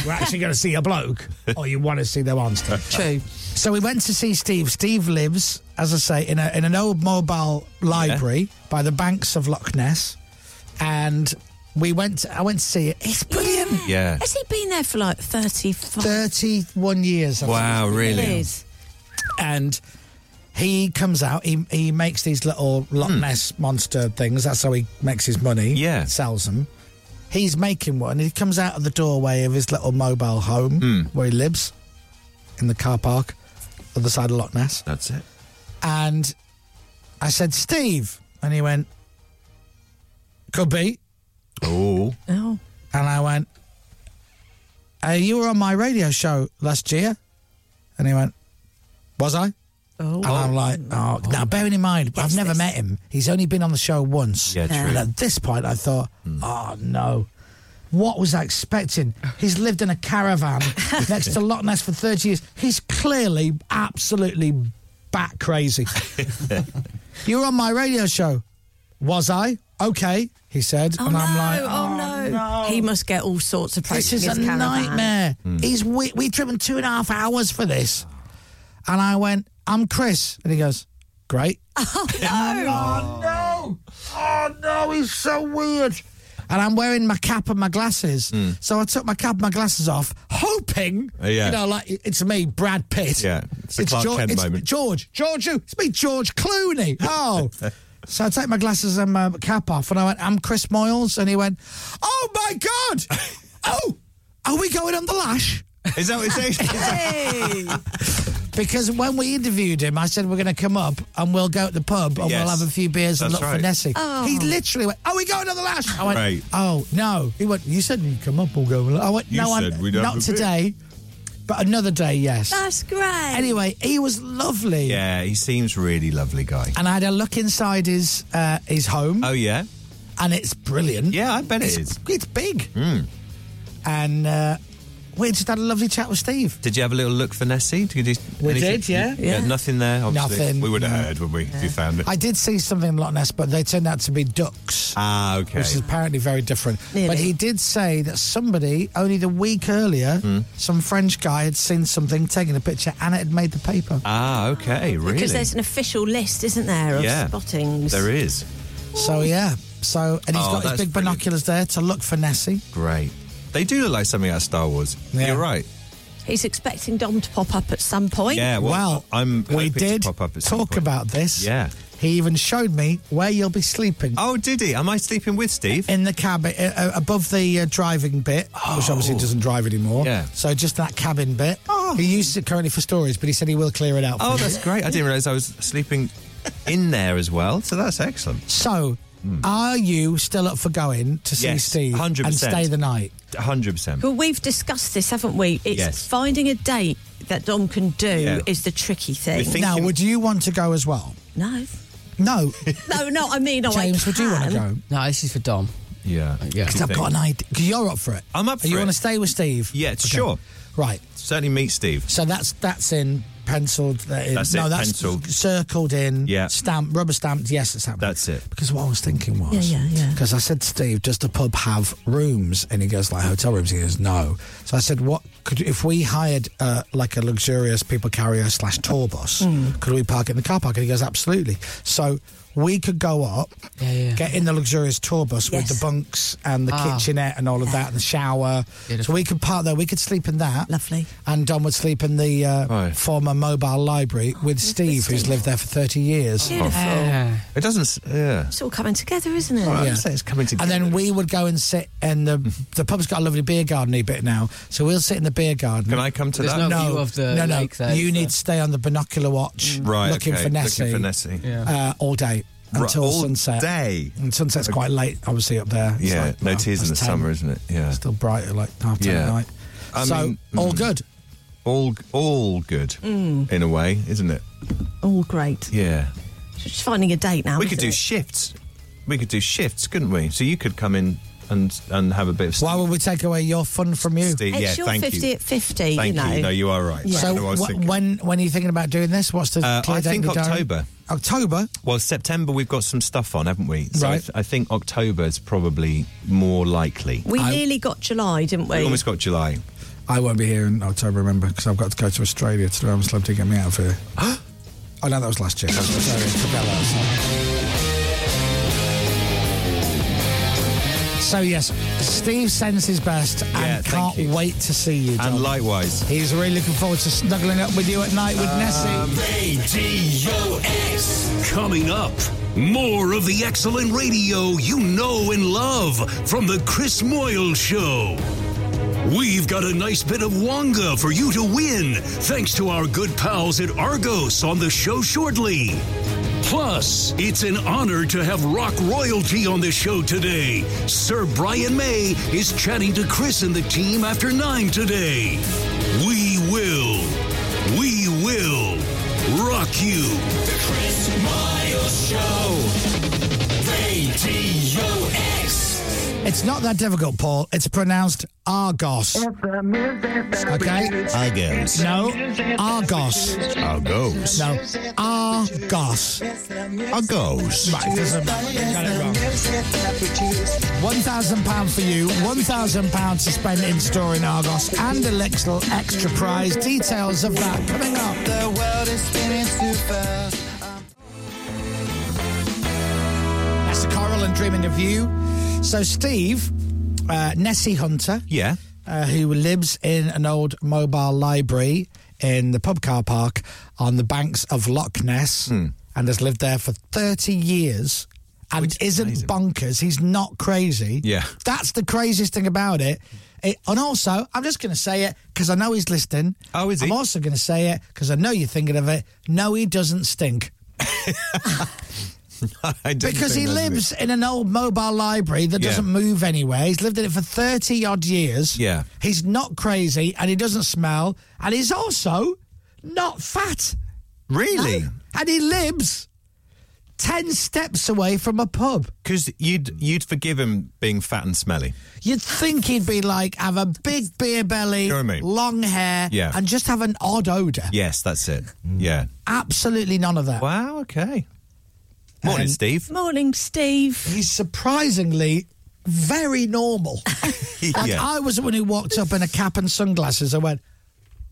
Speaker 5: we're actually going to see a bloke, or you want to see the monster.
Speaker 9: True.
Speaker 5: So we went to see Steve. Steve lives, as I say, in, a, in an old mobile library by the banks of Loch Ness, and we went. I went to see it. It's brilliant.
Speaker 8: Yeah.
Speaker 3: Has he been there for like 35
Speaker 5: Thirty-one years. I think.
Speaker 8: Wow, really?
Speaker 3: years?
Speaker 5: And he comes out. He he makes these little Loch Ness monster things. That's how he makes his money.
Speaker 8: Hmm. Yeah.
Speaker 5: sells them. He's making one. He comes out of the doorway of his little mobile home
Speaker 8: Hmm.
Speaker 5: where he lives, in the car park, other side of Loch Ness.
Speaker 8: That's it.
Speaker 5: And I said, Steve. And he went, Could be.
Speaker 8: Oh,
Speaker 3: Oh.
Speaker 5: And I went, uh, You were on my radio show last year. And he went, Was I? And I'm like, oh, now bearing in mind, I've never met him. He's only been on the show once.
Speaker 8: Yeah,
Speaker 5: And
Speaker 8: true. Hmm.
Speaker 5: at this point, I thought, oh, no. What was I expecting? He's lived in a caravan next to Loch Ness for 30 years. He's clearly absolutely bat crazy. you were on my radio show. Was I? Okay, he said. and I'm like,
Speaker 3: oh, no. He must get all sorts of
Speaker 5: this
Speaker 3: approaching
Speaker 5: is
Speaker 3: his
Speaker 5: a
Speaker 3: caravan.
Speaker 5: nightmare.
Speaker 8: Hmm.
Speaker 5: He's we, we've driven two and a half hours for this. And I went, I'm Chris. And he goes, Great. Oh, no. oh, no. Oh, no. He's so weird. And I'm wearing my cap and my glasses. So I took my cap and my glasses off, hoping,
Speaker 8: Hmm. Uh, yeah.
Speaker 5: you know, like it's me, Brad Pitt.
Speaker 8: Yeah, it's the Clark
Speaker 5: Geor-
Speaker 8: Kent
Speaker 5: it's
Speaker 8: moment.
Speaker 5: George. George, who? It's me, George Clooney. Oh. So I take my glasses and my cap off, and I went, "I'm Chris Moyles," and he went, "Oh my god! Oh, are we going on the lash?"
Speaker 8: Is that what it is?
Speaker 5: Because when we interviewed him, I said we're going to come up and we'll go to the pub and
Speaker 8: Yes.
Speaker 5: we'll have a few beers and
Speaker 8: That's
Speaker 5: look
Speaker 8: right.
Speaker 5: for Nessie.
Speaker 8: Oh.
Speaker 5: He literally went, "Are we going on the lash?" I went,
Speaker 8: Right.
Speaker 5: "Oh no!" He went, "You said you'd come up, we'll go." I went,
Speaker 8: You
Speaker 5: "No,
Speaker 8: said
Speaker 5: I'm,
Speaker 8: we'd have a
Speaker 5: not
Speaker 8: beer."
Speaker 5: today, but another day, yes."
Speaker 3: That's great.
Speaker 5: Anyway, he was lovely.
Speaker 8: Yeah, he seems really lovely guy.
Speaker 5: and I had a look inside his uh, his home.
Speaker 8: Oh yeah,
Speaker 5: and it's brilliant.
Speaker 8: Yeah, I bet it
Speaker 5: it's,
Speaker 8: is.
Speaker 5: It's big,
Speaker 8: Hmm.
Speaker 5: and uh, we just had a lovely chat with Steve.
Speaker 8: Did you have a little look for Nessie? Did you,
Speaker 5: We did, yeah.
Speaker 8: yeah.
Speaker 5: Yeah.
Speaker 8: Nothing there, obviously.
Speaker 5: Nothing,
Speaker 8: We would have
Speaker 5: no.
Speaker 8: heard, wouldn't we, if you found it?
Speaker 5: I did see something in Loch Ness, but they turned out to be ducks,
Speaker 8: ah, okay.
Speaker 5: which is apparently very different.
Speaker 8: Really?
Speaker 5: But he did say that somebody only the week earlier,
Speaker 8: Hmm.
Speaker 5: some French guy had seen something, taken a picture, and it had made the paper.
Speaker 8: ah, okay, really?
Speaker 3: Because there's an official list, isn't there, of
Speaker 8: yeah.
Speaker 3: spottings?
Speaker 8: There is.
Speaker 5: So yeah, so and he's
Speaker 8: Oh,
Speaker 5: got his
Speaker 8: that's
Speaker 5: big binoculars there to look for Nessie.
Speaker 8: Great. They do look like something out of Star Wars. You're right.
Speaker 3: He's expecting Dom to pop up at some point.
Speaker 8: Yeah, well, I'm
Speaker 5: we
Speaker 8: hoping to
Speaker 5: did
Speaker 8: pop up at some
Speaker 5: talk
Speaker 8: point.
Speaker 5: about this.
Speaker 8: Yeah.
Speaker 5: He even showed me where you'll be sleeping.
Speaker 8: Oh, did he? Am I sleeping with Steve?
Speaker 5: In the cabin, uh, uh, above the uh, driving bit, which obviously doesn't drive anymore.
Speaker 8: Oh. Yeah.
Speaker 5: So just that cabin bit. Oh. He uses it currently for storage, but he said he will clear it out.
Speaker 8: Oh,
Speaker 5: for
Speaker 8: that's
Speaker 5: me.
Speaker 8: great. I didn't realise I was sleeping in there as well. So that's excellent.
Speaker 5: So,
Speaker 8: Hmm.
Speaker 5: are you still up for going to see
Speaker 8: Yes,
Speaker 5: Steve
Speaker 8: 100%.
Speaker 5: and stay the night?
Speaker 8: 100%.
Speaker 3: Well, we've discussed this, haven't we? It's
Speaker 8: Yes.
Speaker 3: finding a date that Dom can do
Speaker 8: Yeah.
Speaker 3: is the tricky thing.
Speaker 5: Now, would you want to go as well?
Speaker 3: no.
Speaker 5: No.
Speaker 3: No, no, I mean, oh, I
Speaker 5: James, would you want to
Speaker 3: can.
Speaker 5: go?
Speaker 7: No, this is for Dom.
Speaker 8: Yeah.
Speaker 7: Yeah.
Speaker 5: Because I've got an idea. Because you're up for it.
Speaker 8: I'm up for
Speaker 5: You
Speaker 8: it.
Speaker 5: want to stay with Steve?
Speaker 8: Yeah, sure.
Speaker 5: Right.
Speaker 8: Certainly meet Steve.
Speaker 5: So that's that's in penciled. That in,
Speaker 8: That's it,
Speaker 5: no, that's
Speaker 8: penciled.
Speaker 5: circled in.
Speaker 8: Yeah.
Speaker 5: Stamped, rubber stamped. Yes, it's happening.
Speaker 8: That's it.
Speaker 5: Because what I was thinking was,
Speaker 3: Yeah, yeah, yeah.
Speaker 5: Because I said, to Steve, does the pub have rooms? And he goes, like hotel rooms. He goes, no. So I said, what could if we hired uh, like a luxurious people carrier slash tour bus?
Speaker 3: Hmm.
Speaker 5: Could we park it in the car park? And he goes, absolutely. So. We could go up, get in the luxurious tour bus with the bunks and the
Speaker 7: Ah.
Speaker 5: kitchenette and all of that and the shower. So we could park there. We could sleep in that.
Speaker 3: Lovely.
Speaker 5: And Don would sleep in the uh,
Speaker 8: Right.
Speaker 5: former mobile library with Steve, who's lived there for 30 years.
Speaker 3: Oh, Beautiful.
Speaker 8: It doesn't. s- Yeah.
Speaker 3: It's all coming together, isn't it?
Speaker 8: I'd say it's coming together.
Speaker 5: And then we would go and sit, and the the pub's got a lovely beer garden bit now, so we'll sit in the beer garden.
Speaker 8: Can I come to
Speaker 7: There's no-
Speaker 8: that?
Speaker 5: no,
Speaker 7: view of the
Speaker 5: no, no.
Speaker 7: lake there,
Speaker 5: you
Speaker 7: is
Speaker 5: need
Speaker 7: there?
Speaker 5: to stay on the binocular watch,
Speaker 8: Mm. Right,
Speaker 5: Mm. looking
Speaker 8: okay,
Speaker 5: for
Speaker 8: looking
Speaker 5: Nessie,
Speaker 8: for Nessie. Yeah.
Speaker 5: uh, all day
Speaker 8: Right,
Speaker 5: until
Speaker 8: all
Speaker 5: sunset.
Speaker 8: day?
Speaker 5: and sunset's quite late, obviously up there. It's
Speaker 8: Yeah.
Speaker 5: like,
Speaker 8: no
Speaker 5: well,
Speaker 8: tears in the
Speaker 5: past 10,
Speaker 8: summer, isn't it? Yeah.
Speaker 5: Still bright at like half ten
Speaker 8: Yeah.
Speaker 5: at night.
Speaker 8: I
Speaker 5: so
Speaker 8: mean,
Speaker 5: all
Speaker 8: mm.
Speaker 5: good.
Speaker 8: All all good in a way, isn't it?
Speaker 3: All Oh, great.
Speaker 8: Yeah.
Speaker 3: Just finding a date now.
Speaker 8: we could
Speaker 3: isn't
Speaker 8: do
Speaker 3: it?
Speaker 8: shifts. We could do shifts, couldn't we? So you could come in and and have a bit of
Speaker 5: Why would we take away your fun from you?
Speaker 8: Steve.
Speaker 3: It's
Speaker 8: yeah,
Speaker 3: your
Speaker 8: thank
Speaker 3: 50
Speaker 8: you.
Speaker 3: at 50,
Speaker 8: Thank
Speaker 3: you know.
Speaker 8: No, you are right.
Speaker 5: So
Speaker 8: That's what I was
Speaker 5: wh-
Speaker 8: thinking.
Speaker 5: when when are you thinking about doing this? What's the
Speaker 8: Uh,
Speaker 5: clear
Speaker 8: I
Speaker 5: date in
Speaker 8: think
Speaker 5: the diary?
Speaker 8: October.
Speaker 5: October.
Speaker 8: Well, September we've got some stuff on, haven't we? So I,
Speaker 5: Right.
Speaker 8: th- I think October is probably more likely.
Speaker 3: We nearly got July, didn't we?
Speaker 8: We almost got July.
Speaker 5: I won't be here in October, remember, because I've got to go to Australia to the Slab to get me out of here. oh no, that was last year. Sorry, forget that. So yes, Steve sends his best and
Speaker 8: Yeah, thank
Speaker 5: can't
Speaker 8: you.
Speaker 5: wait to see you. Dom.
Speaker 8: And likewise.
Speaker 5: He's really looking forward to snuggling up with you at night with
Speaker 8: Um,
Speaker 5: Nessie.
Speaker 1: Um, Radio X. Coming up, more of the excellent radio you know and love from The Chris Moyle Show. We've got a nice bit of Wonga for you to win, thanks to our good pals at Argos on the show shortly. Plus, it's an honor to have rock royalty on the show today. Sir Brian May is chatting to Chris and the team after nine today. We will. We will rock Q.
Speaker 19: The Chris Miles Show. Radio X.
Speaker 5: It's not that difficult, Paul. It's pronounced Argos. Okay?
Speaker 19: Argos.
Speaker 5: No, Argos.
Speaker 19: Argos.
Speaker 5: No, Argos.
Speaker 19: Argos.
Speaker 5: Right, doesn't matter. You Got it wrong. £1,000 for you, £1,000 to spend in store in Argos, and a little extra prize. Details of that coming up.
Speaker 21: The world is spinning too fast.
Speaker 5: That's the Coral and Dreaming of You. So, Steve, uh, Nessie Hunter.
Speaker 8: Yeah.
Speaker 5: Uh, who lives in an old mobile library in the pub car park on the banks of Loch Ness and has lived there for 30 years and isn't bonkers. He's not crazy.
Speaker 8: Yeah.
Speaker 5: That's the craziest thing about it. It- and also, I'm just going to say it because I know he's listening. Oh, is he? I'm also going to say it because I know you're thinking of it. No, he doesn't stink.
Speaker 8: I didn't
Speaker 5: Because
Speaker 8: think
Speaker 5: he
Speaker 8: that was
Speaker 5: lives
Speaker 8: it.
Speaker 5: in an old mobile library that
Speaker 8: Yeah.
Speaker 5: doesn't move anywhere. He's lived in it for 30 odd years.
Speaker 8: Yeah.
Speaker 5: He's not crazy and he doesn't smell. And he's also not fat.
Speaker 8: Really?
Speaker 5: No. And he lives 10 steps away from a pub.
Speaker 8: Because you'd you'd forgive him being fat and smelly.
Speaker 5: You'd think he'd be like, have a big beer belly,
Speaker 8: know what I mean?
Speaker 5: long hair,
Speaker 8: Yeah.
Speaker 5: and just have an odd odour.
Speaker 8: Yes, that's it.
Speaker 5: Mm.
Speaker 8: Yeah.
Speaker 5: Absolutely none of that.
Speaker 8: Wow, okay. Morning, Steve.
Speaker 5: Um, Morning, Steve. He's surprisingly very normal. like
Speaker 8: Yeah.
Speaker 5: I was the one who walked up in a cap and sunglasses. I went,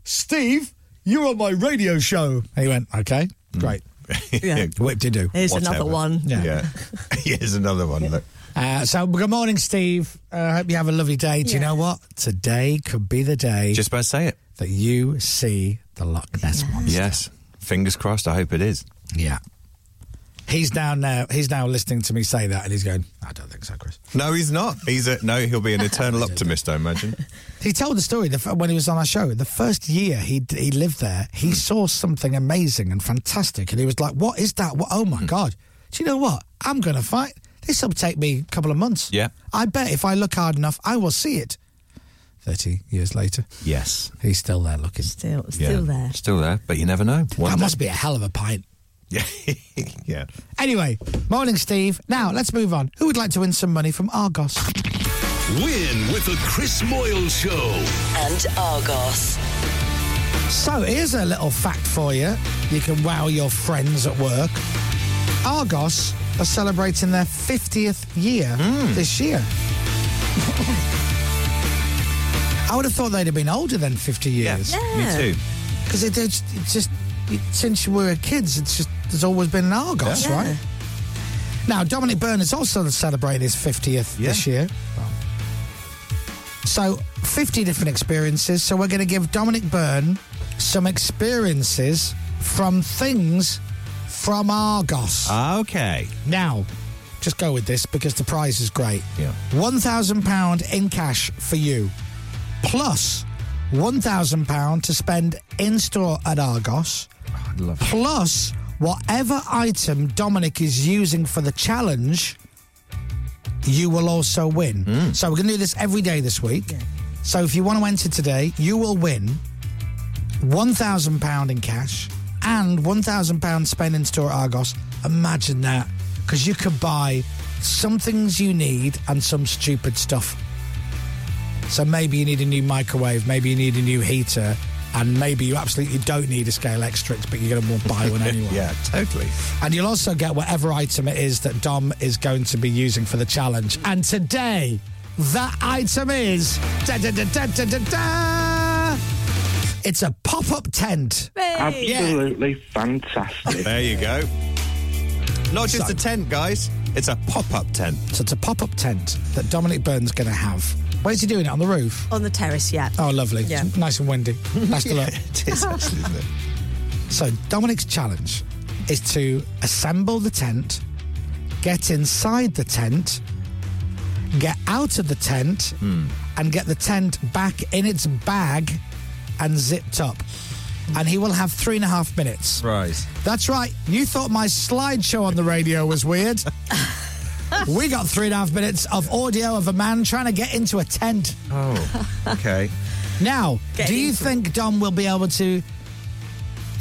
Speaker 5: Steve, you're on my radio show. And he went, okay,
Speaker 8: Mm.
Speaker 5: great.
Speaker 8: Yeah.
Speaker 5: Whipped you do.
Speaker 8: Here's another Whatever. one.
Speaker 5: Yeah.
Speaker 8: Yeah. Here's another one. Look.
Speaker 5: Uh, so, good morning, Steve. I hope you have a lovely day. Do you know what? Today could be the day
Speaker 8: Just about to say it.
Speaker 5: that you see the Loch Ness Monster.
Speaker 8: Yes. Fingers crossed. I hope it is.
Speaker 5: Yeah. He's down now. He's now listening to me say that, and he's going, "I don't think so, Chris."
Speaker 8: No, he's not. He's a no. He'll be an eternal optimist. I imagine.
Speaker 5: He told the story the, f- when he was on our show. The first year he d- he lived there,
Speaker 8: Hmm.
Speaker 5: he saw something amazing and fantastic, and he was like, "What is that? What? Oh
Speaker 8: Hmm.
Speaker 5: my god! Do you know what? I'm going to fight. This will take me a couple of months.
Speaker 8: Yeah.
Speaker 5: I bet if I look hard enough, I will see it." Thirty years later,
Speaker 8: Yes.
Speaker 5: he's still there looking.
Speaker 3: Still,
Speaker 8: Still there, but you never know. One
Speaker 5: That
Speaker 8: day.
Speaker 5: must be a hell of a pint.
Speaker 8: Yeah. yeah.
Speaker 5: Anyway, morning, Steve. Now let's move on. Who would like to win some money from Argos?
Speaker 1: Win with the Chris Moyle Show.
Speaker 2: And Argos.
Speaker 5: So here's a little fact for you. You can wow your friends at work. Argos are celebrating their 50th year this year. I would have thought they'd have been older than 50 years.
Speaker 8: Me too.
Speaker 5: Because it, it's it's just it- since we were kids, it's just there's always been an Argos,
Speaker 8: Yeah.
Speaker 5: right? Now Dominic Byrne is also celebrating his 50th this year. So 50 different experiences. So we're going to give Dominic Byrne some experiences from things from Argos.
Speaker 8: Okay.
Speaker 5: Now, just go with this because the prize is great.
Speaker 8: Yeah.
Speaker 5: £1,000 in cash for you, plus £1,000 to spend in store at Argos,
Speaker 8: I'd love it.
Speaker 5: plus whatever item Dominic is using for the challenge, you will also win.
Speaker 8: Hmm.
Speaker 5: So we're going to do this every day this week. So if you want to enter today, you will win £1,000 in cash and £1,000 spent in store at Argos. Imagine that. Because you could buy some things you need and some stupid stuff. So maybe you need a new microwave, maybe you need a new heater, and maybe you absolutely don't need a scale X-Trix, but you're going to buy one anyway.
Speaker 8: yeah, totally.
Speaker 5: And you'll also get whatever item it is that Dom is going to be using for the challenge. And today, that item is. Da, da, da, da, da, da, da. It's a pop up tent.
Speaker 8: Absolutely fantastic. There you go. Not just a tent, guys. It's a pop-up tent.
Speaker 5: So it's a pop up tent that Dominic Byrne's going to have. Where's he doing it? On the roof?
Speaker 3: On the terrace, yeah.
Speaker 5: Oh, lovely.
Speaker 3: Yeah.
Speaker 5: It's nice and windy. Nice to look.
Speaker 8: it is actually, isn't it?
Speaker 5: So Dominic's challenge is to assemble the tent, get inside the tent, get out of the tent,
Speaker 8: Hmm.
Speaker 5: and get the tent back in its bag and zipped up. And he will have three and a half minutes.
Speaker 8: Right.
Speaker 5: That's right. You thought my slideshow on the radio was weird. we got three and a half minutes of audio of a man trying to get into a tent.
Speaker 8: Oh. Okay.
Speaker 5: Now,
Speaker 8: Get
Speaker 5: do you think Dom will be able to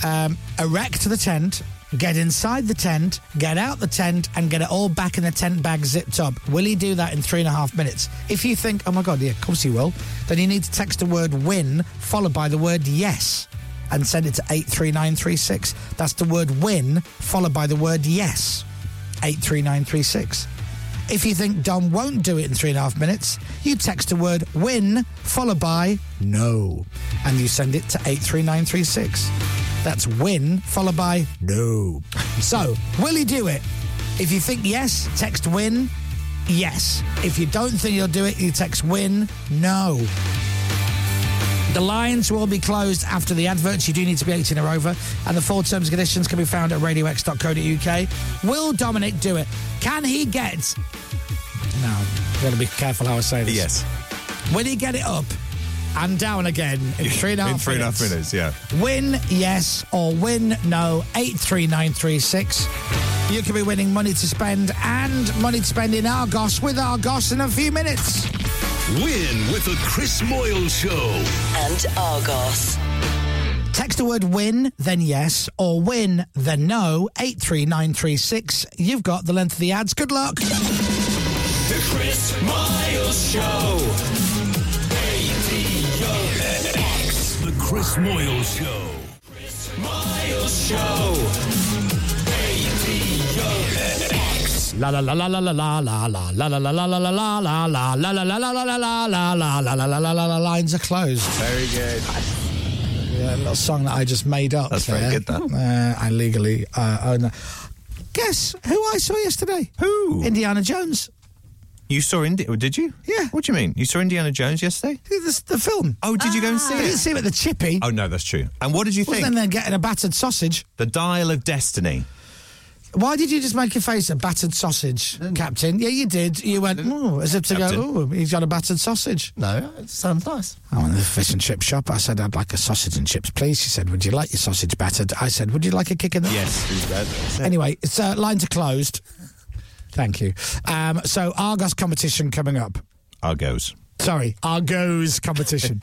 Speaker 5: um, erect the tent, get inside the tent, get out the tent, and get it all back in the tent bag zipped up. Will he do that in three and a half minutes? If you think, oh my God, yeah, of course he will, then you need to text the word win followed by the word yes and send it to 83936. That's the word win followed by the word yes. 83936. If you think Dom won't do it in three and a half minutes, you text the word win followed by no and you send it to 83936. That's win followed by no. So, will he do it? If you think yes, text win, yes. If you don't think he'll do it, you text win, no. The lines will be closed after the adverts. You do need to be 18 or over. And the full terms and conditions can be found at radiox.co.uk. Will Dominic do it? Can he get. No, I've got to be careful how I say this.
Speaker 8: Yes.
Speaker 5: Will he get it up and down again in three and a half
Speaker 8: in three and a half minutes, yeah.
Speaker 5: Win yes or win no 83936. You could be winning money to spend and money to spend in Argos with Argos in a few minutes.
Speaker 1: Win with the Chris Moyle Show.
Speaker 2: and Argos.
Speaker 5: Text the word win, then yes, or win, then no 83936. You've got the length of the ads. Good luck.
Speaker 19: The Chris Miles Show. Radio X.
Speaker 1: The Chris Moyle Show.
Speaker 19: Miles Show. Radio X.
Speaker 5: La la la la la la la la la la la la la la la la la la la la la la la la la la la la la la la la lines are closed.
Speaker 8: Very good.
Speaker 5: Yeah, a little song that I just made up.
Speaker 8: That's very
Speaker 5: there.
Speaker 8: good, that.
Speaker 5: Uh, I legally uh, own that. Guess who I saw yesterday?
Speaker 8: Who?
Speaker 5: Indiana Jones.
Speaker 8: You saw Indi- oh, Did you?
Speaker 5: Yeah.
Speaker 8: What do you mean? You saw Indiana Jones yesterday?
Speaker 5: The, the film.
Speaker 8: Oh, did you go and see
Speaker 5: I
Speaker 8: it?
Speaker 5: didn't see him at the Chippy.
Speaker 8: Oh no, that's true. And what did you
Speaker 5: Wasn't
Speaker 8: think?
Speaker 5: then getting a battered sausage.
Speaker 8: The Dial of Destiny.
Speaker 5: Why did you just make your face a battered sausage, Captain? Yeah, you did. You went, oh, as if to
Speaker 8: Captain.
Speaker 5: go, oh, he's got a battered sausage.
Speaker 23: No, it sounds nice.
Speaker 5: I went to the fish and chip shop. I said, I'd like a sausage and chips, please. She said, Would you like your sausage battered? I said, Would you like a kick in the.
Speaker 8: Yes.
Speaker 5: Anyway, it's, uh, lines are closed. Thank you. Um, so, Argos competition coming up.
Speaker 8: Argos.
Speaker 5: Sorry, Argos competition.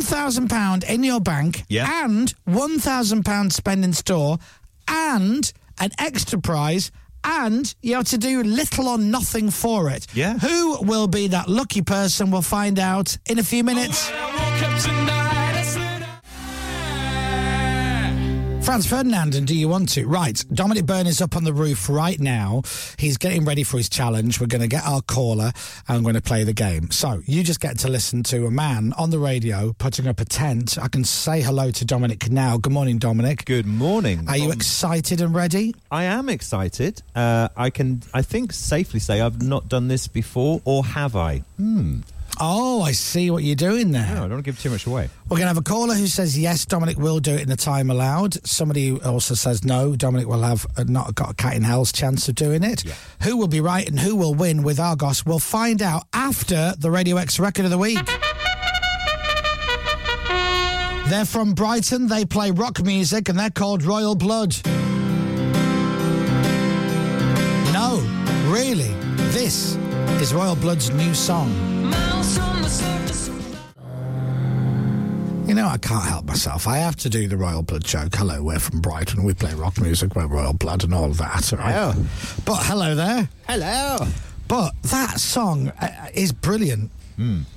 Speaker 5: £1,000 in your bank and £1,000 spend in store and an extra prize and you have to do little or nothing for it. Yeah. Who will be that lucky person? We'll find out in a few minutes. Franz Ferdinand, and do you want to? Right, Dominic Byrne is up on the roof right now. He's getting ready for his challenge. We're going to get our caller and I'm going to play the game. So you just get to listen to a man on the radio putting up a tent. I can say hello to Dominic now. Good morning, Dominic.
Speaker 8: Good morning.
Speaker 5: Are you excited and ready?
Speaker 8: I am excited. Uh, I can, I think, safely say I've not done this before, or have I? Hmm.
Speaker 5: Oh, I see what you're doing there.
Speaker 8: No, I don't want to give too much away.
Speaker 5: We're going to have a caller who says yes, Dominic will do it in the time allowed. Somebody who also says no, Dominic will have a, not got a cat in hell's chance of doing it. Who will be right and who will win with Argos? We'll find out after the Radio X record of the week. They're from Brighton. They play rock music and they're called Royal Blood. No, really. This is Royal Blood's new song. You know, I can't help myself. I have to do the Royal Blood joke. Hello, we're from Brighton. We play rock music. We're Royal Blood and all of that. all Right? But hello there.
Speaker 23: Hello.
Speaker 5: But that song uh, is brilliant.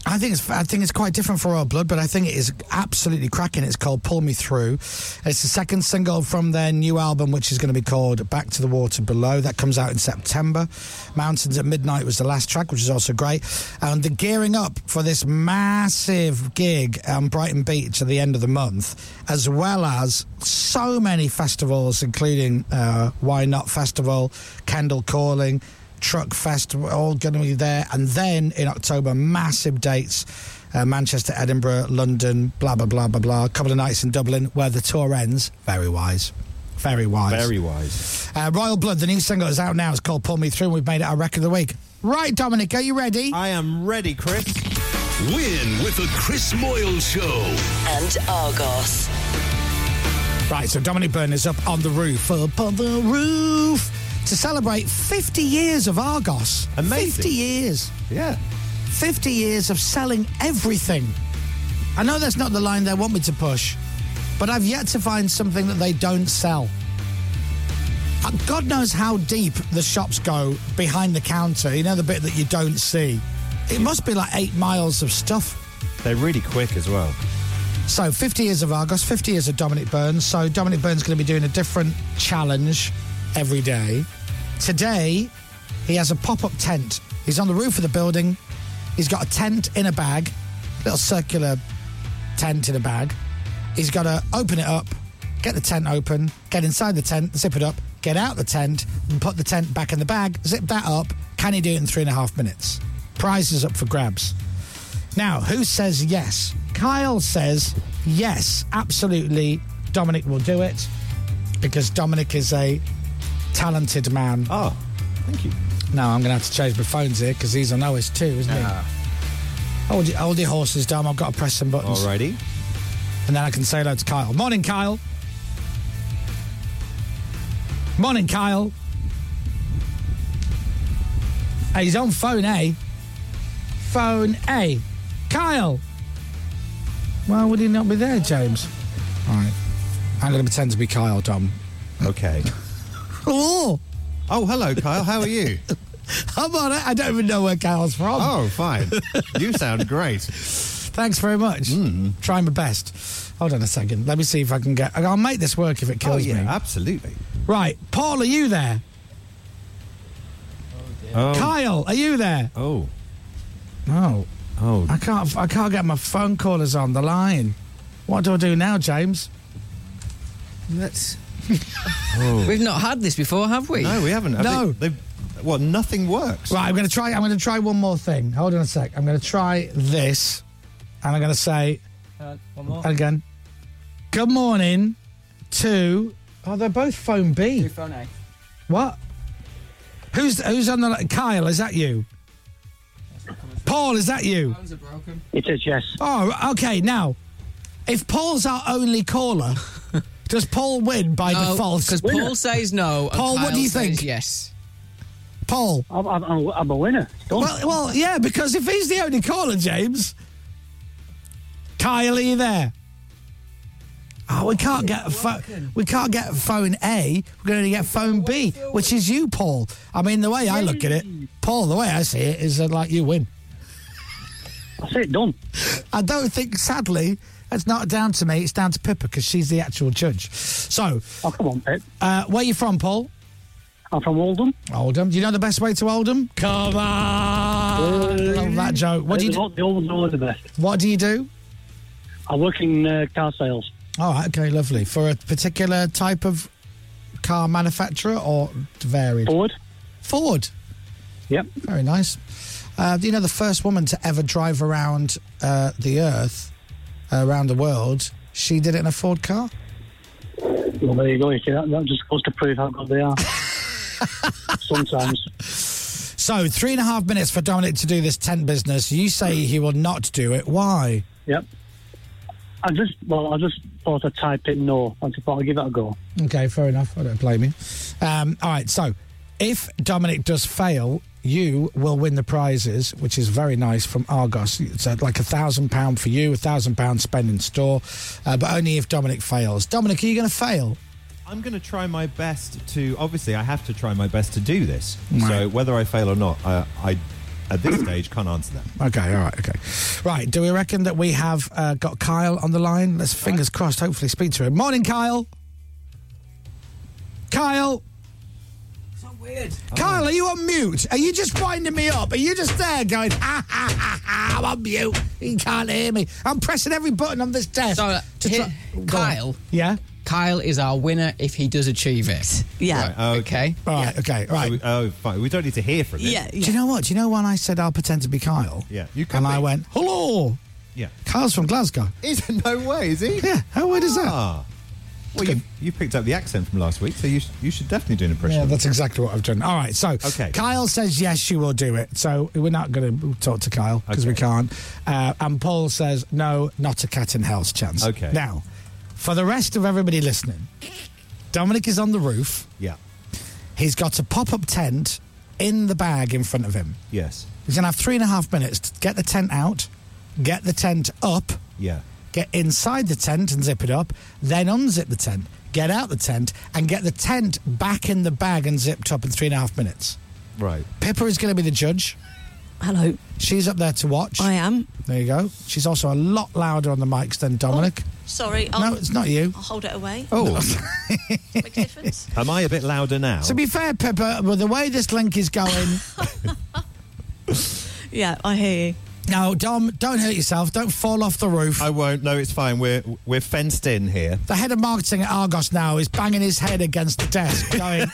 Speaker 5: I think it's I think it's quite different for Royal Blood, but I think it is absolutely cracking. It's called "Pull Me Through." It's the second single from their new album, which is going to be called "Back to the Water Below." That comes out in September. "Mountains at Midnight" was the last track, which is also great. And they're gearing up for this massive gig on Brighton Beach at the end of the month, as well as so many festivals, including uh, Why Not Festival, Kendall Calling. Truck Fest, we're all going to be there. And then in October, massive dates uh, Manchester, Edinburgh, London, blah, blah, blah, blah, blah. A couple of nights in Dublin where the tour ends. Very wise. Very wise.
Speaker 8: Very wise.
Speaker 5: Uh, Royal Blood, the new single is out now. It's called Pull Me Through, and we've made it our record of the week. Right, Dominic, are you ready?
Speaker 8: I am ready, Chris.
Speaker 1: Win with the Chris Moyle Show.
Speaker 2: And Argos.
Speaker 5: Right, so Dominic Byrne is up on the roof, up on the roof, to celebrate 50 years of Argos.
Speaker 8: Amazing.
Speaker 5: 50 years.
Speaker 8: Yeah.
Speaker 5: 50 years of selling everything. I know that's not the line they want me to push, But I've yet to find something that they don't sell. Uh, God knows how deep the shops go behind the counter. You know the bit that you don't see. It must be like eight miles of stuff.
Speaker 8: They're really quick as well.
Speaker 5: So 50 years of Argos, 50 years of Dominic Burns. So Dominic Burns going to be doing a different challenge every day. Today, he has a pop-up tent. He's on the roof of the building. He's got a tent in a bag, little circular tent in a bag. He's got to open it up, get the tent open, get inside the tent, zip it up, get out the tent, and put the tent back in the bag, zip that up. Can he do it in three and a half minutes? Prize is up for grabs. Now, who says yes? Kyle says yes, absolutely. Dominic will do it because Dominic is a talented man.
Speaker 8: Oh, thank you.
Speaker 5: No, I'm going to have to change my phones here because he's on OS2, isn't
Speaker 8: Ah.
Speaker 5: he? Hold your, hold your horses, Dom. I've got to press some buttons.
Speaker 8: Alrighty.
Speaker 5: And then I can say hello to Kyle. Morning, Kyle. Morning, Kyle. Hey, he's on phone A. Phone A. Kyle. Why would he not be there, James? All right. I'm going to pretend to be Kyle, Dom.
Speaker 8: Okay.
Speaker 5: Oh.
Speaker 8: Oh, hello, Kyle. How are you?
Speaker 5: I'm all right. I don't even know where Kyle's from.
Speaker 8: Oh, fine. you sound great. Hmm.
Speaker 5: Thanks very much. Trying my best. Hold on a second. Let me see if I can get. I'll make this work if it kills
Speaker 8: oh, yeah,
Speaker 5: me.
Speaker 8: absolutely.
Speaker 5: Right, Paul, are you there? Kyle, are you there?
Speaker 8: Oh.
Speaker 5: No.
Speaker 8: Oh.
Speaker 5: I can't. I can't get my phone callers on the line. What do I do now, James?
Speaker 9: That's.
Speaker 8: Oh.
Speaker 9: We've not had this before, have we?
Speaker 8: No, we haven't. I
Speaker 5: No.
Speaker 8: think They've, well, nothing works.
Speaker 5: Right, I'm going to try. I'm going to try one more thing. Hold on a sec. I'm going to try this, and I'm going to say
Speaker 9: one more.
Speaker 5: again. Good morning to. Oh, they're both phone B.
Speaker 9: phone A.
Speaker 5: What? Who's who's on the li- Kyle? Is that you? Paul, is that you?
Speaker 9: Phones are broken.
Speaker 5: It is yes. Oh, okay. Now, if Paul's our only caller, does Paul win by default?
Speaker 9: because Paul says no. and
Speaker 5: Paul, what
Speaker 9: Kyle
Speaker 5: do you
Speaker 9: says
Speaker 5: think?
Speaker 9: Yes.
Speaker 5: Paul.
Speaker 17: I'm, I'm, I'm a winner. Done.
Speaker 5: Well, well, yeah, because if he's the only caller, James, Kyle, are you there? Oh, we can't get a pho- we can't get phone A. We're going to get phone B, which is you, Paul. I mean, the way I look at it, Paul, the way I see it is that like you win.
Speaker 17: That's it, done.
Speaker 5: I don't think, sadly, it's not down to me. It's down to Pippa because she's the actual judge. So,
Speaker 17: Oh, come on, Pip.
Speaker 5: uh, where you from, Paul?
Speaker 17: I'm from Oldham.
Speaker 5: Oldham. Do you know the best way to Oldham? Come on, love that joke. What do you do?
Speaker 17: The Oldham's always the best.
Speaker 5: What do you do?
Speaker 17: I work in uh, car sales.
Speaker 5: All right, Oh, okay, lovely. For a particular type of car manufacturer or varied?
Speaker 17: Ford.
Speaker 5: Ford.
Speaker 17: Yep.
Speaker 5: Very nice. Uh, do you know the first woman to ever drive around uh, the Earth, uh, around the world? She did it in a Ford car.
Speaker 17: Well, there you go. You see, that, that just goes to prove how good they are. Sometimes.
Speaker 5: So three and a half minutes for Dominic to do this tent business. You say he will not do it. Why?
Speaker 17: Yep. I just, well, I just thought I'd type in no. I just thought I'd give that a go.
Speaker 5: Okay, fair enough. I don't blame you. Um, all right, so if Dominic does fail, you will win the prizes, which is very nice from Argos. It's uh, like a thousand pound for you, a thousand pound spend in store, uh, but only if Dominic fails. Dominic, are you going to fail?
Speaker 8: I'm going to try my best to. Obviously, I have to try my best to do this. So whether I fail or not, I, I at this stage can't answer that.
Speaker 5: Okay, all right, okay. Right, do we reckon that we have uh, got Kyle on the line? Let's fingers crossed, hopefully speak to him. Morning, Kyle. Kyle.
Speaker 9: So weird.
Speaker 5: Kyle, are Oh. you on mute? Are you just winding me up? Are you just there going, ha ha ha ha, I'm on mute. He can't hear me. I'm pressing every button on this desk.
Speaker 9: So, uh,
Speaker 5: to
Speaker 9: here-
Speaker 5: try- Go on.
Speaker 9: Kyle.
Speaker 5: Yeah?
Speaker 9: Kyle is our winner if he does achieve it.
Speaker 3: Yeah.
Speaker 8: Right,
Speaker 9: Okay.
Speaker 5: All right, okay, all right.
Speaker 8: So we- oh, fine. We don't need to hear from it.
Speaker 3: Yeah.
Speaker 5: Do you know what? Do you know when I said I'll pretend to be Kyle?
Speaker 8: Yeah, you can
Speaker 5: And
Speaker 8: be.
Speaker 5: I went, hello.
Speaker 8: Yeah.
Speaker 5: Kyle's from Glasgow.
Speaker 8: Is no way, is he?
Speaker 5: Yeah, how weird is that?
Speaker 8: Ah. Well, you, you picked up the accent from last week, so you, sh- you should definitely do an impression.
Speaker 5: Yeah, that's exactly what I've done. All right, so
Speaker 8: Okay.
Speaker 5: Kyle says yes, she will do it. So we're not going to talk to Kyle because we
Speaker 8: Okay.
Speaker 5: can't. Uh, and Paul says no, not a cat in hell's chance.
Speaker 8: Okay.
Speaker 5: Now, for the rest of everybody listening, Dominic is on the roof.
Speaker 8: yeah.
Speaker 5: He's got a pop-up tent in the bag in front of him.
Speaker 8: Yes.
Speaker 5: He's going to have three and a half minutes to get the tent out, get the tent up,
Speaker 8: Yeah.
Speaker 5: get inside the tent and zip it up, then unzip the tent, get out the tent, and get the tent back in the bag and zipped up in three and a half minutes.
Speaker 8: Right.
Speaker 5: Pippa is going to be the judge.
Speaker 3: Hello.
Speaker 5: She's up there to watch. I
Speaker 3: am.
Speaker 5: There you go. She's also a lot louder on the mics than Dominic.
Speaker 3: Sorry.
Speaker 5: No, it's not you.
Speaker 3: I'll hold it away.
Speaker 5: Oh.
Speaker 8: Am I a bit louder now?
Speaker 5: To be fair, Pippa, with the way this link is going,
Speaker 3: yeah, I hear you.
Speaker 5: No, Dom, don't hurt yourself. Don't fall off the roof.
Speaker 8: I won't. No, it's fine. We're we're fenced in here.
Speaker 5: the head of marketing at Argos now is banging his head against the desk, going,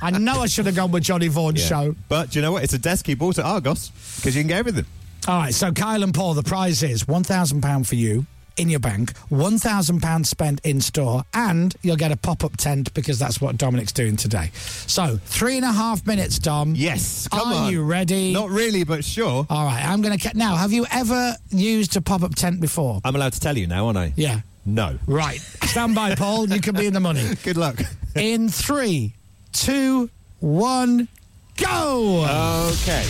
Speaker 5: I know I should have gone with Johnny Vaughan's
Speaker 8: Yeah.
Speaker 5: show.
Speaker 8: But do you know what? It's a desk he bought at Argos because you can get everything.
Speaker 5: All right, so Kyle and Paul, the prize is £1,000 for you in your bank, £1,000 spent in store, and you'll get a pop up tent because that's what Dominic's doing today. So, three and a half minutes, Dom. Yes,
Speaker 8: come
Speaker 5: Are
Speaker 8: on.
Speaker 5: you ready?
Speaker 8: Not really, but sure.
Speaker 5: All right, I'm going to. Ca- now, have you ever used a pop up tent before?
Speaker 8: I'm allowed to tell you now, aren't I?
Speaker 5: Yeah.
Speaker 8: No.
Speaker 5: Right. Stand by, Paul. You can be in the money.
Speaker 8: Good luck.
Speaker 5: in three, two, one, go.
Speaker 8: Okay.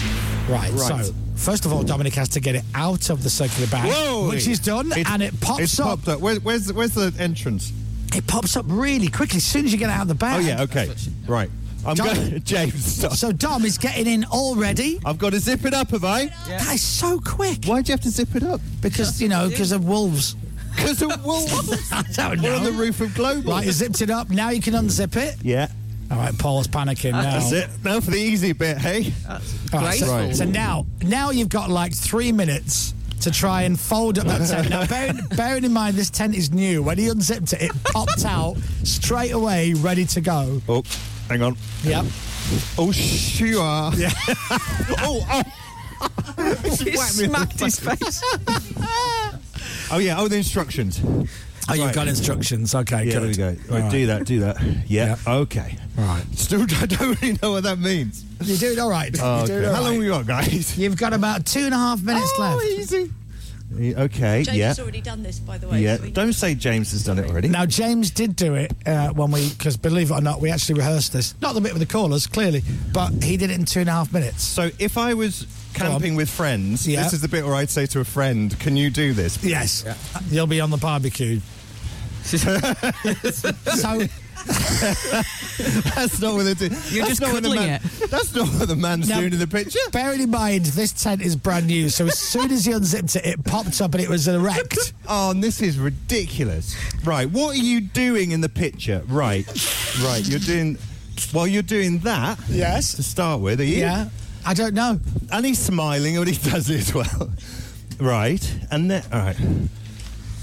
Speaker 5: Right.
Speaker 8: Right.
Speaker 5: So, first of all, Dominic has to get it out of the circular bag,
Speaker 8: Whoa!
Speaker 5: which he's done,
Speaker 8: It's-
Speaker 5: and it pops
Speaker 8: it's
Speaker 5: up.
Speaker 8: popped up. Where, where's where's the entrance?
Speaker 5: It pops up really quickly as soon as you get it out of the bag.
Speaker 8: Oh yeah. Okay. Right. I'm
Speaker 5: Dom-
Speaker 8: going. James, stop.
Speaker 5: So Dom is getting in already.
Speaker 8: I've got to zip it up, have I?
Speaker 5: That is so quick.
Speaker 8: Why'd you have to zip it up?
Speaker 5: Because you know, because of wolves.
Speaker 8: Because of wolves.
Speaker 5: I don't know.
Speaker 8: We're on the roof of Global.
Speaker 5: Right, you zipped it up. Now you can unzip it.
Speaker 8: Yeah.
Speaker 5: All right, Paul's panicking now.
Speaker 8: That's it. Now for the easy bit, hey?
Speaker 5: All right, so,
Speaker 8: Right.
Speaker 5: so now, now you've got like three minutes to try and fold up that tent. Now, bearing, bearing in mind this tent is new, when he unzipped it, it popped out straight away, ready to go.
Speaker 8: Oh, hang on.
Speaker 5: Yep.
Speaker 8: Oh, sure. Yeah. oh, oh.
Speaker 21: You smacked his
Speaker 8: face. oh, yeah. Oh, the instructions.
Speaker 5: Oh, you've got instructions. Okay,
Speaker 8: yeah,
Speaker 5: good.
Speaker 8: There we go. Right,
Speaker 5: All
Speaker 8: Do
Speaker 5: right.
Speaker 8: that, do that. Yeah, okay.
Speaker 5: Right.
Speaker 8: Still, I don't really know what that means.
Speaker 5: You're doing all right.
Speaker 8: Oh,
Speaker 5: You're doing
Speaker 8: okay.
Speaker 5: all
Speaker 8: How long
Speaker 5: right.
Speaker 8: we got, guys? Oh,
Speaker 5: You've got about two and a half minutes left.
Speaker 8: easy. Okay,
Speaker 3: James
Speaker 8: yeah.
Speaker 3: has already done this, by the way.
Speaker 8: yeah.
Speaker 3: so we-
Speaker 8: Don't say James has done it already.
Speaker 5: Now, James did do it uh, when we, because believe it or not, we actually rehearsed this. Not the bit with the callers, clearly, but he did it in two and a half minutes.
Speaker 8: So if I was camping with friends,
Speaker 5: Yeah.
Speaker 8: this is the bit where I'd say to a friend, "Can you do this?" please?"
Speaker 5: Yes. Uh, You'll be on the barbecue. so
Speaker 8: that's not what they do.
Speaker 5: You're
Speaker 8: that's
Speaker 5: just
Speaker 8: not what the
Speaker 5: cuddling
Speaker 8: man, That's not what the man's
Speaker 5: Now,
Speaker 8: doing in the picture.
Speaker 5: Bearing in mind, this tent is brand new, so as soon as he unzipped it, it popped up and it was erect.
Speaker 8: Oh, and this is ridiculous. Right, what are you doing in the picture? Right, right, you're doing. Well, you're doing that.
Speaker 5: Yes.
Speaker 8: To start with, are you?
Speaker 5: Yeah. I don't know.
Speaker 8: And he's smiling when he does it as well. Right, and then all right.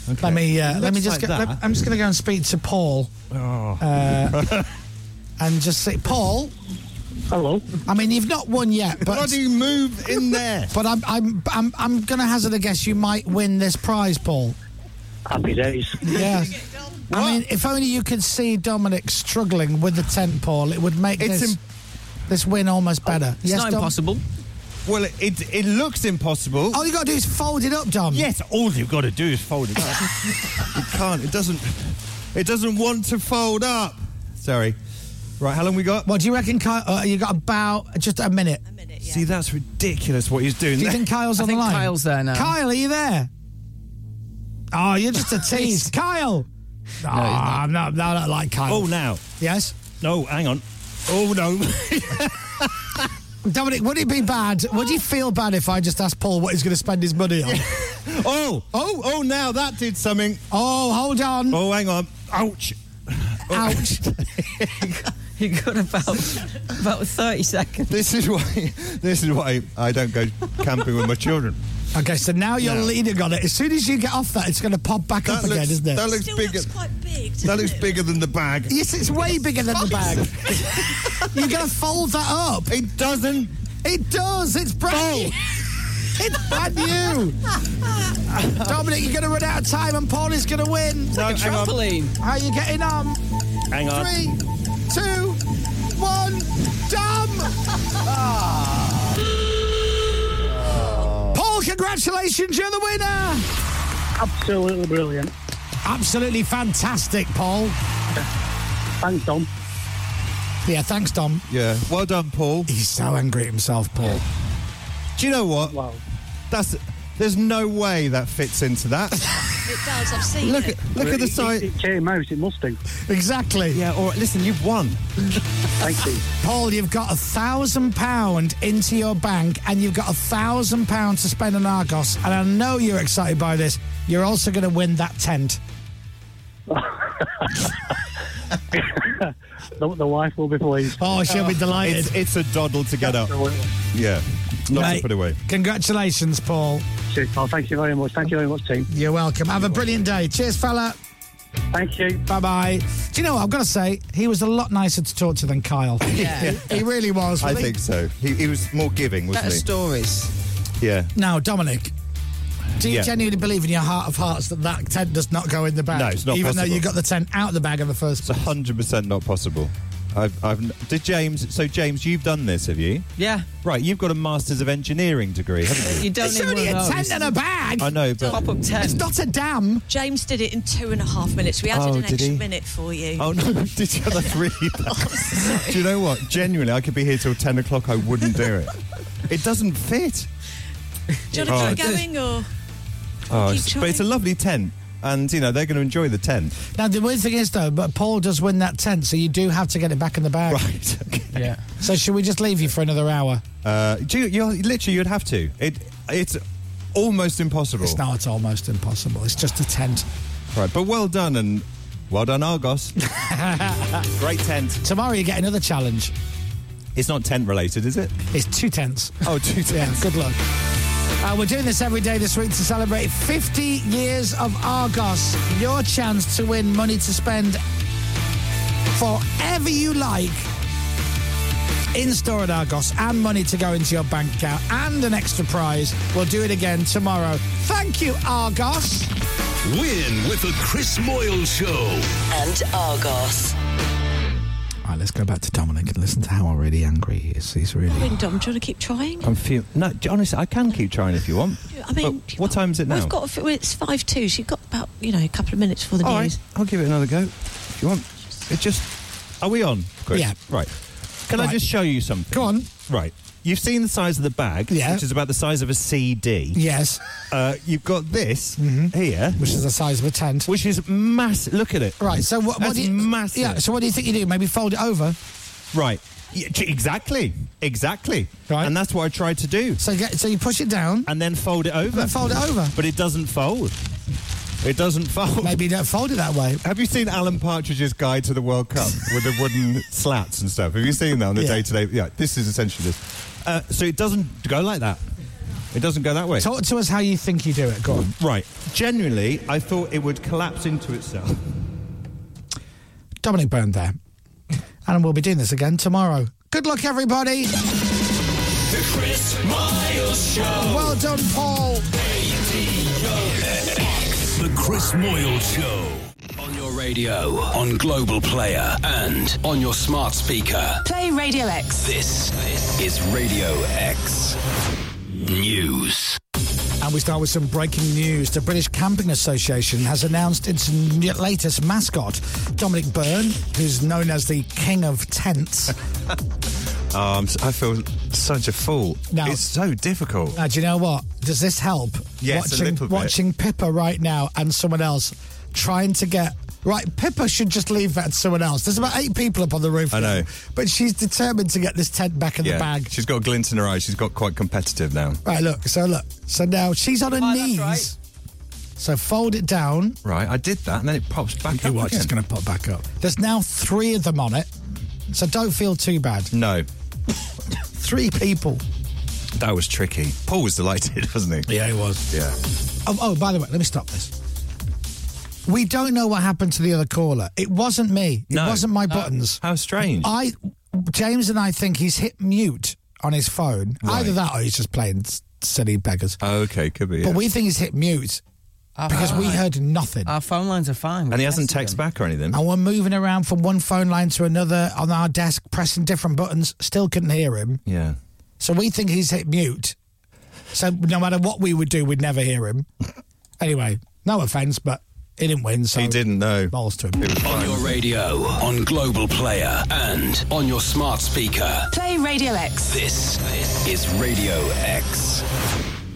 Speaker 8: Okay.
Speaker 5: Let me. Uh,
Speaker 8: It
Speaker 5: let me
Speaker 8: looks like
Speaker 5: just. go,
Speaker 8: that. Oh.
Speaker 5: let- I'm just going to go and speak to Paul. Uh, and just say, Paul.
Speaker 17: Hello.
Speaker 5: I mean, you've not won yet, but
Speaker 8: Bloody move in there.
Speaker 5: but I'm I'm I'm, I'm going to hazard a guess. You might win this prize, Paul.
Speaker 17: Happy days.
Speaker 5: Yeah. I mean, if only you could see Dominic struggling with the tent, Paul, it would make
Speaker 8: It's
Speaker 5: this
Speaker 8: im-
Speaker 5: this win almost better.
Speaker 7: It's not
Speaker 5: Dom?
Speaker 7: impossible.
Speaker 8: Well, it it looks impossible.
Speaker 5: All you got to do is fold it up, Dom.
Speaker 8: Yes, all you've got to do is fold it up. it can't. It doesn't. It doesn't want to fold up. Sorry. Right, how long we got?
Speaker 5: What do you reckon, Kyle? Uh, you got about just a minute.
Speaker 8: See, that's ridiculous what he's doing.
Speaker 5: Do you
Speaker 8: there.
Speaker 5: think Kyle's
Speaker 7: I
Speaker 5: on
Speaker 7: think
Speaker 5: the line?
Speaker 7: Kyle's there now.
Speaker 5: Kyle, are you there? Oh, you're just a tease, Kyle. No, I'm not. No, I don't like Kyle.
Speaker 8: Oh, now.
Speaker 5: Yes,
Speaker 8: No, hang on. Oh no.
Speaker 5: Dominic. Would it be bad? Would you feel bad if I just asked Paul what he's going to spend his money on?
Speaker 8: oh, oh, oh! Now that did something.
Speaker 5: oh, hold on.
Speaker 8: Oh, hang on. Ouch.
Speaker 5: Ouch.
Speaker 9: You got about about thirty seconds.
Speaker 8: This is why. This is why I don't go camping with my children.
Speaker 5: Okay, so now you're
Speaker 8: Yeah.
Speaker 5: leaning on it. As soon as you get off that, it's going to pop back up
Speaker 8: That
Speaker 5: again,
Speaker 8: looks,
Speaker 5: isn't it?
Speaker 8: that looks
Speaker 3: Still
Speaker 8: bigger.
Speaker 3: looks quite big. doesn't
Speaker 8: that looks
Speaker 3: it?
Speaker 8: bigger than the bag.
Speaker 5: yes, it's way bigger than the bag. you're going to fold that up.
Speaker 8: It doesn't.
Speaker 5: It does. It's brand new. It's brand new. Dominic, you're going to run out of time and Paul is going to win.
Speaker 8: No, hang on.
Speaker 7: Trampoline.
Speaker 5: How are you getting on?
Speaker 8: Hang on.
Speaker 5: Three, two, one, dumb. Paul, congratulations. You're the winner.
Speaker 17: Absolutely brilliant.
Speaker 5: Absolutely fantastic, Paul.
Speaker 17: Thanks, Dom.
Speaker 5: Yeah, thanks, Dom.
Speaker 8: Yeah. Well done, Paul.
Speaker 5: He's so angry at himself, Paul.
Speaker 8: Do you know what?
Speaker 17: Wow.
Speaker 8: That's There's no way that fits into that.
Speaker 3: It does. I've seen
Speaker 8: Look
Speaker 3: it.
Speaker 8: Look at the side.
Speaker 17: It came out, it must do.
Speaker 5: Exactly.
Speaker 8: Yeah, or listen, you've won.
Speaker 17: Thank you.
Speaker 5: Paul, you've got a thousand pound into your bank and you've got a thousand pounds to spend on Argos. And I know you're excited by this. You're also going to win that tent.
Speaker 17: The, the wife will be pleased.
Speaker 5: Oh, she'll be delighted.
Speaker 8: It's, it's a doddle to get up. Yeah. Not to
Speaker 5: Mate,
Speaker 8: put away.
Speaker 5: Congratulations, Paul.
Speaker 17: Cheers, Paul. Thank you very much. Thank you very much, team.
Speaker 5: You're welcome. Have a brilliant day. Cheers, fella.
Speaker 17: Thank you.
Speaker 5: Bye bye. Do you know what? I've got to say, he was a lot nicer to talk to than Kyle.
Speaker 8: Yeah.
Speaker 5: he really was.
Speaker 8: I
Speaker 5: Well, he-
Speaker 8: think so. He, he was more giving, wasn't he?
Speaker 5: stories.
Speaker 8: Yeah.
Speaker 5: Now, Dominic, do you
Speaker 8: Yeah.
Speaker 5: genuinely believe in your heart of hearts that that tent does not go in the bag?
Speaker 8: No, it's not
Speaker 5: Even though
Speaker 8: possible.
Speaker 5: you got the tent out of the bag in the first place.
Speaker 8: It's hundred percent not possible. I've, I've, n- did James? So James, you've done this, have you?
Speaker 9: Yeah.
Speaker 8: Right, you've got a Masters of Engineering degree, haven't you?
Speaker 9: You don't
Speaker 5: It's
Speaker 9: need
Speaker 5: only
Speaker 9: one
Speaker 5: a
Speaker 9: of those.
Speaker 5: tent and a bag.
Speaker 8: I know, but
Speaker 9: Pop up tent.
Speaker 5: It's not a dam.
Speaker 3: James did it in two and a half minutes. We added
Speaker 8: Oh,
Speaker 3: an
Speaker 8: did
Speaker 3: extra
Speaker 8: he?
Speaker 3: minute for you.
Speaker 8: Oh no! Did you? That's really bad. do you know what? Genuinely, I could be here till ten o'clock. I wouldn't do it. It doesn't fit.
Speaker 3: Do you want to
Speaker 8: Oh,
Speaker 3: keep going or?
Speaker 8: Oh,
Speaker 3: Keep
Speaker 8: it's- but it's a
Speaker 3: trying.
Speaker 8: lovely tent, and you know they're going to enjoy the tent.
Speaker 5: Now, the weird thing is, though, but Paul does win that tent, so you do have to get it back in the bag.
Speaker 8: Right. Okay.
Speaker 7: Yeah.
Speaker 5: So, should we just leave you for another hour?
Speaker 8: Uh, do you, you're, literally, you'd have to. It, it's almost impossible.
Speaker 5: It's not, it's almost impossible. It's just a tent.
Speaker 8: Right, but well done and well done, Argos. Great tent.
Speaker 5: Tomorrow, you get another challenge.
Speaker 8: It's not tent related, is it?
Speaker 5: It's two tents.
Speaker 8: Oh, two tents.
Speaker 5: Yeah, good luck. Uh, we're doing this every day this week to celebrate 50 years of Argos. Your chance to win money to spend forever you like in store at Argos and money to go into your bank account and an extra prize. We'll do it again tomorrow. Thank you, Argos.
Speaker 1: Win with the Chris Moyle Show.
Speaker 2: and Argos.
Speaker 5: All right, let's go back to Dominic and listen to how already angry he is. He's really.
Speaker 3: Dom, do you want to keep trying?
Speaker 8: I'm feel- No, j- honestly, I can keep trying if you want.
Speaker 3: I mean,
Speaker 8: But Oh, what time is it now?
Speaker 3: We've got a few- well, it's five two, so you've got about you know a couple of minutes for the
Speaker 8: All
Speaker 3: news.
Speaker 8: right, I'll give it another go. If you want, it just. Are we on? Chris?
Speaker 5: Yeah.
Speaker 8: Right. Can I
Speaker 5: Right.
Speaker 8: just show you something?
Speaker 5: Go on.
Speaker 8: Right. You've seen the size of the bag,
Speaker 5: Yeah.
Speaker 8: which is about the size of a CD.
Speaker 5: Yes,
Speaker 8: Uh, you've got this here,
Speaker 5: Mm-hmm. which is the size of a tent.
Speaker 8: which is massive. Look at it.
Speaker 5: Right, so what, what
Speaker 8: That's
Speaker 5: do you.
Speaker 8: massive.
Speaker 5: Yeah, so what do you think you do? Maybe fold it over?
Speaker 8: Right. Yeah, j- exactly. Exactly.
Speaker 5: Right.
Speaker 8: And that's what I tried to do.
Speaker 5: So, get, so you push it down.
Speaker 8: And then fold it over.
Speaker 5: then fold it over.
Speaker 8: But it doesn't fold. It doesn't fold.
Speaker 5: Maybe you don't fold it that way.
Speaker 8: Have you seen Alan Partridge's Guide to the World Cup with the wooden slats and stuff? Have you seen that on the
Speaker 5: Yeah.
Speaker 8: day to day? Yeah, this is essentially this. Uh, so it doesn't go like that. It doesn't go that way.
Speaker 5: Talk to us how you think you do it. Go on.
Speaker 8: right. Genuinely, I thought it would collapse into itself.
Speaker 5: Dominic Byrne there. And we'll be doing this again tomorrow. Good luck, everybody.
Speaker 11: The Chris Miles Show.
Speaker 5: Well done, Paul.
Speaker 1: The Chris Moyle Show.
Speaker 11: On your radio, on Global Player, and on your smart speaker.
Speaker 2: Play Radio X.
Speaker 11: This is Radio X News.
Speaker 5: And we start with some breaking news. The British Camping Association has announced its n- latest mascot, Dominic Byrne, who's known as the King of Tents.
Speaker 8: Um, I feel such a fool.
Speaker 5: No.
Speaker 8: It's so difficult.
Speaker 5: now, do you know what? Does this help?
Speaker 8: Yes, a
Speaker 5: watching,
Speaker 8: little bit.
Speaker 5: watching Pippa right now and someone else trying to get. Right, Pippa should just leave that to someone else. There's about eight people up on the roof.
Speaker 8: I
Speaker 5: now,
Speaker 8: know.
Speaker 5: But she's determined to get this tent back in the bag.
Speaker 8: She's got a glint in her eye. She's got quite competitive now.
Speaker 5: Right, look. So look. So now she's on her
Speaker 9: Oh, that's
Speaker 5: knees.
Speaker 9: right.
Speaker 5: So fold it down.
Speaker 8: Right, I did that, and then it pops back up again.
Speaker 5: to pop back up. There's now three of them on it. So don't feel too bad.
Speaker 8: No,
Speaker 5: Three people.
Speaker 8: that was tricky. Paul was delighted, wasn't he?
Speaker 5: it was.
Speaker 8: Yeah.
Speaker 5: Oh, oh, by the way, let me stop this. We don't know what happened to the other caller. It wasn't me. It
Speaker 8: No. Uh,
Speaker 5: wasn't my buttons.
Speaker 8: How strange.
Speaker 5: I, James and I think he's hit mute on his phone.
Speaker 8: Right.
Speaker 5: Either that or he's just playing s- silly beggars.
Speaker 8: okay, could be. yeah.
Speaker 5: But we think he's hit mute
Speaker 9: Our
Speaker 5: because
Speaker 9: phone
Speaker 5: we
Speaker 9: line-
Speaker 5: heard nothing.
Speaker 9: Our phone lines are fine.
Speaker 8: and he hasn't texted back or anything.
Speaker 5: and we're moving around from one phone line to another on our desk, pressing different buttons. Still couldn't hear him.
Speaker 8: Yeah.
Speaker 5: So we think he's hit mute. So no matter what we would do, we'd never hear him. Anyway, no offence, but he didn't win. So
Speaker 8: He didn't know.
Speaker 5: Balls to him.
Speaker 11: On your radio, on Global Player, and on your smart speaker.
Speaker 2: Play Radio X.
Speaker 11: This is Radio X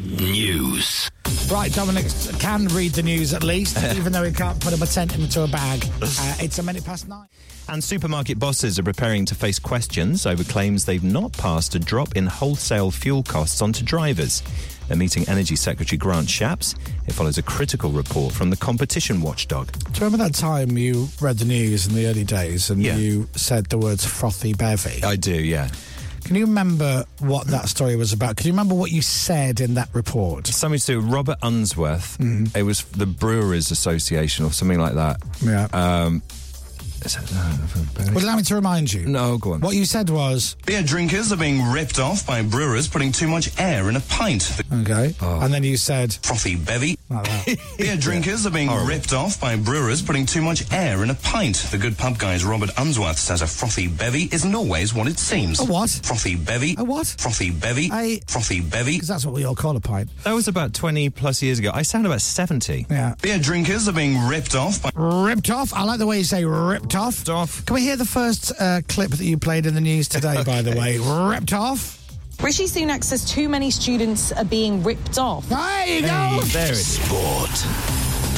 Speaker 11: News.
Speaker 5: Right, Dominic can read the news at least, even though he can't put a tent into a bag. Uh, it's a minute past nine.
Speaker 8: And supermarket bosses are preparing to face questions over claims they've not passed a drop in wholesale fuel costs onto drivers. They're meeting Energy Secretary Grant Shapps. It follows a critical report from the competition watchdog.
Speaker 5: Do you remember that time you read the news in the early days and you said the words frothy bevy?
Speaker 8: I do, yeah.
Speaker 5: Can you remember what that story was about? Can you remember what you said in that report?
Speaker 8: Something to do with Robert Unsworth.
Speaker 5: Mm-hmm.
Speaker 8: It was the Brewers Association or something like that.
Speaker 5: Yeah.
Speaker 8: Um,
Speaker 5: Well, allow me to remind you.
Speaker 8: No, go on.
Speaker 5: What you said was.
Speaker 24: Beer drinkers are being ripped off by brewers putting too much air in a pint.
Speaker 5: Okay.
Speaker 8: Oh.
Speaker 5: And then you said.
Speaker 24: Frothy bevy. Beer drinkers are being
Speaker 5: Horrible.
Speaker 24: ripped off by brewers putting too much air in a pint. The good pub guy's Robert Unsworth says a frothy bevy isn't always what it seems.
Speaker 5: A what?
Speaker 24: Frothy bevy.
Speaker 5: A what?
Speaker 24: Frothy bevy.
Speaker 5: A-
Speaker 24: Frothy bevy.
Speaker 5: Because that's what we all call a pint.
Speaker 8: That was about 20 plus years ago. I sound about 70.
Speaker 5: Yeah.
Speaker 24: Beer drinkers are being ripped off by.
Speaker 5: Ripped off. I like the way you say ripped off. Ripped
Speaker 8: off.
Speaker 5: Can we hear the first uh, clip that you played in the news today, by the way? Ripped off.
Speaker 25: Rishi Sunak says too many students are being ripped off.
Speaker 5: There
Speaker 8: Hey,
Speaker 5: you
Speaker 8: Oh. there it is. Sport.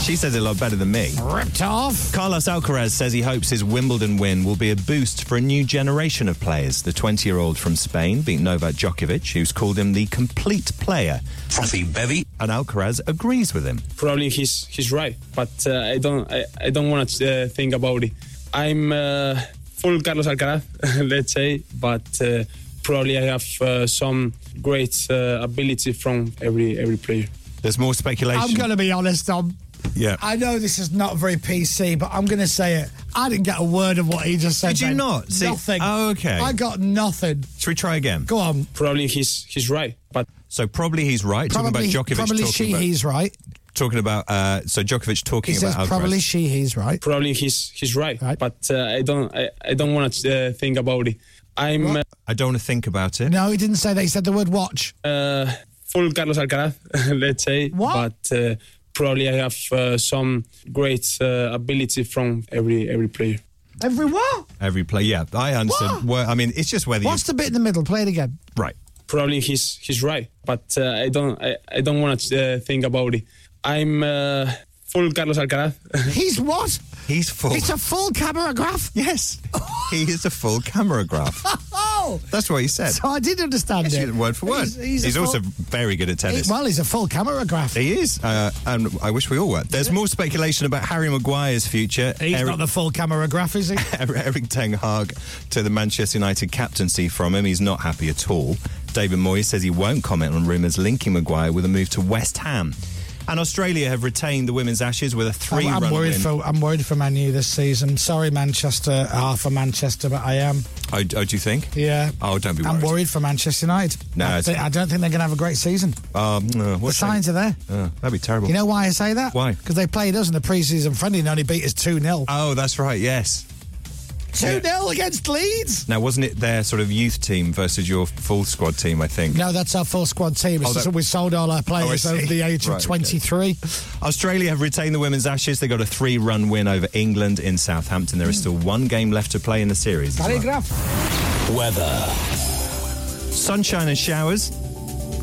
Speaker 8: She says it a lot better than me.
Speaker 5: Ripped off.
Speaker 8: Carlos Alcaraz says he hopes his Wimbledon win will be a boost for a new generation of players. The 20 year old from Spain beat Novak Djokovic, who's called him the complete player.
Speaker 24: Frothy bevy.
Speaker 8: And Alcaraz agrees with him.
Speaker 15: probably he's he's right, but uh, I don't I, I don't want to uh, think about it. I'm uh, full Carlos Alcaraz, let's say, but uh, probably I have uh, some great uh, ability from every every player.
Speaker 8: There's more speculation.
Speaker 5: I'm going to be honest, Dom.
Speaker 8: Yeah.
Speaker 5: I know this is not very PC, but I'm going to say it. I didn't get a word of what he just said.
Speaker 8: Did you
Speaker 5: then.
Speaker 8: not? See-
Speaker 5: nothing.
Speaker 8: Oh, okay.
Speaker 5: I got nothing.
Speaker 8: Should we try again?
Speaker 5: Go on.
Speaker 15: Probably he's he's right, but
Speaker 8: So probably he's right.
Speaker 5: Probably,
Speaker 8: talking about Djokovic.
Speaker 5: probably
Speaker 8: talking
Speaker 5: she,
Speaker 8: about,
Speaker 5: he's right.
Speaker 8: Talking about uh, so Djokovic
Speaker 5: He
Speaker 8: talking
Speaker 5: says
Speaker 8: about Alcaraz.
Speaker 5: probably she, he's right.
Speaker 15: probably he's he's right, but uh, I don't I, I don't want to uh, think about it. I'm uh,
Speaker 8: I don't want to think about it.
Speaker 5: No, he didn't say that. He said the word watch.
Speaker 15: uh, full Carlos Alcaraz, let's say, but uh, probably I have uh, some great uh, ability from every every player.
Speaker 5: Every what?
Speaker 8: Every play, yeah, I understand. Well, I mean, it's just whether
Speaker 5: What's the bit in the middle? Play it again.
Speaker 8: you right.
Speaker 15: probably he's he's right, but uh, I don't I, I don't want to uh, think about it. I'm uh, full Carlos Alcaraz.
Speaker 5: He's what?
Speaker 8: He's full.
Speaker 5: It's a full camera graph.
Speaker 8: Yes. he is a full camera graph.
Speaker 5: oh.
Speaker 8: That's what he said.
Speaker 5: So I did understand
Speaker 8: Yes,
Speaker 5: it.
Speaker 8: you did word for word.
Speaker 5: He's,
Speaker 8: He's,
Speaker 5: he's a full-
Speaker 8: also very good at tennis.
Speaker 5: he- well, he's a full camera graph.
Speaker 8: He is, uh, and I wish we all were. There's more speculation about Harry Maguire's future.
Speaker 5: He's not the full camera graph, is he?
Speaker 8: Eric Ten Hag to the Manchester United captaincy from him. He's not happy at all. David Moyes says he won't comment on rumours linking Maguire with a move to West Ham. And Australia have retained the women's Ashes with a
Speaker 5: I'm,
Speaker 8: three-run
Speaker 5: I'm worried
Speaker 8: win.
Speaker 5: for I'm worried for Man U this season. Sorry, Manchester, half for Manchester, but I am.
Speaker 8: oh, oh, do you think?
Speaker 5: Yeah.
Speaker 8: Oh, don't be worried.
Speaker 5: I'm worried for Manchester United.
Speaker 8: No,
Speaker 5: I,
Speaker 8: it's-
Speaker 5: thi- I don't think they're going to have a great season.
Speaker 8: Um, uh,
Speaker 5: The
Speaker 8: what
Speaker 5: signs are there.
Speaker 8: Uh, that'd be terrible.
Speaker 5: You know why I say that?
Speaker 8: Why?
Speaker 5: Because they played us in the preseason friendly and only beat us 2 0.
Speaker 8: Oh, that's right. Yes.
Speaker 5: 2 0 against Leeds?
Speaker 8: Now, wasn't it their sort of youth team versus your full squad team? I think.
Speaker 5: No, that's our full squad team. It's
Speaker 8: Oh,
Speaker 5: just
Speaker 8: that-
Speaker 5: that we sold all our players
Speaker 8: Oh, I
Speaker 5: over
Speaker 8: see.
Speaker 5: the age of
Speaker 8: Right, okay.
Speaker 5: 23.
Speaker 8: Australia have retained the women's Ashes. They got a three-run win over England in Southampton. There is still one game left to play in the series. as well. Weather. Sunshine and showers.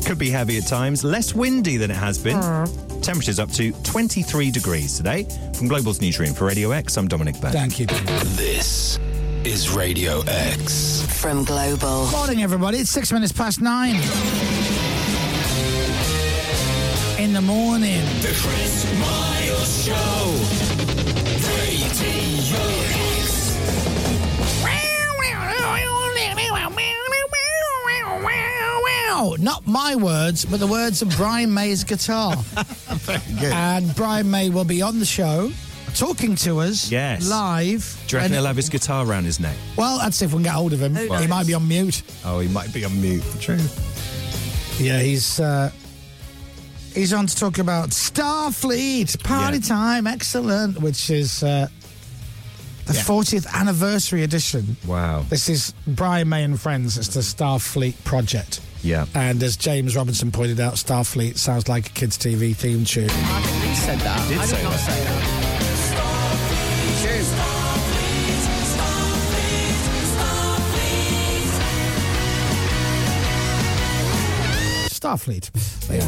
Speaker 8: Could be heavy at times. Less windy than it has been.
Speaker 5: Hmm.
Speaker 8: Temperatures up to 23 degrees today. From Global's newsroom for Radio X, I'm Dominic Byrne.
Speaker 5: Thank you.
Speaker 11: This is Radio X.
Speaker 2: From Global.
Speaker 5: Morning, everybody. It's six minutes past nine. In the morning.
Speaker 11: The Chris Miles Show. Radio X.
Speaker 5: Wow! Not my words, but the words of Brian May's guitar. And Brian May will be on the show talking to us
Speaker 8: Yes.
Speaker 5: live.
Speaker 8: Do you reckon
Speaker 5: And-
Speaker 8: he'll have his guitar round his neck?
Speaker 5: well, let's see if we can get hold of him.
Speaker 8: Who
Speaker 5: He
Speaker 8: knows?
Speaker 5: might be on mute.
Speaker 8: Oh, he might be on mute. True.
Speaker 5: Yeah, he's uh, he's on to talk about Starfleet party time, excellent, which is uh, the
Speaker 8: Yeah.
Speaker 5: 40th anniversary edition.
Speaker 8: Wow.
Speaker 5: This is Brian May and friends. It's the Starfleet project.
Speaker 8: Yeah.
Speaker 5: And as James Robinson pointed out, Starfleet sounds like a kids' TV theme tune.
Speaker 9: You said that.
Speaker 8: did
Speaker 9: I did
Speaker 8: say
Speaker 9: not
Speaker 8: that.
Speaker 9: say that.
Speaker 5: Starfleet.
Speaker 8: Yeah.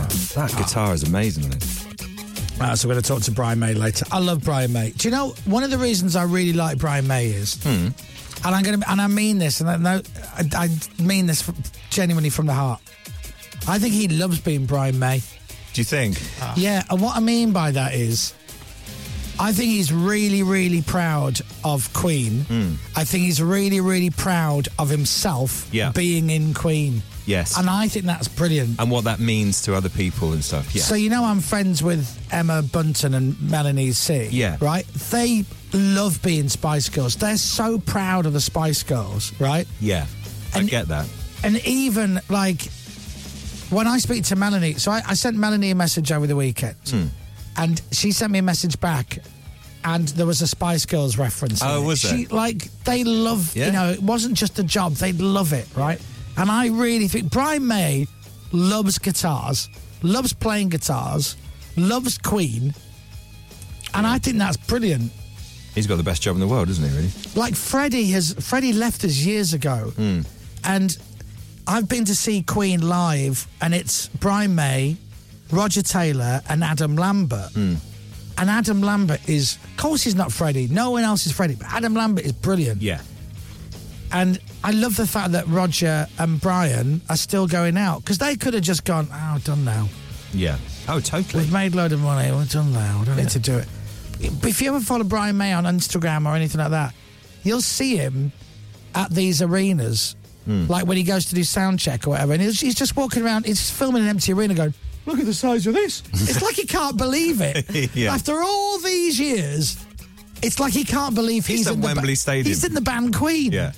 Speaker 8: That guitar is amazing, isn't it?
Speaker 5: Uh, so we're going to talk to Brian May later. I love Brian May. Do you know one of the reasons I really like Brian May is,
Speaker 8: Hmm.
Speaker 5: and I'm going to, and I mean this, and I know I, I mean this f- genuinely from the heart. I think he loves being Brian May.
Speaker 8: Do you think?
Speaker 5: Yeah, and what I mean by that is, I think he's really, really proud of Queen.
Speaker 8: Hmm.
Speaker 5: I think he's really, really proud of himself
Speaker 8: Yeah.
Speaker 5: being in Queen.
Speaker 8: Yes.
Speaker 5: And I think that's brilliant.
Speaker 8: And what that means to other people and stuff. Yeah.
Speaker 5: So you know I'm friends with Emma Bunton and Melanie C.
Speaker 8: Yeah.
Speaker 5: Right? They love being Spice Girls. They're so proud of the Spice Girls, right?
Speaker 8: yeah. I get that.
Speaker 5: And even like when I speak to Melanie, so I, I sent Melanie a message over the weekend
Speaker 8: Hmm.
Speaker 5: and she sent me a message back and there was a Spice Girls reference. in
Speaker 8: Oh,
Speaker 5: it.
Speaker 8: was
Speaker 5: she,
Speaker 8: there?
Speaker 5: Like they love, you know, it wasn't just a job; they love it, right? And I really think Brian May loves guitars, loves playing guitars, loves Queen, and I think that's brilliant.
Speaker 8: He's got the best job in the world, isn't he, really?
Speaker 5: Like Freddie has, Freddie left us years ago,
Speaker 8: Hmm.
Speaker 5: and I've been to see Queen live, and it's Brian May, Roger Taylor, and Adam Lambert.
Speaker 8: Hmm.
Speaker 5: And Adam Lambert is, of course, he's not Freddie. No one else is Freddie, but Adam Lambert is brilliant.
Speaker 8: Yeah.
Speaker 5: And I love the fact that Roger and Brian are still going out because they could have just gone, oh, done now.
Speaker 8: Yeah. Oh, totally.
Speaker 5: We've made load of money. We're done now. We don't need to do it. But if you ever follow Brian May on Instagram or anything like that, you'll see him at these arenas,
Speaker 8: Hmm.
Speaker 5: like when he goes to do sound check or whatever, and he's, he's just walking around. He's filming an empty arena, going, "Look at the size of this." it's like he can't believe it.
Speaker 8: Yeah.
Speaker 5: After all these years, it's like he can't believe he's,
Speaker 8: He's at
Speaker 5: in the ba-
Speaker 8: Wembley Stadium.
Speaker 5: He's in the band Queen.
Speaker 8: Yeah.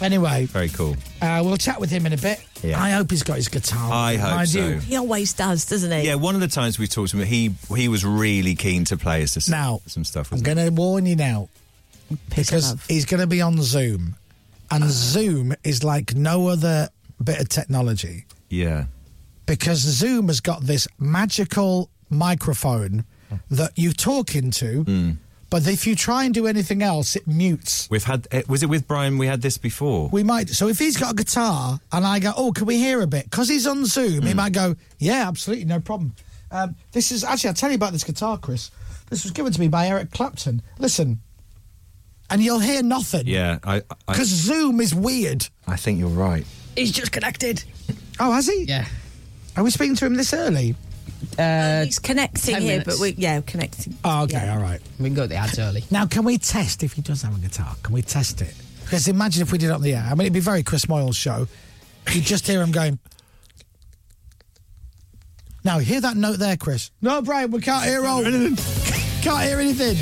Speaker 5: Anyway,
Speaker 8: Very cool.
Speaker 5: uh, we'll chat with him in a bit.
Speaker 8: Yeah.
Speaker 5: I hope he's got his guitar.
Speaker 8: I hope
Speaker 5: do.
Speaker 8: so.
Speaker 3: He always does, doesn't he?
Speaker 8: Yeah, one of the times we talked to him, he he was really keen to play us this,
Speaker 5: Now,
Speaker 8: some stuff.
Speaker 5: I'm
Speaker 8: wasn't he?
Speaker 5: going to warn you now because he's going to be on Zoom, and Zoom is like no other bit of technology
Speaker 8: Yeah.
Speaker 5: because Zoom has got this magical microphone that you talk into, but if you try and do anything else, it mutes.
Speaker 8: We've had, eh, was it with Brian we had this before?
Speaker 5: We might. So if he's got a guitar and I go, oh, can we hear a bit? Because he's on Zoom,
Speaker 8: Hmm.
Speaker 5: he might go, yeah, absolutely, no problem. Um, this is actually, I'll tell you about this guitar, Chris. This was given to me by Eric Clapton. Listen, and you'll hear nothing.
Speaker 8: Yeah, I, I,
Speaker 5: Because Zoom is weird.
Speaker 8: I think you're right.
Speaker 5: He's just connected. Oh, has he? Yeah. Are we speaking to him this early?
Speaker 3: Uh, he's connecting here, but we yeah connecting.
Speaker 5: Oh, okay, all right.
Speaker 7: We can go to the ads early.
Speaker 5: Now, can we test if he does have a guitar? Can we test it? Because imagine if we did it on the air. I mean, it'd be very Chris Moyle's show. You'd just hear him going. Now, hear that note there, Chris. No, Brian, we can't hear all. can't hear anything.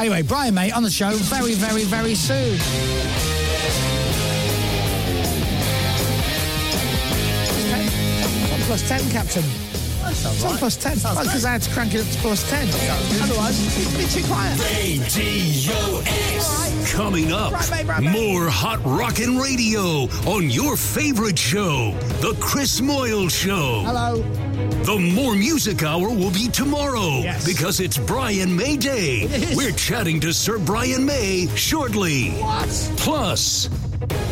Speaker 5: Anyway, Brian, mate, on the show very, very, very soon. One plus ten, Captain. It's on plus ten. That's because I had to crank it up to plus ten. Otherwise, it'd be too quiet.
Speaker 1: Radio X. Coming up,
Speaker 5: Right, mate, right, mate.
Speaker 1: more hot rockin' radio on your favorite show, The Chris Moyle Show.
Speaker 5: Hello.
Speaker 1: The More Music Hour will be tomorrow because it's Brian May Day. We're chatting to Sir Brian May shortly. What? Plus,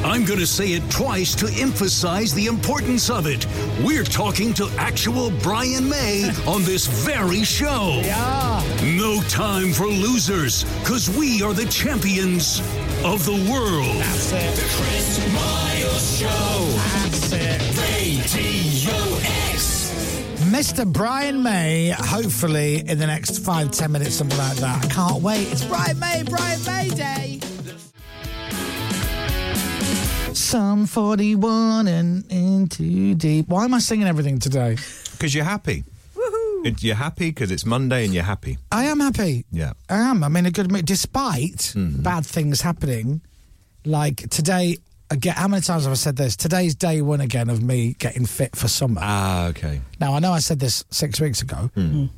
Speaker 1: I'm going to say it twice to emphasize the importance of it. We're talking to actual Brian May on this very show. No time for losers because we are the champions of the world. That's
Speaker 5: it.
Speaker 1: The Chris Miles Show.
Speaker 5: That's it.
Speaker 1: Radio X.
Speaker 5: Mr. Brian May, hopefully in the next five, ten minutes, something like that. I can't wait. It's Brian May, Brian May Day. Psalm 41 and into deep. Why am I singing everything today?
Speaker 8: Because you're happy. Woohoo! You're happy because it's Monday and you're happy.
Speaker 5: I am happy.
Speaker 8: Yeah.
Speaker 5: I am. I'm in a good mood, despite bad things happening. Like today, again, how many times have I said this? Today's day one again of me getting fit for summer.
Speaker 8: Ah, okay.
Speaker 5: Now I know I said this six weeks ago,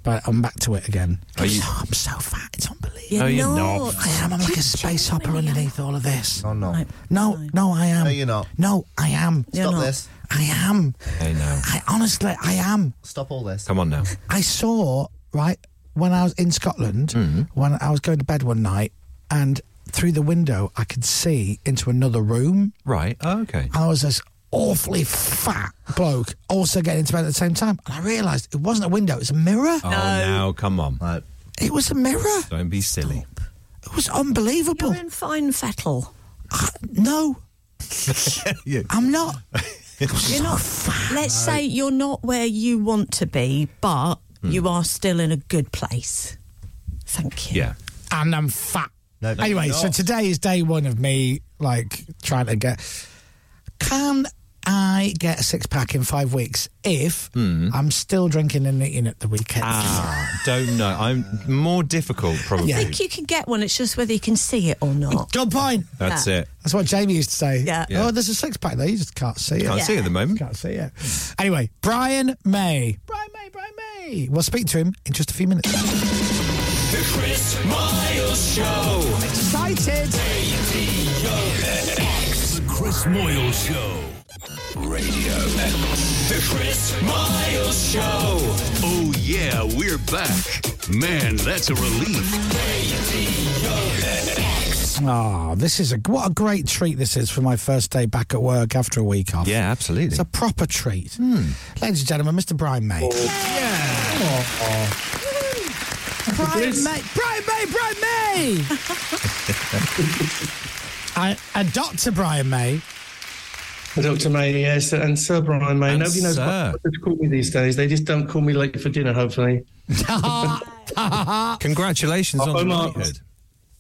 Speaker 5: but I'm back to it again.
Speaker 8: Are you-
Speaker 5: I'm so fat. It's unbelievable.
Speaker 8: You're No, you're not. not.
Speaker 5: I am. I'm like a space opera underneath all of this.
Speaker 23: Oh, no.
Speaker 5: No, no, I am. No, you're
Speaker 23: not.
Speaker 5: No, I am.
Speaker 23: Stop You're not. this.
Speaker 5: I am.
Speaker 8: Hey, now.
Speaker 5: I honestly, I am.
Speaker 23: Stop all this.
Speaker 8: Come on now.
Speaker 5: I saw right when I was in Scotland
Speaker 8: Mm-hmm.
Speaker 5: when I was going to bed one night, and through the window I could see into another room.
Speaker 8: Right. Oh, okay.
Speaker 5: And there was this awfully fat bloke also getting into bed at the same time. And I realised it wasn't a window, it was a mirror.
Speaker 8: Oh, now, come on.
Speaker 5: It was a mirror.
Speaker 8: Don't be silly.
Speaker 5: It was unbelievable. You're in fine fettle. no. I'm not.
Speaker 3: You're not. Let's say you're not where you want to be, but
Speaker 26: Hmm.
Speaker 3: you are still in a good place. Thank you.
Speaker 8: Yeah.
Speaker 5: And I'm fat.
Speaker 3: No, no,
Speaker 5: anyway,
Speaker 3: you're
Speaker 5: so
Speaker 3: not.
Speaker 5: today is day one of me like trying to get. Can I get a six pack in five weeks if
Speaker 8: Hmm.
Speaker 5: I'm still drinking and eating at the weekend?
Speaker 8: Ah, don't know. I'm more difficult, probably.
Speaker 3: I think you can get one. It's just whether you can see it or not.
Speaker 5: Good point.
Speaker 8: That's it.
Speaker 5: That's what Jamie used to say.
Speaker 3: Yeah.
Speaker 8: Yeah.
Speaker 5: Oh, there's a six pack there. You just can't see it.
Speaker 8: Can't see it at the moment.
Speaker 5: Can't see it. Anyway, Brian May. Brian May. Brian May. We'll speak to him in just a few minutes.
Speaker 19: The Chris Miles Show.
Speaker 5: Excited.
Speaker 19: Radio X. The Chris Miles Show. Radio X. The Chris Miles Show.
Speaker 1: Oh, yeah, we're back. Man, that's a relief.
Speaker 5: Ah, this is a what a great treat this is for my first day back at work after a week off.
Speaker 8: Yeah, absolutely. Hmm.
Speaker 5: It's a proper treat. Ladies and gentlemen, Mr. Brian
Speaker 9: Oh,
Speaker 5: May. Brian May. Brian May. Brian May. I, and Dr. Brian May.
Speaker 27: Dr. May, yes, and Sir Brian May.
Speaker 5: And
Speaker 27: Nobody knows
Speaker 5: Sir.
Speaker 27: what to call me these days. They just don't call me late for dinner, hopefully.
Speaker 8: Congratulations
Speaker 27: Oh,
Speaker 8: on the
Speaker 27: Mark.
Speaker 8: knighthood.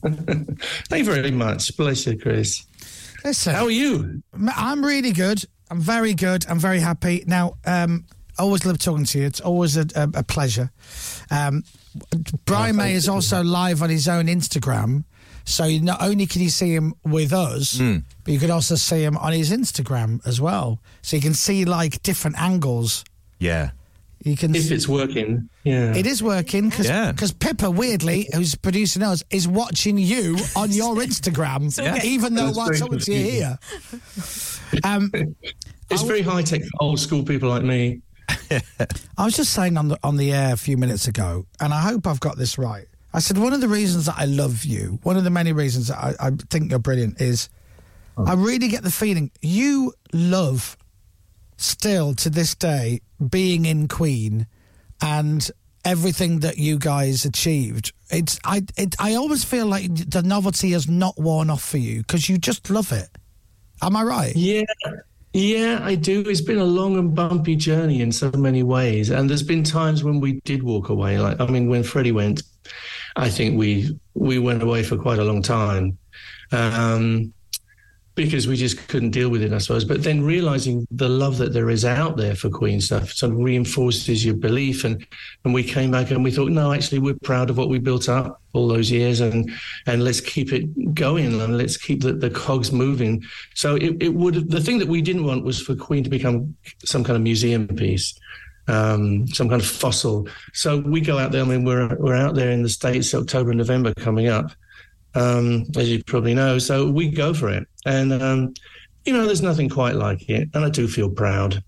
Speaker 27: Thank you very much. Bless you, Chris.
Speaker 5: Listen.
Speaker 27: How are you?
Speaker 5: M- I'm really good. I'm very good. I'm very happy. Now, um, I always love talking to you. It's always a, a, a pleasure. Um, Brian May is also live on his own Instagram. So you- not only can you see him with us,
Speaker 27: Hmm.
Speaker 5: but you can also see him on his Instagram as well. So you can see like different angles.
Speaker 8: Yeah.
Speaker 5: You can.
Speaker 27: If it's working, yeah.
Speaker 5: It is working because
Speaker 27: Yeah.
Speaker 5: Pippa, weirdly, who's producing us, is watching you on your Instagram,
Speaker 27: Yeah.
Speaker 5: even though
Speaker 27: That's
Speaker 5: while
Speaker 27: very
Speaker 5: talking to you
Speaker 27: confusing.
Speaker 5: here. Um,
Speaker 27: It's very high tech for old school people like me.
Speaker 5: I was just saying on the on the air a few minutes ago, and I hope I've got this right. I said one of the reasons that I love you, one of the many reasons that I, I think you're brilliant is I really get the feeling you love still to this day being in Queen and everything that you guys achieved. It's I it, I always feel like the novelty has not worn off for you because you just love it. Am I right?
Speaker 27: Yeah, yeah, I do. It's been a long and bumpy journey in so many ways, and there's been times when we did walk away. Like, I mean, when Freddie went, I think we we went away for quite a long time, um, because we just couldn't deal with it, I suppose. But then realizing the love that there is out there for Queen stuff sort of reinforces your belief, and and we came back and we thought, no, actually, we're proud of what we built up all those years, and and let's keep it going and let's keep the, the cogs moving. So it, it would the thing that we didn't want was for Queen to become some kind of museum piece, um, some kind of fossil. So we go out there. I mean, we're we're out there in the states October and November coming up, um, as you probably know. So we go for it, and um, you know, there's nothing quite like it, and I do feel proud.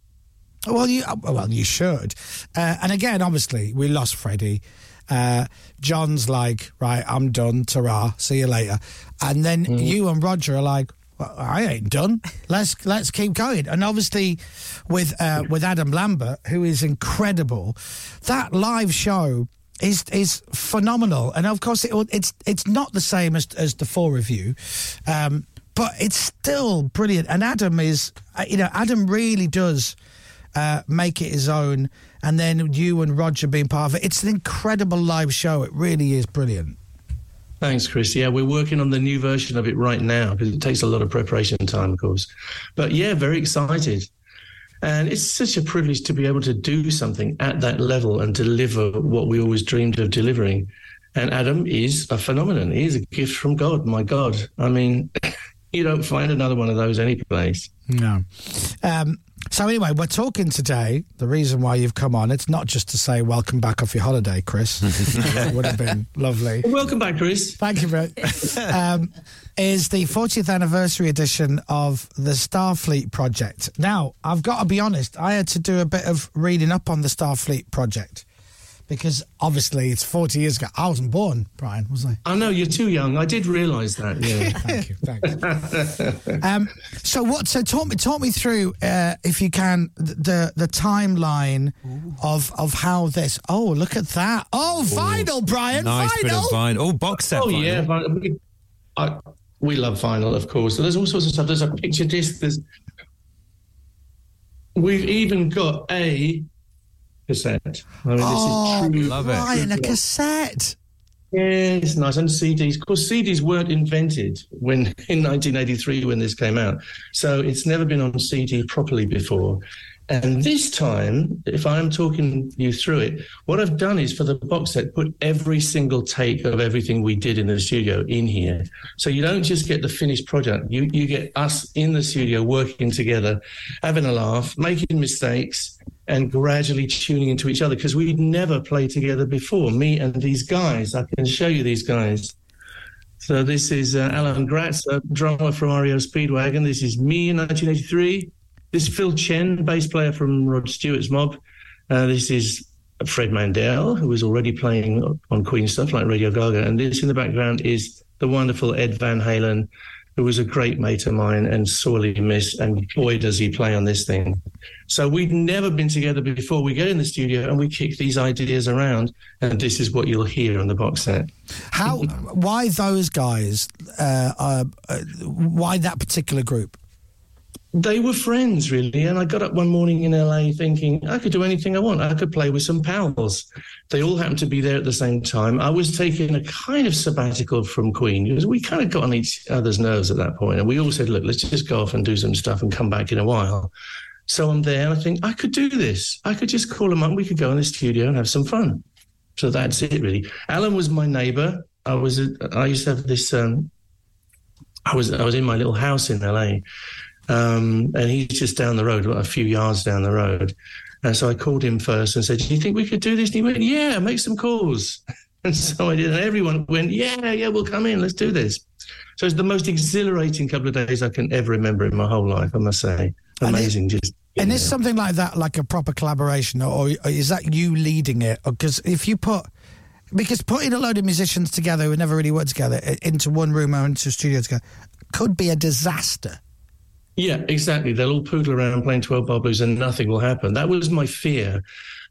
Speaker 5: Well, you uh, well you should. Uh, and again, obviously, we lost Freddie. Uh, John's like, right, I'm done. Ta-ra, see you later. And then you and Roger are like, well, I ain't done. Let's let's keep going. And obviously, with uh, with Adam Lambert, who is incredible, that live show is is phenomenal. And of course, it, will- it's it's not the same as as the four of you. Um, but it's still brilliant. And Adam is, uh, you know, Adam really does uh, make it his own. And then you and Roger being part of it. It's an incredible live show. It really is brilliant.
Speaker 27: Thanks, Chris. Yeah, we're working on the new version of it right now because it takes a lot of preparation time, of course. But yeah, very excited. And it's such a privilege to be able to do something at that level and deliver what we always dreamed of delivering. And Adam is a phenomenon. He is a gift from God. My God. I mean, you don't find another one of those any place.
Speaker 5: No. Um, so anyway, we're talking today. The reason why you've come on, it's not just to say welcome back off your holiday, Chris. it would have been lovely.
Speaker 27: Welcome back, Chris.
Speaker 5: Thank you, Brett. um, is the 40th anniversary edition of the Starfleet Project. Now, I've got to be honest, I had to do a bit of reading up on the Starfleet Project Because obviously it's 40 years ago. I wasn't born, Brian, was I?
Speaker 27: I know you're too young. I did realise that. Yeah.
Speaker 5: Thank you.
Speaker 27: Thanks.
Speaker 5: Um, so what? So talk me talk me through, uh, if you can, th- the the timeline of of how this. Oh, look at that! Oh, vinyl, Brian,
Speaker 8: nice
Speaker 5: vinyl.
Speaker 8: bit of vinyl. Oh, box set.
Speaker 27: Oh
Speaker 8: vinyl.
Speaker 27: yeah, but we, I, we love vinyl, of course. So there's all sorts of stuff. There's a picture disc. There's we've even got a cassette. I mean, this
Speaker 5: oh,
Speaker 27: is true.
Speaker 5: Brian, a cassette.
Speaker 27: Yeah, it's nice. And CDs. Of course, CDs weren't invented when in 1983 when this came out. So it's never been on CD properly before. And this time, if I'm talking you through it, what I've done is for the box set, put every single take of everything we did in the studio in here. So you don't just get the finished product. You, you get us in the studio working together, having a laugh, making mistakes, and gradually tuning into each other because we'd never played together before. Me and these guys, I can show you these guys. So this is uh, Alan Gratz, a drummer from REO Speedwagon. This is me in 1983. This is Phil Chen, bass player from Rod Stewart's Mob. Uh, this is Fred Mandel, who was already playing on Queen stuff like Radio Gaga. And this in the background is the wonderful Ed Van Halen, who was a great mate of mine and sorely missed. And boy, does he play on this thing. So we'd never been together before. We get in the studio and we kick these ideas around. And this is what you'll hear on the box set.
Speaker 5: How? Why those guys? Uh, uh, uh, why that particular group?
Speaker 27: they were friends really and i got up one morning in la thinking i could do anything i want i could play with some pals they all happened to be there at the same time i was taking a kind of sabbatical from queen because we kind of got on each other's nerves at that point and we all said look let's just go off and do some stuff and come back in a while so i'm there and i think i could do this i could just call them up and we could go in the studio and have some fun so that's it really alan was my neighbor i was a, i used to have this um, I was I was in my little house in LA, um, and he's just down the road, a few yards down the road. And so I called him first and said, "Do you think we could do this?" And he went, "Yeah, make some calls." And so I did, and everyone went, "Yeah, yeah, we'll come in, let's do this." So it's the most exhilarating couple of days I can ever remember in my whole life. I must say, amazing. just
Speaker 5: And is something like that like a proper collaboration, or, or is that you leading it? Because if you put, because putting a load of musicians together who never really worked together i- into one room or into a studio together could be a disaster.
Speaker 27: Yeah, exactly. They'll all poodle around playing 12 bar blues and nothing will happen. That was my fear.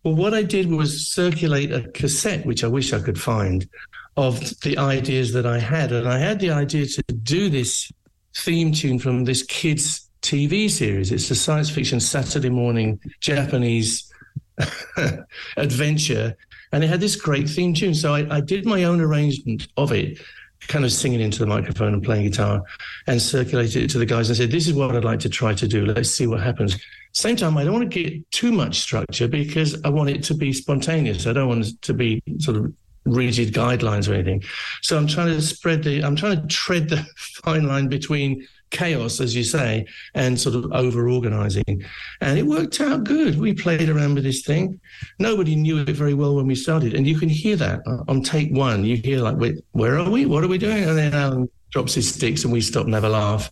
Speaker 27: Well, what I did was circulate a cassette, which I wish I could find, of the ideas that I had. And I had the idea to do this theme tune from this kids' TV series. It's a science fiction Saturday morning Japanese adventure. And it had this great theme tune. So I, I did my own arrangement of it, kind of singing into the microphone and playing guitar, and circulated it to the guys and said, This is what I'd like to try to do. Let's see what happens. Same time, I don't want to get too much structure because I want it to be spontaneous. I don't want it to be sort of rigid guidelines or anything. So I'm trying to spread the, I'm trying to tread the fine line between chaos, as you say, and sort of over organizing. And it worked out good. We played around with this thing. Nobody knew it very well when we started. And you can hear that on take one. You hear like, wait, where are we? What are we doing? And then Alan drops his sticks and we stop and have a laugh.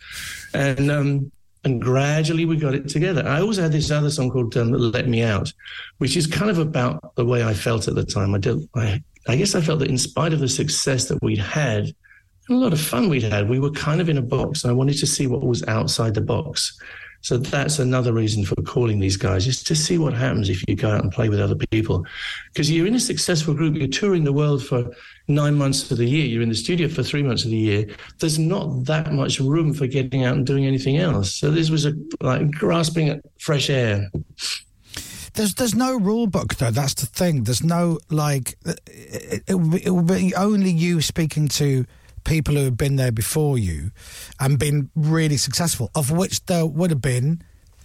Speaker 27: And, um, and gradually we got it together. I also had this other song called um, "Let Me Out," which is kind of about the way I felt at the time. I did, I, I guess I felt that in spite of the success that we'd had, and a lot of fun we'd had, we were kind of in a box, and I wanted to see what was outside the box. So that's another reason for calling these guys is to see what happens if you go out and play with other people. Because you're in a successful group, you're touring the world for nine months of the year, you're in the studio for three months of the year. There's not that much room for getting out and doing anything else. So this was a like grasping at fresh air.
Speaker 5: There's there's no rule book though. That's the thing. There's no like uh, it, it, will be, it will be only you speaking to people who have been there before you and been really successful, of which there would have been.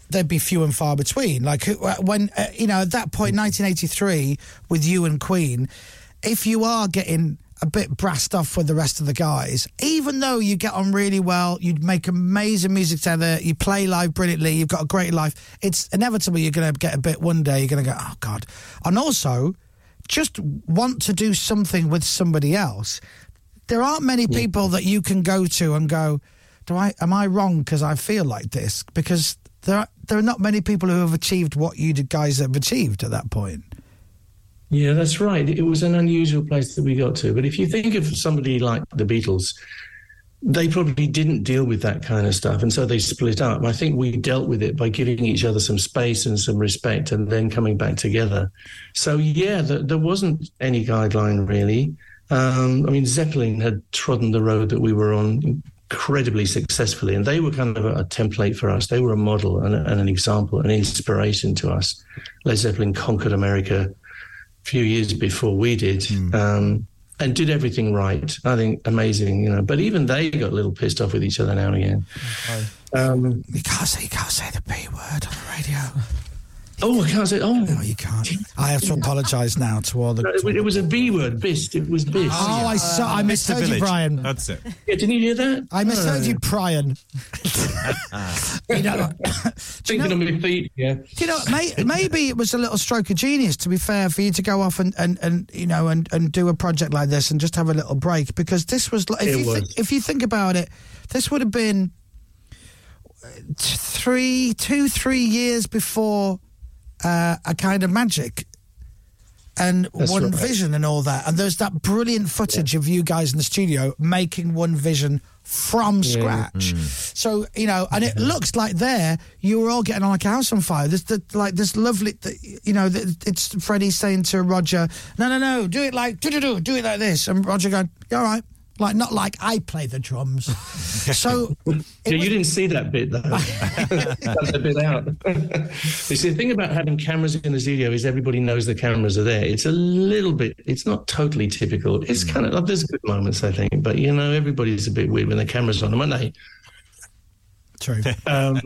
Speaker 5: There'd be few and far between. Like who- when uh, you know at that point, 1983, with you and Queen, if you are getting a bit brassed off with the rest of the guys, even though you get on really well, you'd make amazing music together, you play live brilliantly, you've got a great life. It's inevitable you're going to get a bit one day. You're going to go, oh god, and also just want to do something with somebody else. There aren't many people that you can go to and go, do I am I wrong because I feel like this? Because there are, there are not many people who have achieved what you d- guys have achieved at that point.
Speaker 27: Yeah, that's right. It was an unusual place that we got to. But if you think of somebody like the Beatles, they probably didn't deal with that kind of stuff. And so they split up. I think we dealt with it by giving each other some space and some respect and then coming back together. So, yeah, th- there wasn't any guideline really. Um, I mean, Zeppelin had trodden the road that we were on incredibly successfully. And they were kind of a, a template for us, they were a model and, a- and an example, an inspiration to us. Led Zeppelin conquered America few years before we did,
Speaker 8: Hmm.
Speaker 27: um, and did everything right. I think amazing, you know. But even they got a little pissed off with each other now and again. Um,
Speaker 5: you can't say you can't say the B word on the radio.
Speaker 27: Oh, I can't say. Oh,
Speaker 5: no, you can't. I have to apologise now to all the.
Speaker 27: No, it, was- it was a B word, bist. It was bist.
Speaker 5: Oh, I saw. I misheard you, Brian.
Speaker 8: That's it.
Speaker 27: Yeah, didn't you hear that?
Speaker 5: I misheard you, Brian. You know,
Speaker 27: Thinking on my feet. Yeah.
Speaker 5: Do you know, may, maybe it was a little stroke of genius. To be fair, for you to go off and, and, and you know and, and do a project like this and just have a little break because this was like, if
Speaker 19: It
Speaker 5: you thi-
Speaker 19: was.
Speaker 5: if you think about it, this would have been uh, t- three, two, three years before uh, a kind of magic and
Speaker 19: That's
Speaker 5: one
Speaker 19: right.
Speaker 5: vision and all that. And there's that brilliant footage of you guys in the studio making one vision
Speaker 19: Yeah.
Speaker 5: from scratch.
Speaker 27: Mm.
Speaker 5: So you know, and it looks like there you were all getting on like a house on fire. There's the, like this lovely, th- you know, th- it's Freddie saying to Roger, "No, no, no, do it like do do do, do it like this," and Roger going, "Yeah, "All right." Like not like I play the drums, so
Speaker 27: Yeah, you didn't see that bit though. Cut that bit out. you see, the thing about having cameras in the studio is everybody knows the cameras are there. It's a little bit. It's not totally typical. It's
Speaker 5: Hmm.
Speaker 27: kind of there's good moments I think, but you know everybody's a bit weird when the cameras on, aren't they?
Speaker 5: True.
Speaker 27: Um,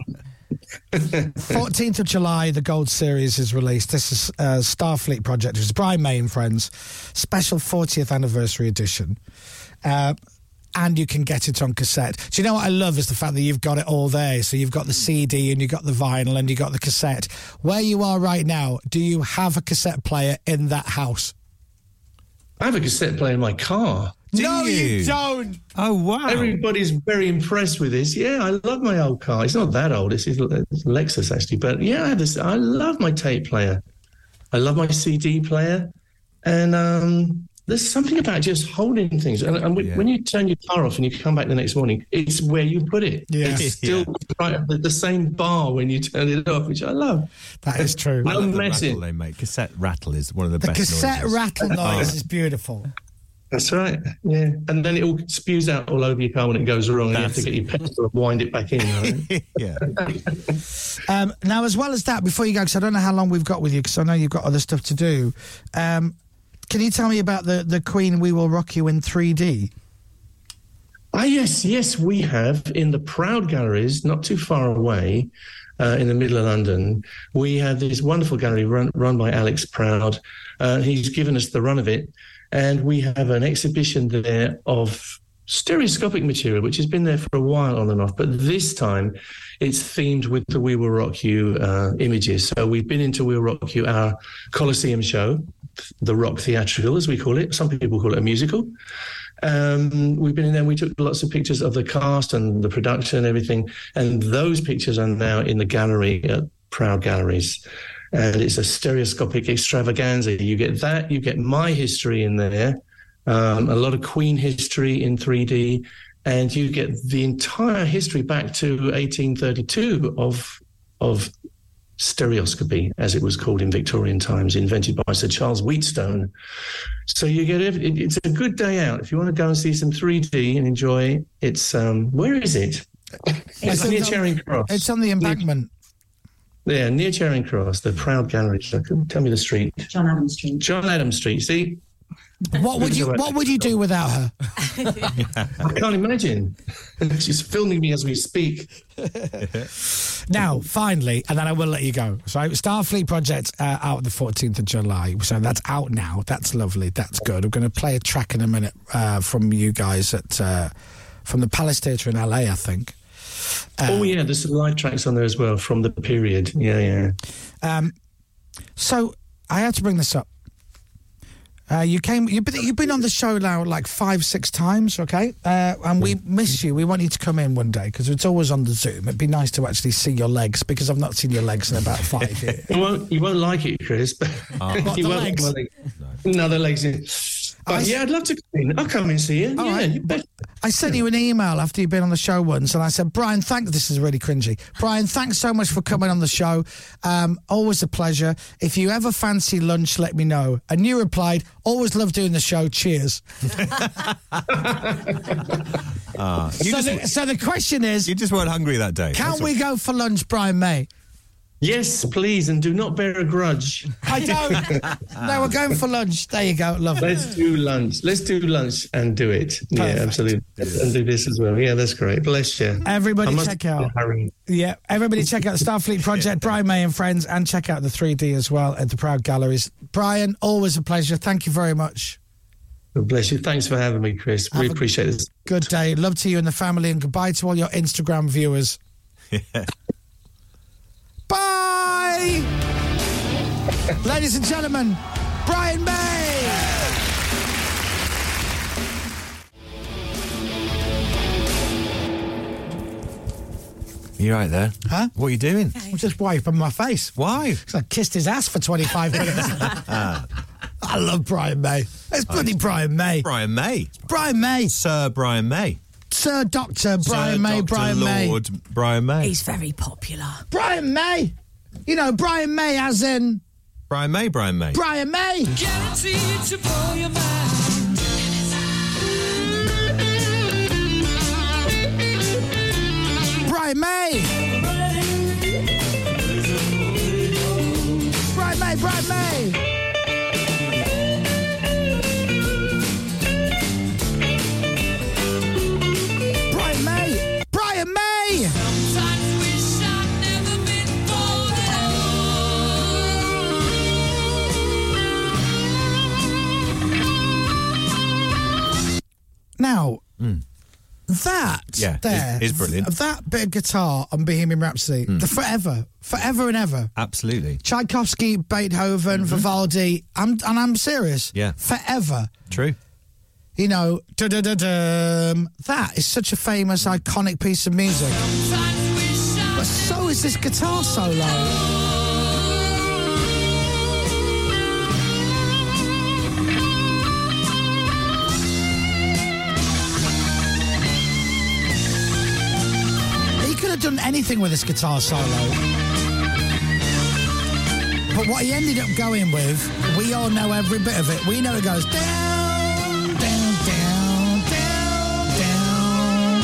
Speaker 5: 14th of July, the Gold Series is released. This is uh, Starfleet Project, which is Brian May and Friends, special 40th anniversary edition. Uh, and you can get it on cassette. Do you know what I love is the fact that you've got it all there. So you've got the CD and you've got the vinyl and you've got the cassette. Where you are right now, do you have a cassette player in that house?
Speaker 27: I have a cassette player in my car.
Speaker 5: no, you don't.
Speaker 8: Oh wow!
Speaker 27: Everybody's very impressed with this. Yeah, I love my old car. It's not that old. It's, it's Lexus actually, but yeah, I have this. I love my tape player. I love my CD player, and um, there's something about just holding things. And, and when, when you turn your car off and you come back the next morning, it's where you put it.
Speaker 5: Yeah.
Speaker 27: It's still right at the, the same bar when you turn it off, which I love.
Speaker 5: That is true.
Speaker 27: No
Speaker 8: the
Speaker 27: messing.
Speaker 8: rattle they make. Cassette rattle is one of the,
Speaker 5: The
Speaker 8: best
Speaker 5: cassette
Speaker 8: noises.
Speaker 5: rattle
Speaker 8: Oh.
Speaker 5: noise is beautiful.
Speaker 27: That's right. Yeah. And then it all spews out all over your car when it goes wrong. and you have to get your pencil and wind it back in. right?
Speaker 8: yeah.
Speaker 5: Um, now, as well as that, before you go, because I don't know how long we've got with you, because I know you've got other stuff to do. Um, can you tell me about the the Queen "We Will Rock You" in 3D?
Speaker 27: Ah, yes, yes, we have in the Proud Galleries, not too far away, uh, in the middle of London. We have this wonderful gallery run, run by Alex Proud. Uh, he's given us the run of it, and we have an exhibition there of stereoscopic material, which has been there for a while on and off. But this time, it's themed with the We Will Rock You uh, images. So we've been into We Will Rock You, our Colosseum show, the rock theatrical, as we call it. Some people call it a musical. Um, we've been in there. and We took lots of pictures of the cast and the production and everything. And those pictures are now in the gallery at Proud Galleries. And it's a stereoscopic extravaganza. You get that. You get my history in there. Um, a lot of Queen history in 3D. And you get the entire history back to 1832 of of stereoscopy, as it was called in Victorian times, invented by Sir Charles Wheatstone. So you get it. it- It's a good day out if you want to go and see some 3D and enjoy. It's um, where is it? It's, near Charing Cross.
Speaker 5: It's on the embankment.
Speaker 27: Yeah, near Charing Cross, the Proud Gallery. So come- Tell me the street. John Adams Street. John Adams Street. See,
Speaker 5: What would you What would you do without her?
Speaker 27: I can't imagine. She's filming me as we speak.
Speaker 5: Now, finally, and then I will let you go. So, Starfleet Project uh, out the 14th of July. So, that's out now. That's lovely. That's good. I'm going to play a track in a minute uh, from you guys at uh, from the Palace Theatre in LA, I think.
Speaker 27: oh yeah, there's some live tracks on there as well from the period. Yeah, yeah.
Speaker 5: Um, so I have to bring this up. Uh, you came. You've been, you've been on the show now like five, six times, okay? Uh, and we
Speaker 27: Mm.
Speaker 5: miss you. We want you to come in one day because it's always on the Zoom. It'd be nice to actually see your legs because I've not seen your legs in about five years.
Speaker 27: You won't, you won't like it, Chris. But
Speaker 5: Oh. What, the legs?
Speaker 27: No. no, the legs. In. But yeah, I'd love to come in. I'll come and see you.
Speaker 5: All
Speaker 27: yeah,
Speaker 5: right.
Speaker 27: you bet.
Speaker 5: I sent you an email after you've been on the show once, and I said, Brian, thank. This is really cringy. Brian, thanks so much for coming on the show. Um, always a pleasure. If you ever fancy lunch, let me know. And you replied, always love doing the show. Cheers.
Speaker 8: Ah,
Speaker 5: so, the, so the question is,
Speaker 8: you just weren't hungry that day.
Speaker 5: can we go for lunch, Brian May?
Speaker 27: Yes, please, and do not bear a grudge.
Speaker 5: I don't. no, we're going for lunch. There you go. Lovely.
Speaker 27: Let's do lunch. Let's do lunch and do it. Yeah, absolutely. And do this as well. Yeah, that's great. Bless you.
Speaker 5: Everybody
Speaker 27: I must
Speaker 5: check
Speaker 27: be
Speaker 5: out.
Speaker 27: hurrying.
Speaker 5: Yeah, everybody check out the Starfleet Project, Brian May and Friends, and check out the 3D as well at the Proud Galleries. Brian, always a pleasure. Thank you very much.
Speaker 27: Bless you. Thanks for having me, Chris. we appreciate this.
Speaker 5: Good day. Love to you and the family, and goodbye to all your Instagram viewers. Bye! Ladies and gentlemen, Brian May!
Speaker 8: You're right there.
Speaker 5: Huh?
Speaker 8: What are you doing?
Speaker 5: I'm just wiping my face.
Speaker 8: Why?
Speaker 5: Because I kissed his ass for 25 minutes. I love Brian May. It's bloody Brian May.
Speaker 8: Oh, Brian May.
Speaker 5: Brian May.
Speaker 8: Sir Brian May.
Speaker 5: Sir Doctor Brian
Speaker 8: Sir
Speaker 5: May,
Speaker 8: Dr.
Speaker 5: Brian May.
Speaker 8: Lord Brian May.
Speaker 3: He's very popular.
Speaker 5: Brian May! You know, Brian May as in
Speaker 8: Brian May, Brian May.
Speaker 5: Brian May!
Speaker 19: Guaranteed to blow your mind.
Speaker 5: Brian May! Brian May, Brian May! Brian May! Brian May! Now, that
Speaker 8: Mm. Yeah,
Speaker 5: there
Speaker 8: is- is brilliant. Mm.
Speaker 5: That bit of guitar on Bohemian Rhapsody, the forever, forever and ever.
Speaker 8: Absolutely.
Speaker 5: Tchaikovsky, Beethoven, Vivaldi, I'm, and I'm serious.
Speaker 8: Mm-hmm. Yeah.
Speaker 5: Forever.
Speaker 8: True.
Speaker 5: You know, da-da-da-dum. that is such a famous, iconic piece of music. But so is this guitar solo. He could have done anything with this guitar solo. But what he ended up going with, we all know every bit of it. We know it goes down, down, down, down, down.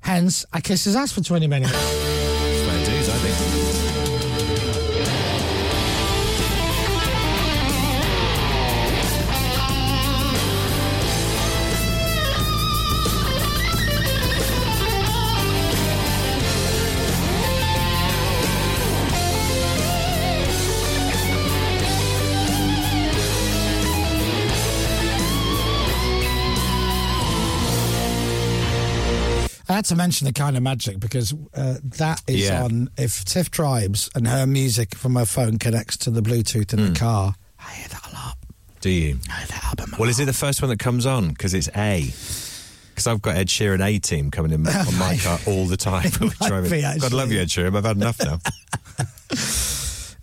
Speaker 5: Hence, I kissed his ass for 20 minutes.
Speaker 8: That's where it is, I think.
Speaker 5: I had to mention the kind of magic because uh, that is
Speaker 8: Yeah.
Speaker 5: on. If Tiff Tribes and her music from her phone connects to the Bluetooth
Speaker 8: Hmm.
Speaker 5: in the car,
Speaker 8: Do you? Well, is it the first one that comes on? Because it's A. Because I've got Ed Sheeran A team coming in on my car all the time.
Speaker 5: It
Speaker 8: which
Speaker 5: might
Speaker 8: I'm-
Speaker 5: be,
Speaker 8: God
Speaker 5: actually.
Speaker 8: love you, Ed Sheeran. I've had enough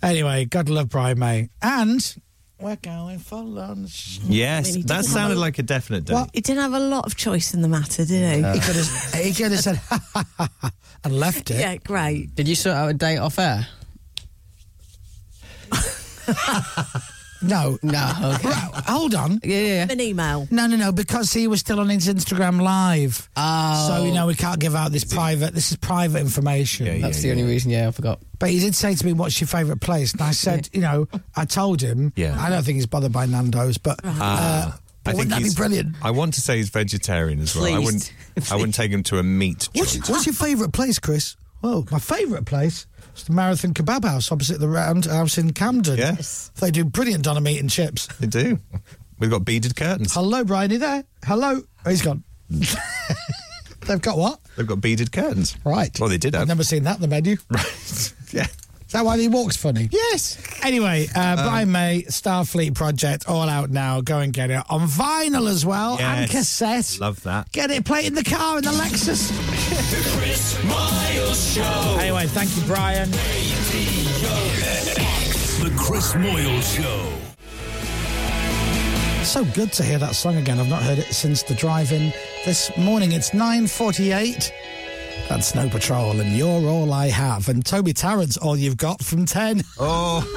Speaker 8: now.
Speaker 5: Anyway, God love Brian May. And we're going for lunch.
Speaker 8: yes,
Speaker 3: Really
Speaker 8: that
Speaker 3: didn't
Speaker 8: sounded
Speaker 3: know.
Speaker 8: like a definite date.
Speaker 3: Well, he didn't have a lot of choice in the matter, did he?
Speaker 8: No.
Speaker 5: He could have he could have said and left it.
Speaker 3: Yeah, great.
Speaker 7: Did you sort out a date off air?
Speaker 5: No.
Speaker 7: No. Okay.
Speaker 5: Right, hold on.
Speaker 7: Yeah, yeah.
Speaker 3: An email.
Speaker 5: No, no, no, because he was still on his Instagram live.
Speaker 7: Oh.
Speaker 5: So, you know, we can't give out this private, this is private information.
Speaker 7: That's the only reason. Yeah, I forgot.
Speaker 5: But he did say to me, what's your favourite place? And I said, you know, I told him.
Speaker 8: Yeah.
Speaker 5: I don't think he's bothered by Nando's, but... Uh,
Speaker 8: Ah,
Speaker 5: but wouldn't that be
Speaker 8: he's-
Speaker 5: brilliant?
Speaker 8: I want to say he's vegetarian as well. I
Speaker 5: Please.
Speaker 8: wouldn't. I wouldn't take him to a meat.
Speaker 5: What's, what's your favourite place, Chris? Well, my favourite place is the Marathon Kebab House opposite the Round House in Camden. Yes. They do brilliant doner meat and chips.
Speaker 8: They do. We've got beaded curtains.
Speaker 5: Hello, Brian, you there? Hello. Oh, he's gone. They've got what?
Speaker 8: They've got beaded curtains.
Speaker 5: Right.
Speaker 8: Well, they did
Speaker 5: I've
Speaker 8: have.
Speaker 5: never seen that in the menu.
Speaker 8: Right. yeah.
Speaker 5: that why he walks funny?
Speaker 8: Yes.
Speaker 5: Anyway, uh,
Speaker 8: Um,
Speaker 5: Brian May, Starfleet Project, all out now. Go and get it on vinyl as well
Speaker 8: Yes.
Speaker 5: and cassette.
Speaker 8: Love that.
Speaker 5: Get it, play it in the car in the Lexus.
Speaker 19: The Chris Miles Show.
Speaker 5: Anyway, thank you, Brian.
Speaker 1: The Chris Moyle Show.
Speaker 5: So good to hear that song again. I've not heard it since the drive-in this morning. It's 9.48. That's Snow Patrol and You're All I Have. And Toby Tarrant's All You've Got from 10.
Speaker 26: Oh.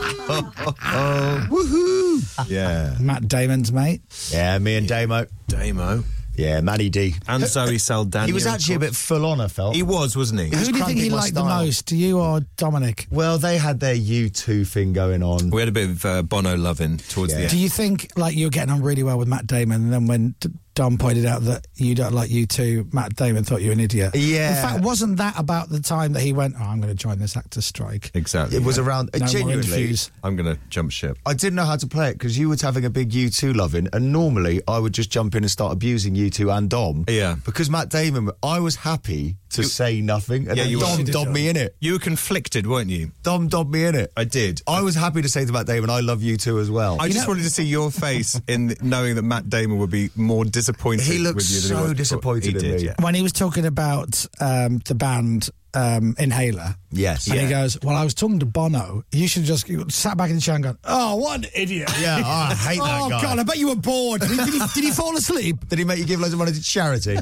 Speaker 5: Woohoo!
Speaker 26: Yeah.
Speaker 5: Matt Damon's mate.
Speaker 26: Yeah, me and Damo. Damo. Yeah, Manny D.
Speaker 8: And Zoe Saldana.
Speaker 26: He was actually a bit full on, I felt.
Speaker 8: He was, wasn't he?
Speaker 26: It was
Speaker 5: Who do you think he
Speaker 26: cramping my
Speaker 5: liked
Speaker 26: style.
Speaker 5: the most, you or Dominic?
Speaker 26: Well, they had their U2 thing going on.
Speaker 8: We had a bit of uh, Bono loving towards the end.
Speaker 5: Do you think, like, you're getting on really well with Matt Damon, and then when D- Dom pointed out that you don't like you two, Matt Damon thought you were an idiot?
Speaker 26: Yeah.
Speaker 5: In fact, wasn't that about the time that he went, oh, I'm going to join this actor strike?
Speaker 8: Exactly.
Speaker 26: It was around.
Speaker 5: No more
Speaker 26: genuinely.
Speaker 5: interviews.
Speaker 8: I'm going to jump ship.
Speaker 26: I didn't know how to play it because you was having a big U2 loving, and normally I would just jump in and start abusing U2 and Dom.
Speaker 8: Yeah.
Speaker 26: Because Matt Damon, I was happy to say nothing, and then Dom dobbed me in it.
Speaker 8: You were conflicted, weren't you?
Speaker 26: Dom dobbed me in it.
Speaker 8: I did.
Speaker 26: I was happy to say to Matt Damon, I love you too as well.
Speaker 8: I just wanted to see your face in knowing that Matt Damon would be more disappointed.
Speaker 26: He looked
Speaker 8: with you
Speaker 26: so
Speaker 8: than he was before.
Speaker 26: disappointed
Speaker 8: He
Speaker 26: in
Speaker 8: did,
Speaker 26: me.
Speaker 8: yeah.
Speaker 5: When he was talking about um, the band um, Inhaler.
Speaker 26: Yes.
Speaker 5: And he
Speaker 26: Yeah.
Speaker 5: goes, Well, I was talking to Bono. You should have just sat back in the chair and gone, Oh, what an idiot.
Speaker 26: Yeah, I hate that
Speaker 5: oh,
Speaker 26: guy.
Speaker 5: God, I bet you were bored. Did he, did he, did he fall asleep?
Speaker 26: Did he make you give loads of money to charity?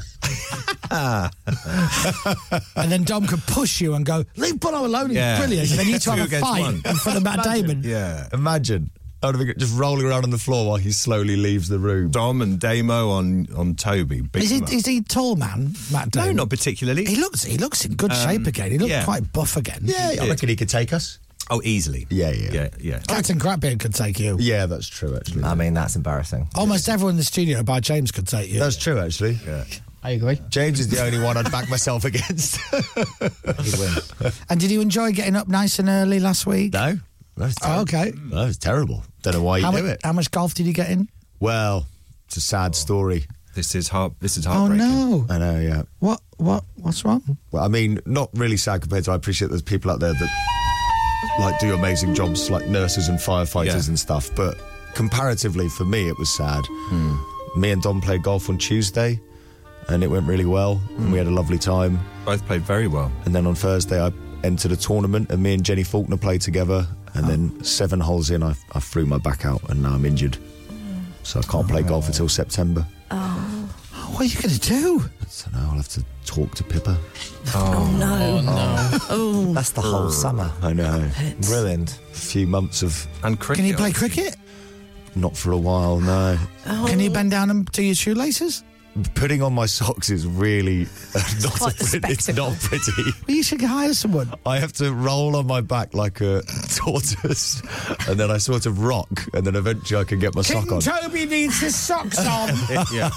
Speaker 5: and then Dom could push you and go, Leave Bono alone. He's
Speaker 26: Yeah.
Speaker 5: brilliant. And then you two
Speaker 26: Two
Speaker 5: have a
Speaker 26: against
Speaker 5: fight
Speaker 26: one.
Speaker 5: in front of Matt Damon.
Speaker 8: Yeah.
Speaker 26: Imagine. I would have been just rolling around on the floor while he slowly leaves the room.
Speaker 8: Dom and Damo on on Toby. Beat
Speaker 5: Is he,
Speaker 8: them up.
Speaker 5: is he tall man, Matt
Speaker 8: No,
Speaker 5: Damon?
Speaker 8: not particularly.
Speaker 5: He looks he looks in good
Speaker 8: Um,
Speaker 5: shape again. He looked
Speaker 8: yeah.
Speaker 5: quite buff again.
Speaker 26: Yeah, I reckon he could take us.
Speaker 8: Oh, easily.
Speaker 26: Yeah, yeah.
Speaker 8: Yeah, yeah.
Speaker 5: Captain Crapbeard could take you.
Speaker 26: Yeah, that's true, actually.
Speaker 28: I mean, that's embarrassing.
Speaker 5: Almost everyone in the studio by James could take you.
Speaker 26: That's true, actually. Yeah.
Speaker 7: I agree.
Speaker 26: James is the only one I'd back myself against.
Speaker 5: And did you enjoy getting up nice and early last week?
Speaker 26: No. That was
Speaker 5: Oh, okay.
Speaker 26: That was terrible. Don't know why you
Speaker 5: how,
Speaker 26: do
Speaker 5: mu-
Speaker 26: it.
Speaker 5: how much golf did you get in?
Speaker 26: Well, it's a sad story.
Speaker 8: This is heart. This is
Speaker 5: Oh
Speaker 8: heartbreaking.
Speaker 5: no!
Speaker 26: I know, yeah.
Speaker 5: What? What? What's wrong?
Speaker 26: Well, I mean, not really sad compared to. I appreciate there's people out there that like do amazing jobs, like nurses and firefighters
Speaker 8: Yeah.
Speaker 26: and stuff. But comparatively, for me, it was sad. Me and Don played golf on Tuesday, and it went really well. And we had a lovely time.
Speaker 8: Both played very well.
Speaker 26: And then on Thursday, I entered a tournament, and me and Jenny Faulkner played together. And then seven holes in, I, I threw my back out, and now I'm injured. So I can't play golf until September.
Speaker 5: Oh. What are you going to do?
Speaker 26: So now I'll have to talk to Pippa.
Speaker 28: no.
Speaker 5: Oh,
Speaker 28: That's the whole summer.
Speaker 26: I know.
Speaker 28: Ruined.
Speaker 26: A few months of
Speaker 8: And
Speaker 5: can you play cricket?
Speaker 26: not for a while. No,
Speaker 5: Oh. Can you bend down and do your shoelaces?
Speaker 26: putting on my socks is really uh, not.
Speaker 5: quite the
Speaker 26: a pretty, it's not pretty.
Speaker 5: Well, you should hire someone.
Speaker 26: I have to roll on my back like a tortoise, and then I sort of rock, and then eventually I can get my sock on.
Speaker 5: Toby needs his socks on.
Speaker 8: yeah.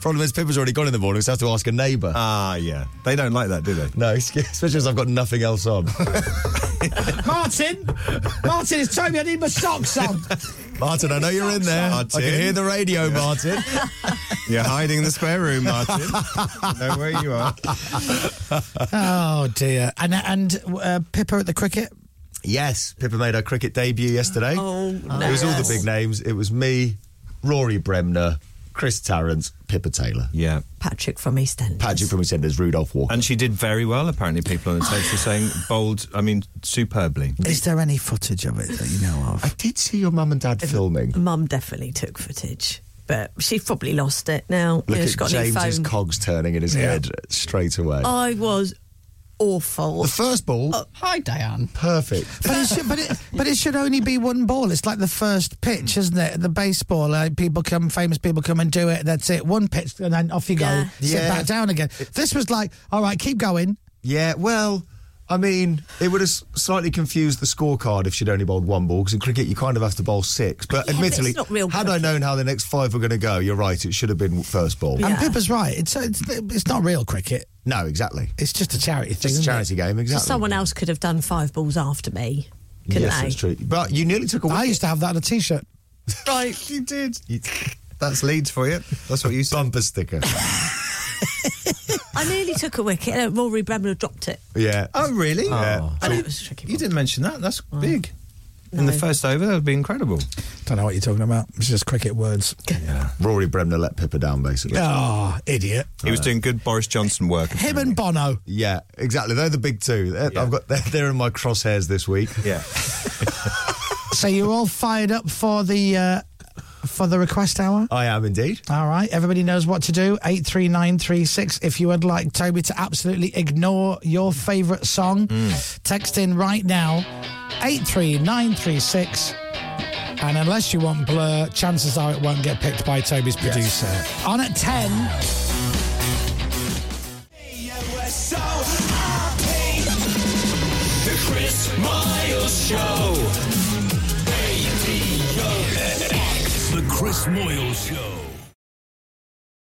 Speaker 26: Problem is, Pippa's already gone in the morning, so I have to ask a neighbour.
Speaker 8: Ah, yeah. They don't like that, do they?
Speaker 26: no, especially as I've got nothing else on.
Speaker 5: Martin, Martin, it's Toby. I need my socks on.
Speaker 26: Martin, I know you're in there. I can hear the radio, Martin.
Speaker 8: You're hiding in the spare room, Martin. know where you are.
Speaker 5: oh dear. And and uh, Pippa at the cricket.
Speaker 26: Yes, Pippa made her cricket debut yesterday.
Speaker 5: Oh,
Speaker 26: It was all the
Speaker 5: nice.
Speaker 26: big names. It was me, Rory Bremner, Chris Tarrant, Pippa Taylor.
Speaker 8: Yeah.
Speaker 3: Patrick from EastEnders.
Speaker 26: Patrick from EastEnders, Rudolph Walker.
Speaker 8: And she did very well, apparently. People on the stage were saying bold, I mean, superbly.
Speaker 5: Is there any footage of it that you know of?
Speaker 26: I did see your mum and dad filming.
Speaker 3: Mum definitely took footage, but she's probably lost it now. You
Speaker 26: Look
Speaker 3: know, she's
Speaker 26: at
Speaker 3: got a new
Speaker 26: James's
Speaker 3: phone.
Speaker 26: cogs turning in his head straight away.
Speaker 3: I was awful. Uh,
Speaker 26: The first ball,
Speaker 7: Hi, Diane.
Speaker 26: perfect.
Speaker 5: But it, should, but, it, but it should only be one ball. It's like the first pitch, isn't it? The baseball, like people come, famous people come and do it. That's it. One pitch, and then off you go.
Speaker 26: Yeah.
Speaker 5: Sit
Speaker 26: Yeah.
Speaker 5: back down again. This was like, all right, keep going.
Speaker 26: Yeah, well, I mean, it would have s- slightly confused the scorecard if she'd only bowled one ball, because in cricket you kind of have to bowl six. But
Speaker 3: Yeah, but it's
Speaker 26: admittedly,
Speaker 3: not real
Speaker 26: had I known how the next five were going to go, you're right, it should have been first ball.
Speaker 5: And Pippa's right. It's, it's it's not real cricket.
Speaker 26: No, exactly.
Speaker 5: It's just a charity thing.
Speaker 26: Just a
Speaker 5: isn't it?
Speaker 26: charity game,
Speaker 3: So
Speaker 26: exactly.
Speaker 3: someone else could have done five balls after me, couldn't
Speaker 26: yes,
Speaker 3: they?
Speaker 26: that's true. But you nearly took a
Speaker 5: I
Speaker 26: wicket.
Speaker 5: used to have that on a t-shirt.
Speaker 26: Right, you did.
Speaker 8: That's Leeds for you. That's what you said.
Speaker 26: Bumper sticker.
Speaker 3: I nearly took a wicket. Uh, Rory Bremner dropped it.
Speaker 26: Yeah.
Speaker 8: Oh, really?
Speaker 3: Oh.
Speaker 8: Yeah.
Speaker 3: I mean,
Speaker 8: you didn't mention that. That's big. In the first over, that would be incredible.
Speaker 5: Don't know what you're talking about. It's just cricket words.
Speaker 26: Rory Bremner let Pippa down, basically.
Speaker 5: Ah, idiot.
Speaker 8: He was doing good Boris Johnson work.
Speaker 5: Him and Bono.
Speaker 26: Yeah, exactly. They're the big two. They're, I've got they're, they're in my crosshairs this week.
Speaker 8: Yeah.
Speaker 5: So you're all fired up for the uh, for the request hour?
Speaker 26: I am indeed.
Speaker 5: All right, everybody knows what to do. 83936. If you would like Toby to absolutely ignore your favourite song, text in right now 83936. And unless you want Blur, chances are it won't get picked by Toby's producer. On at 10.
Speaker 19: So happy. The Chris Miles Show. Radio X.
Speaker 1: The Chris Moyle Show.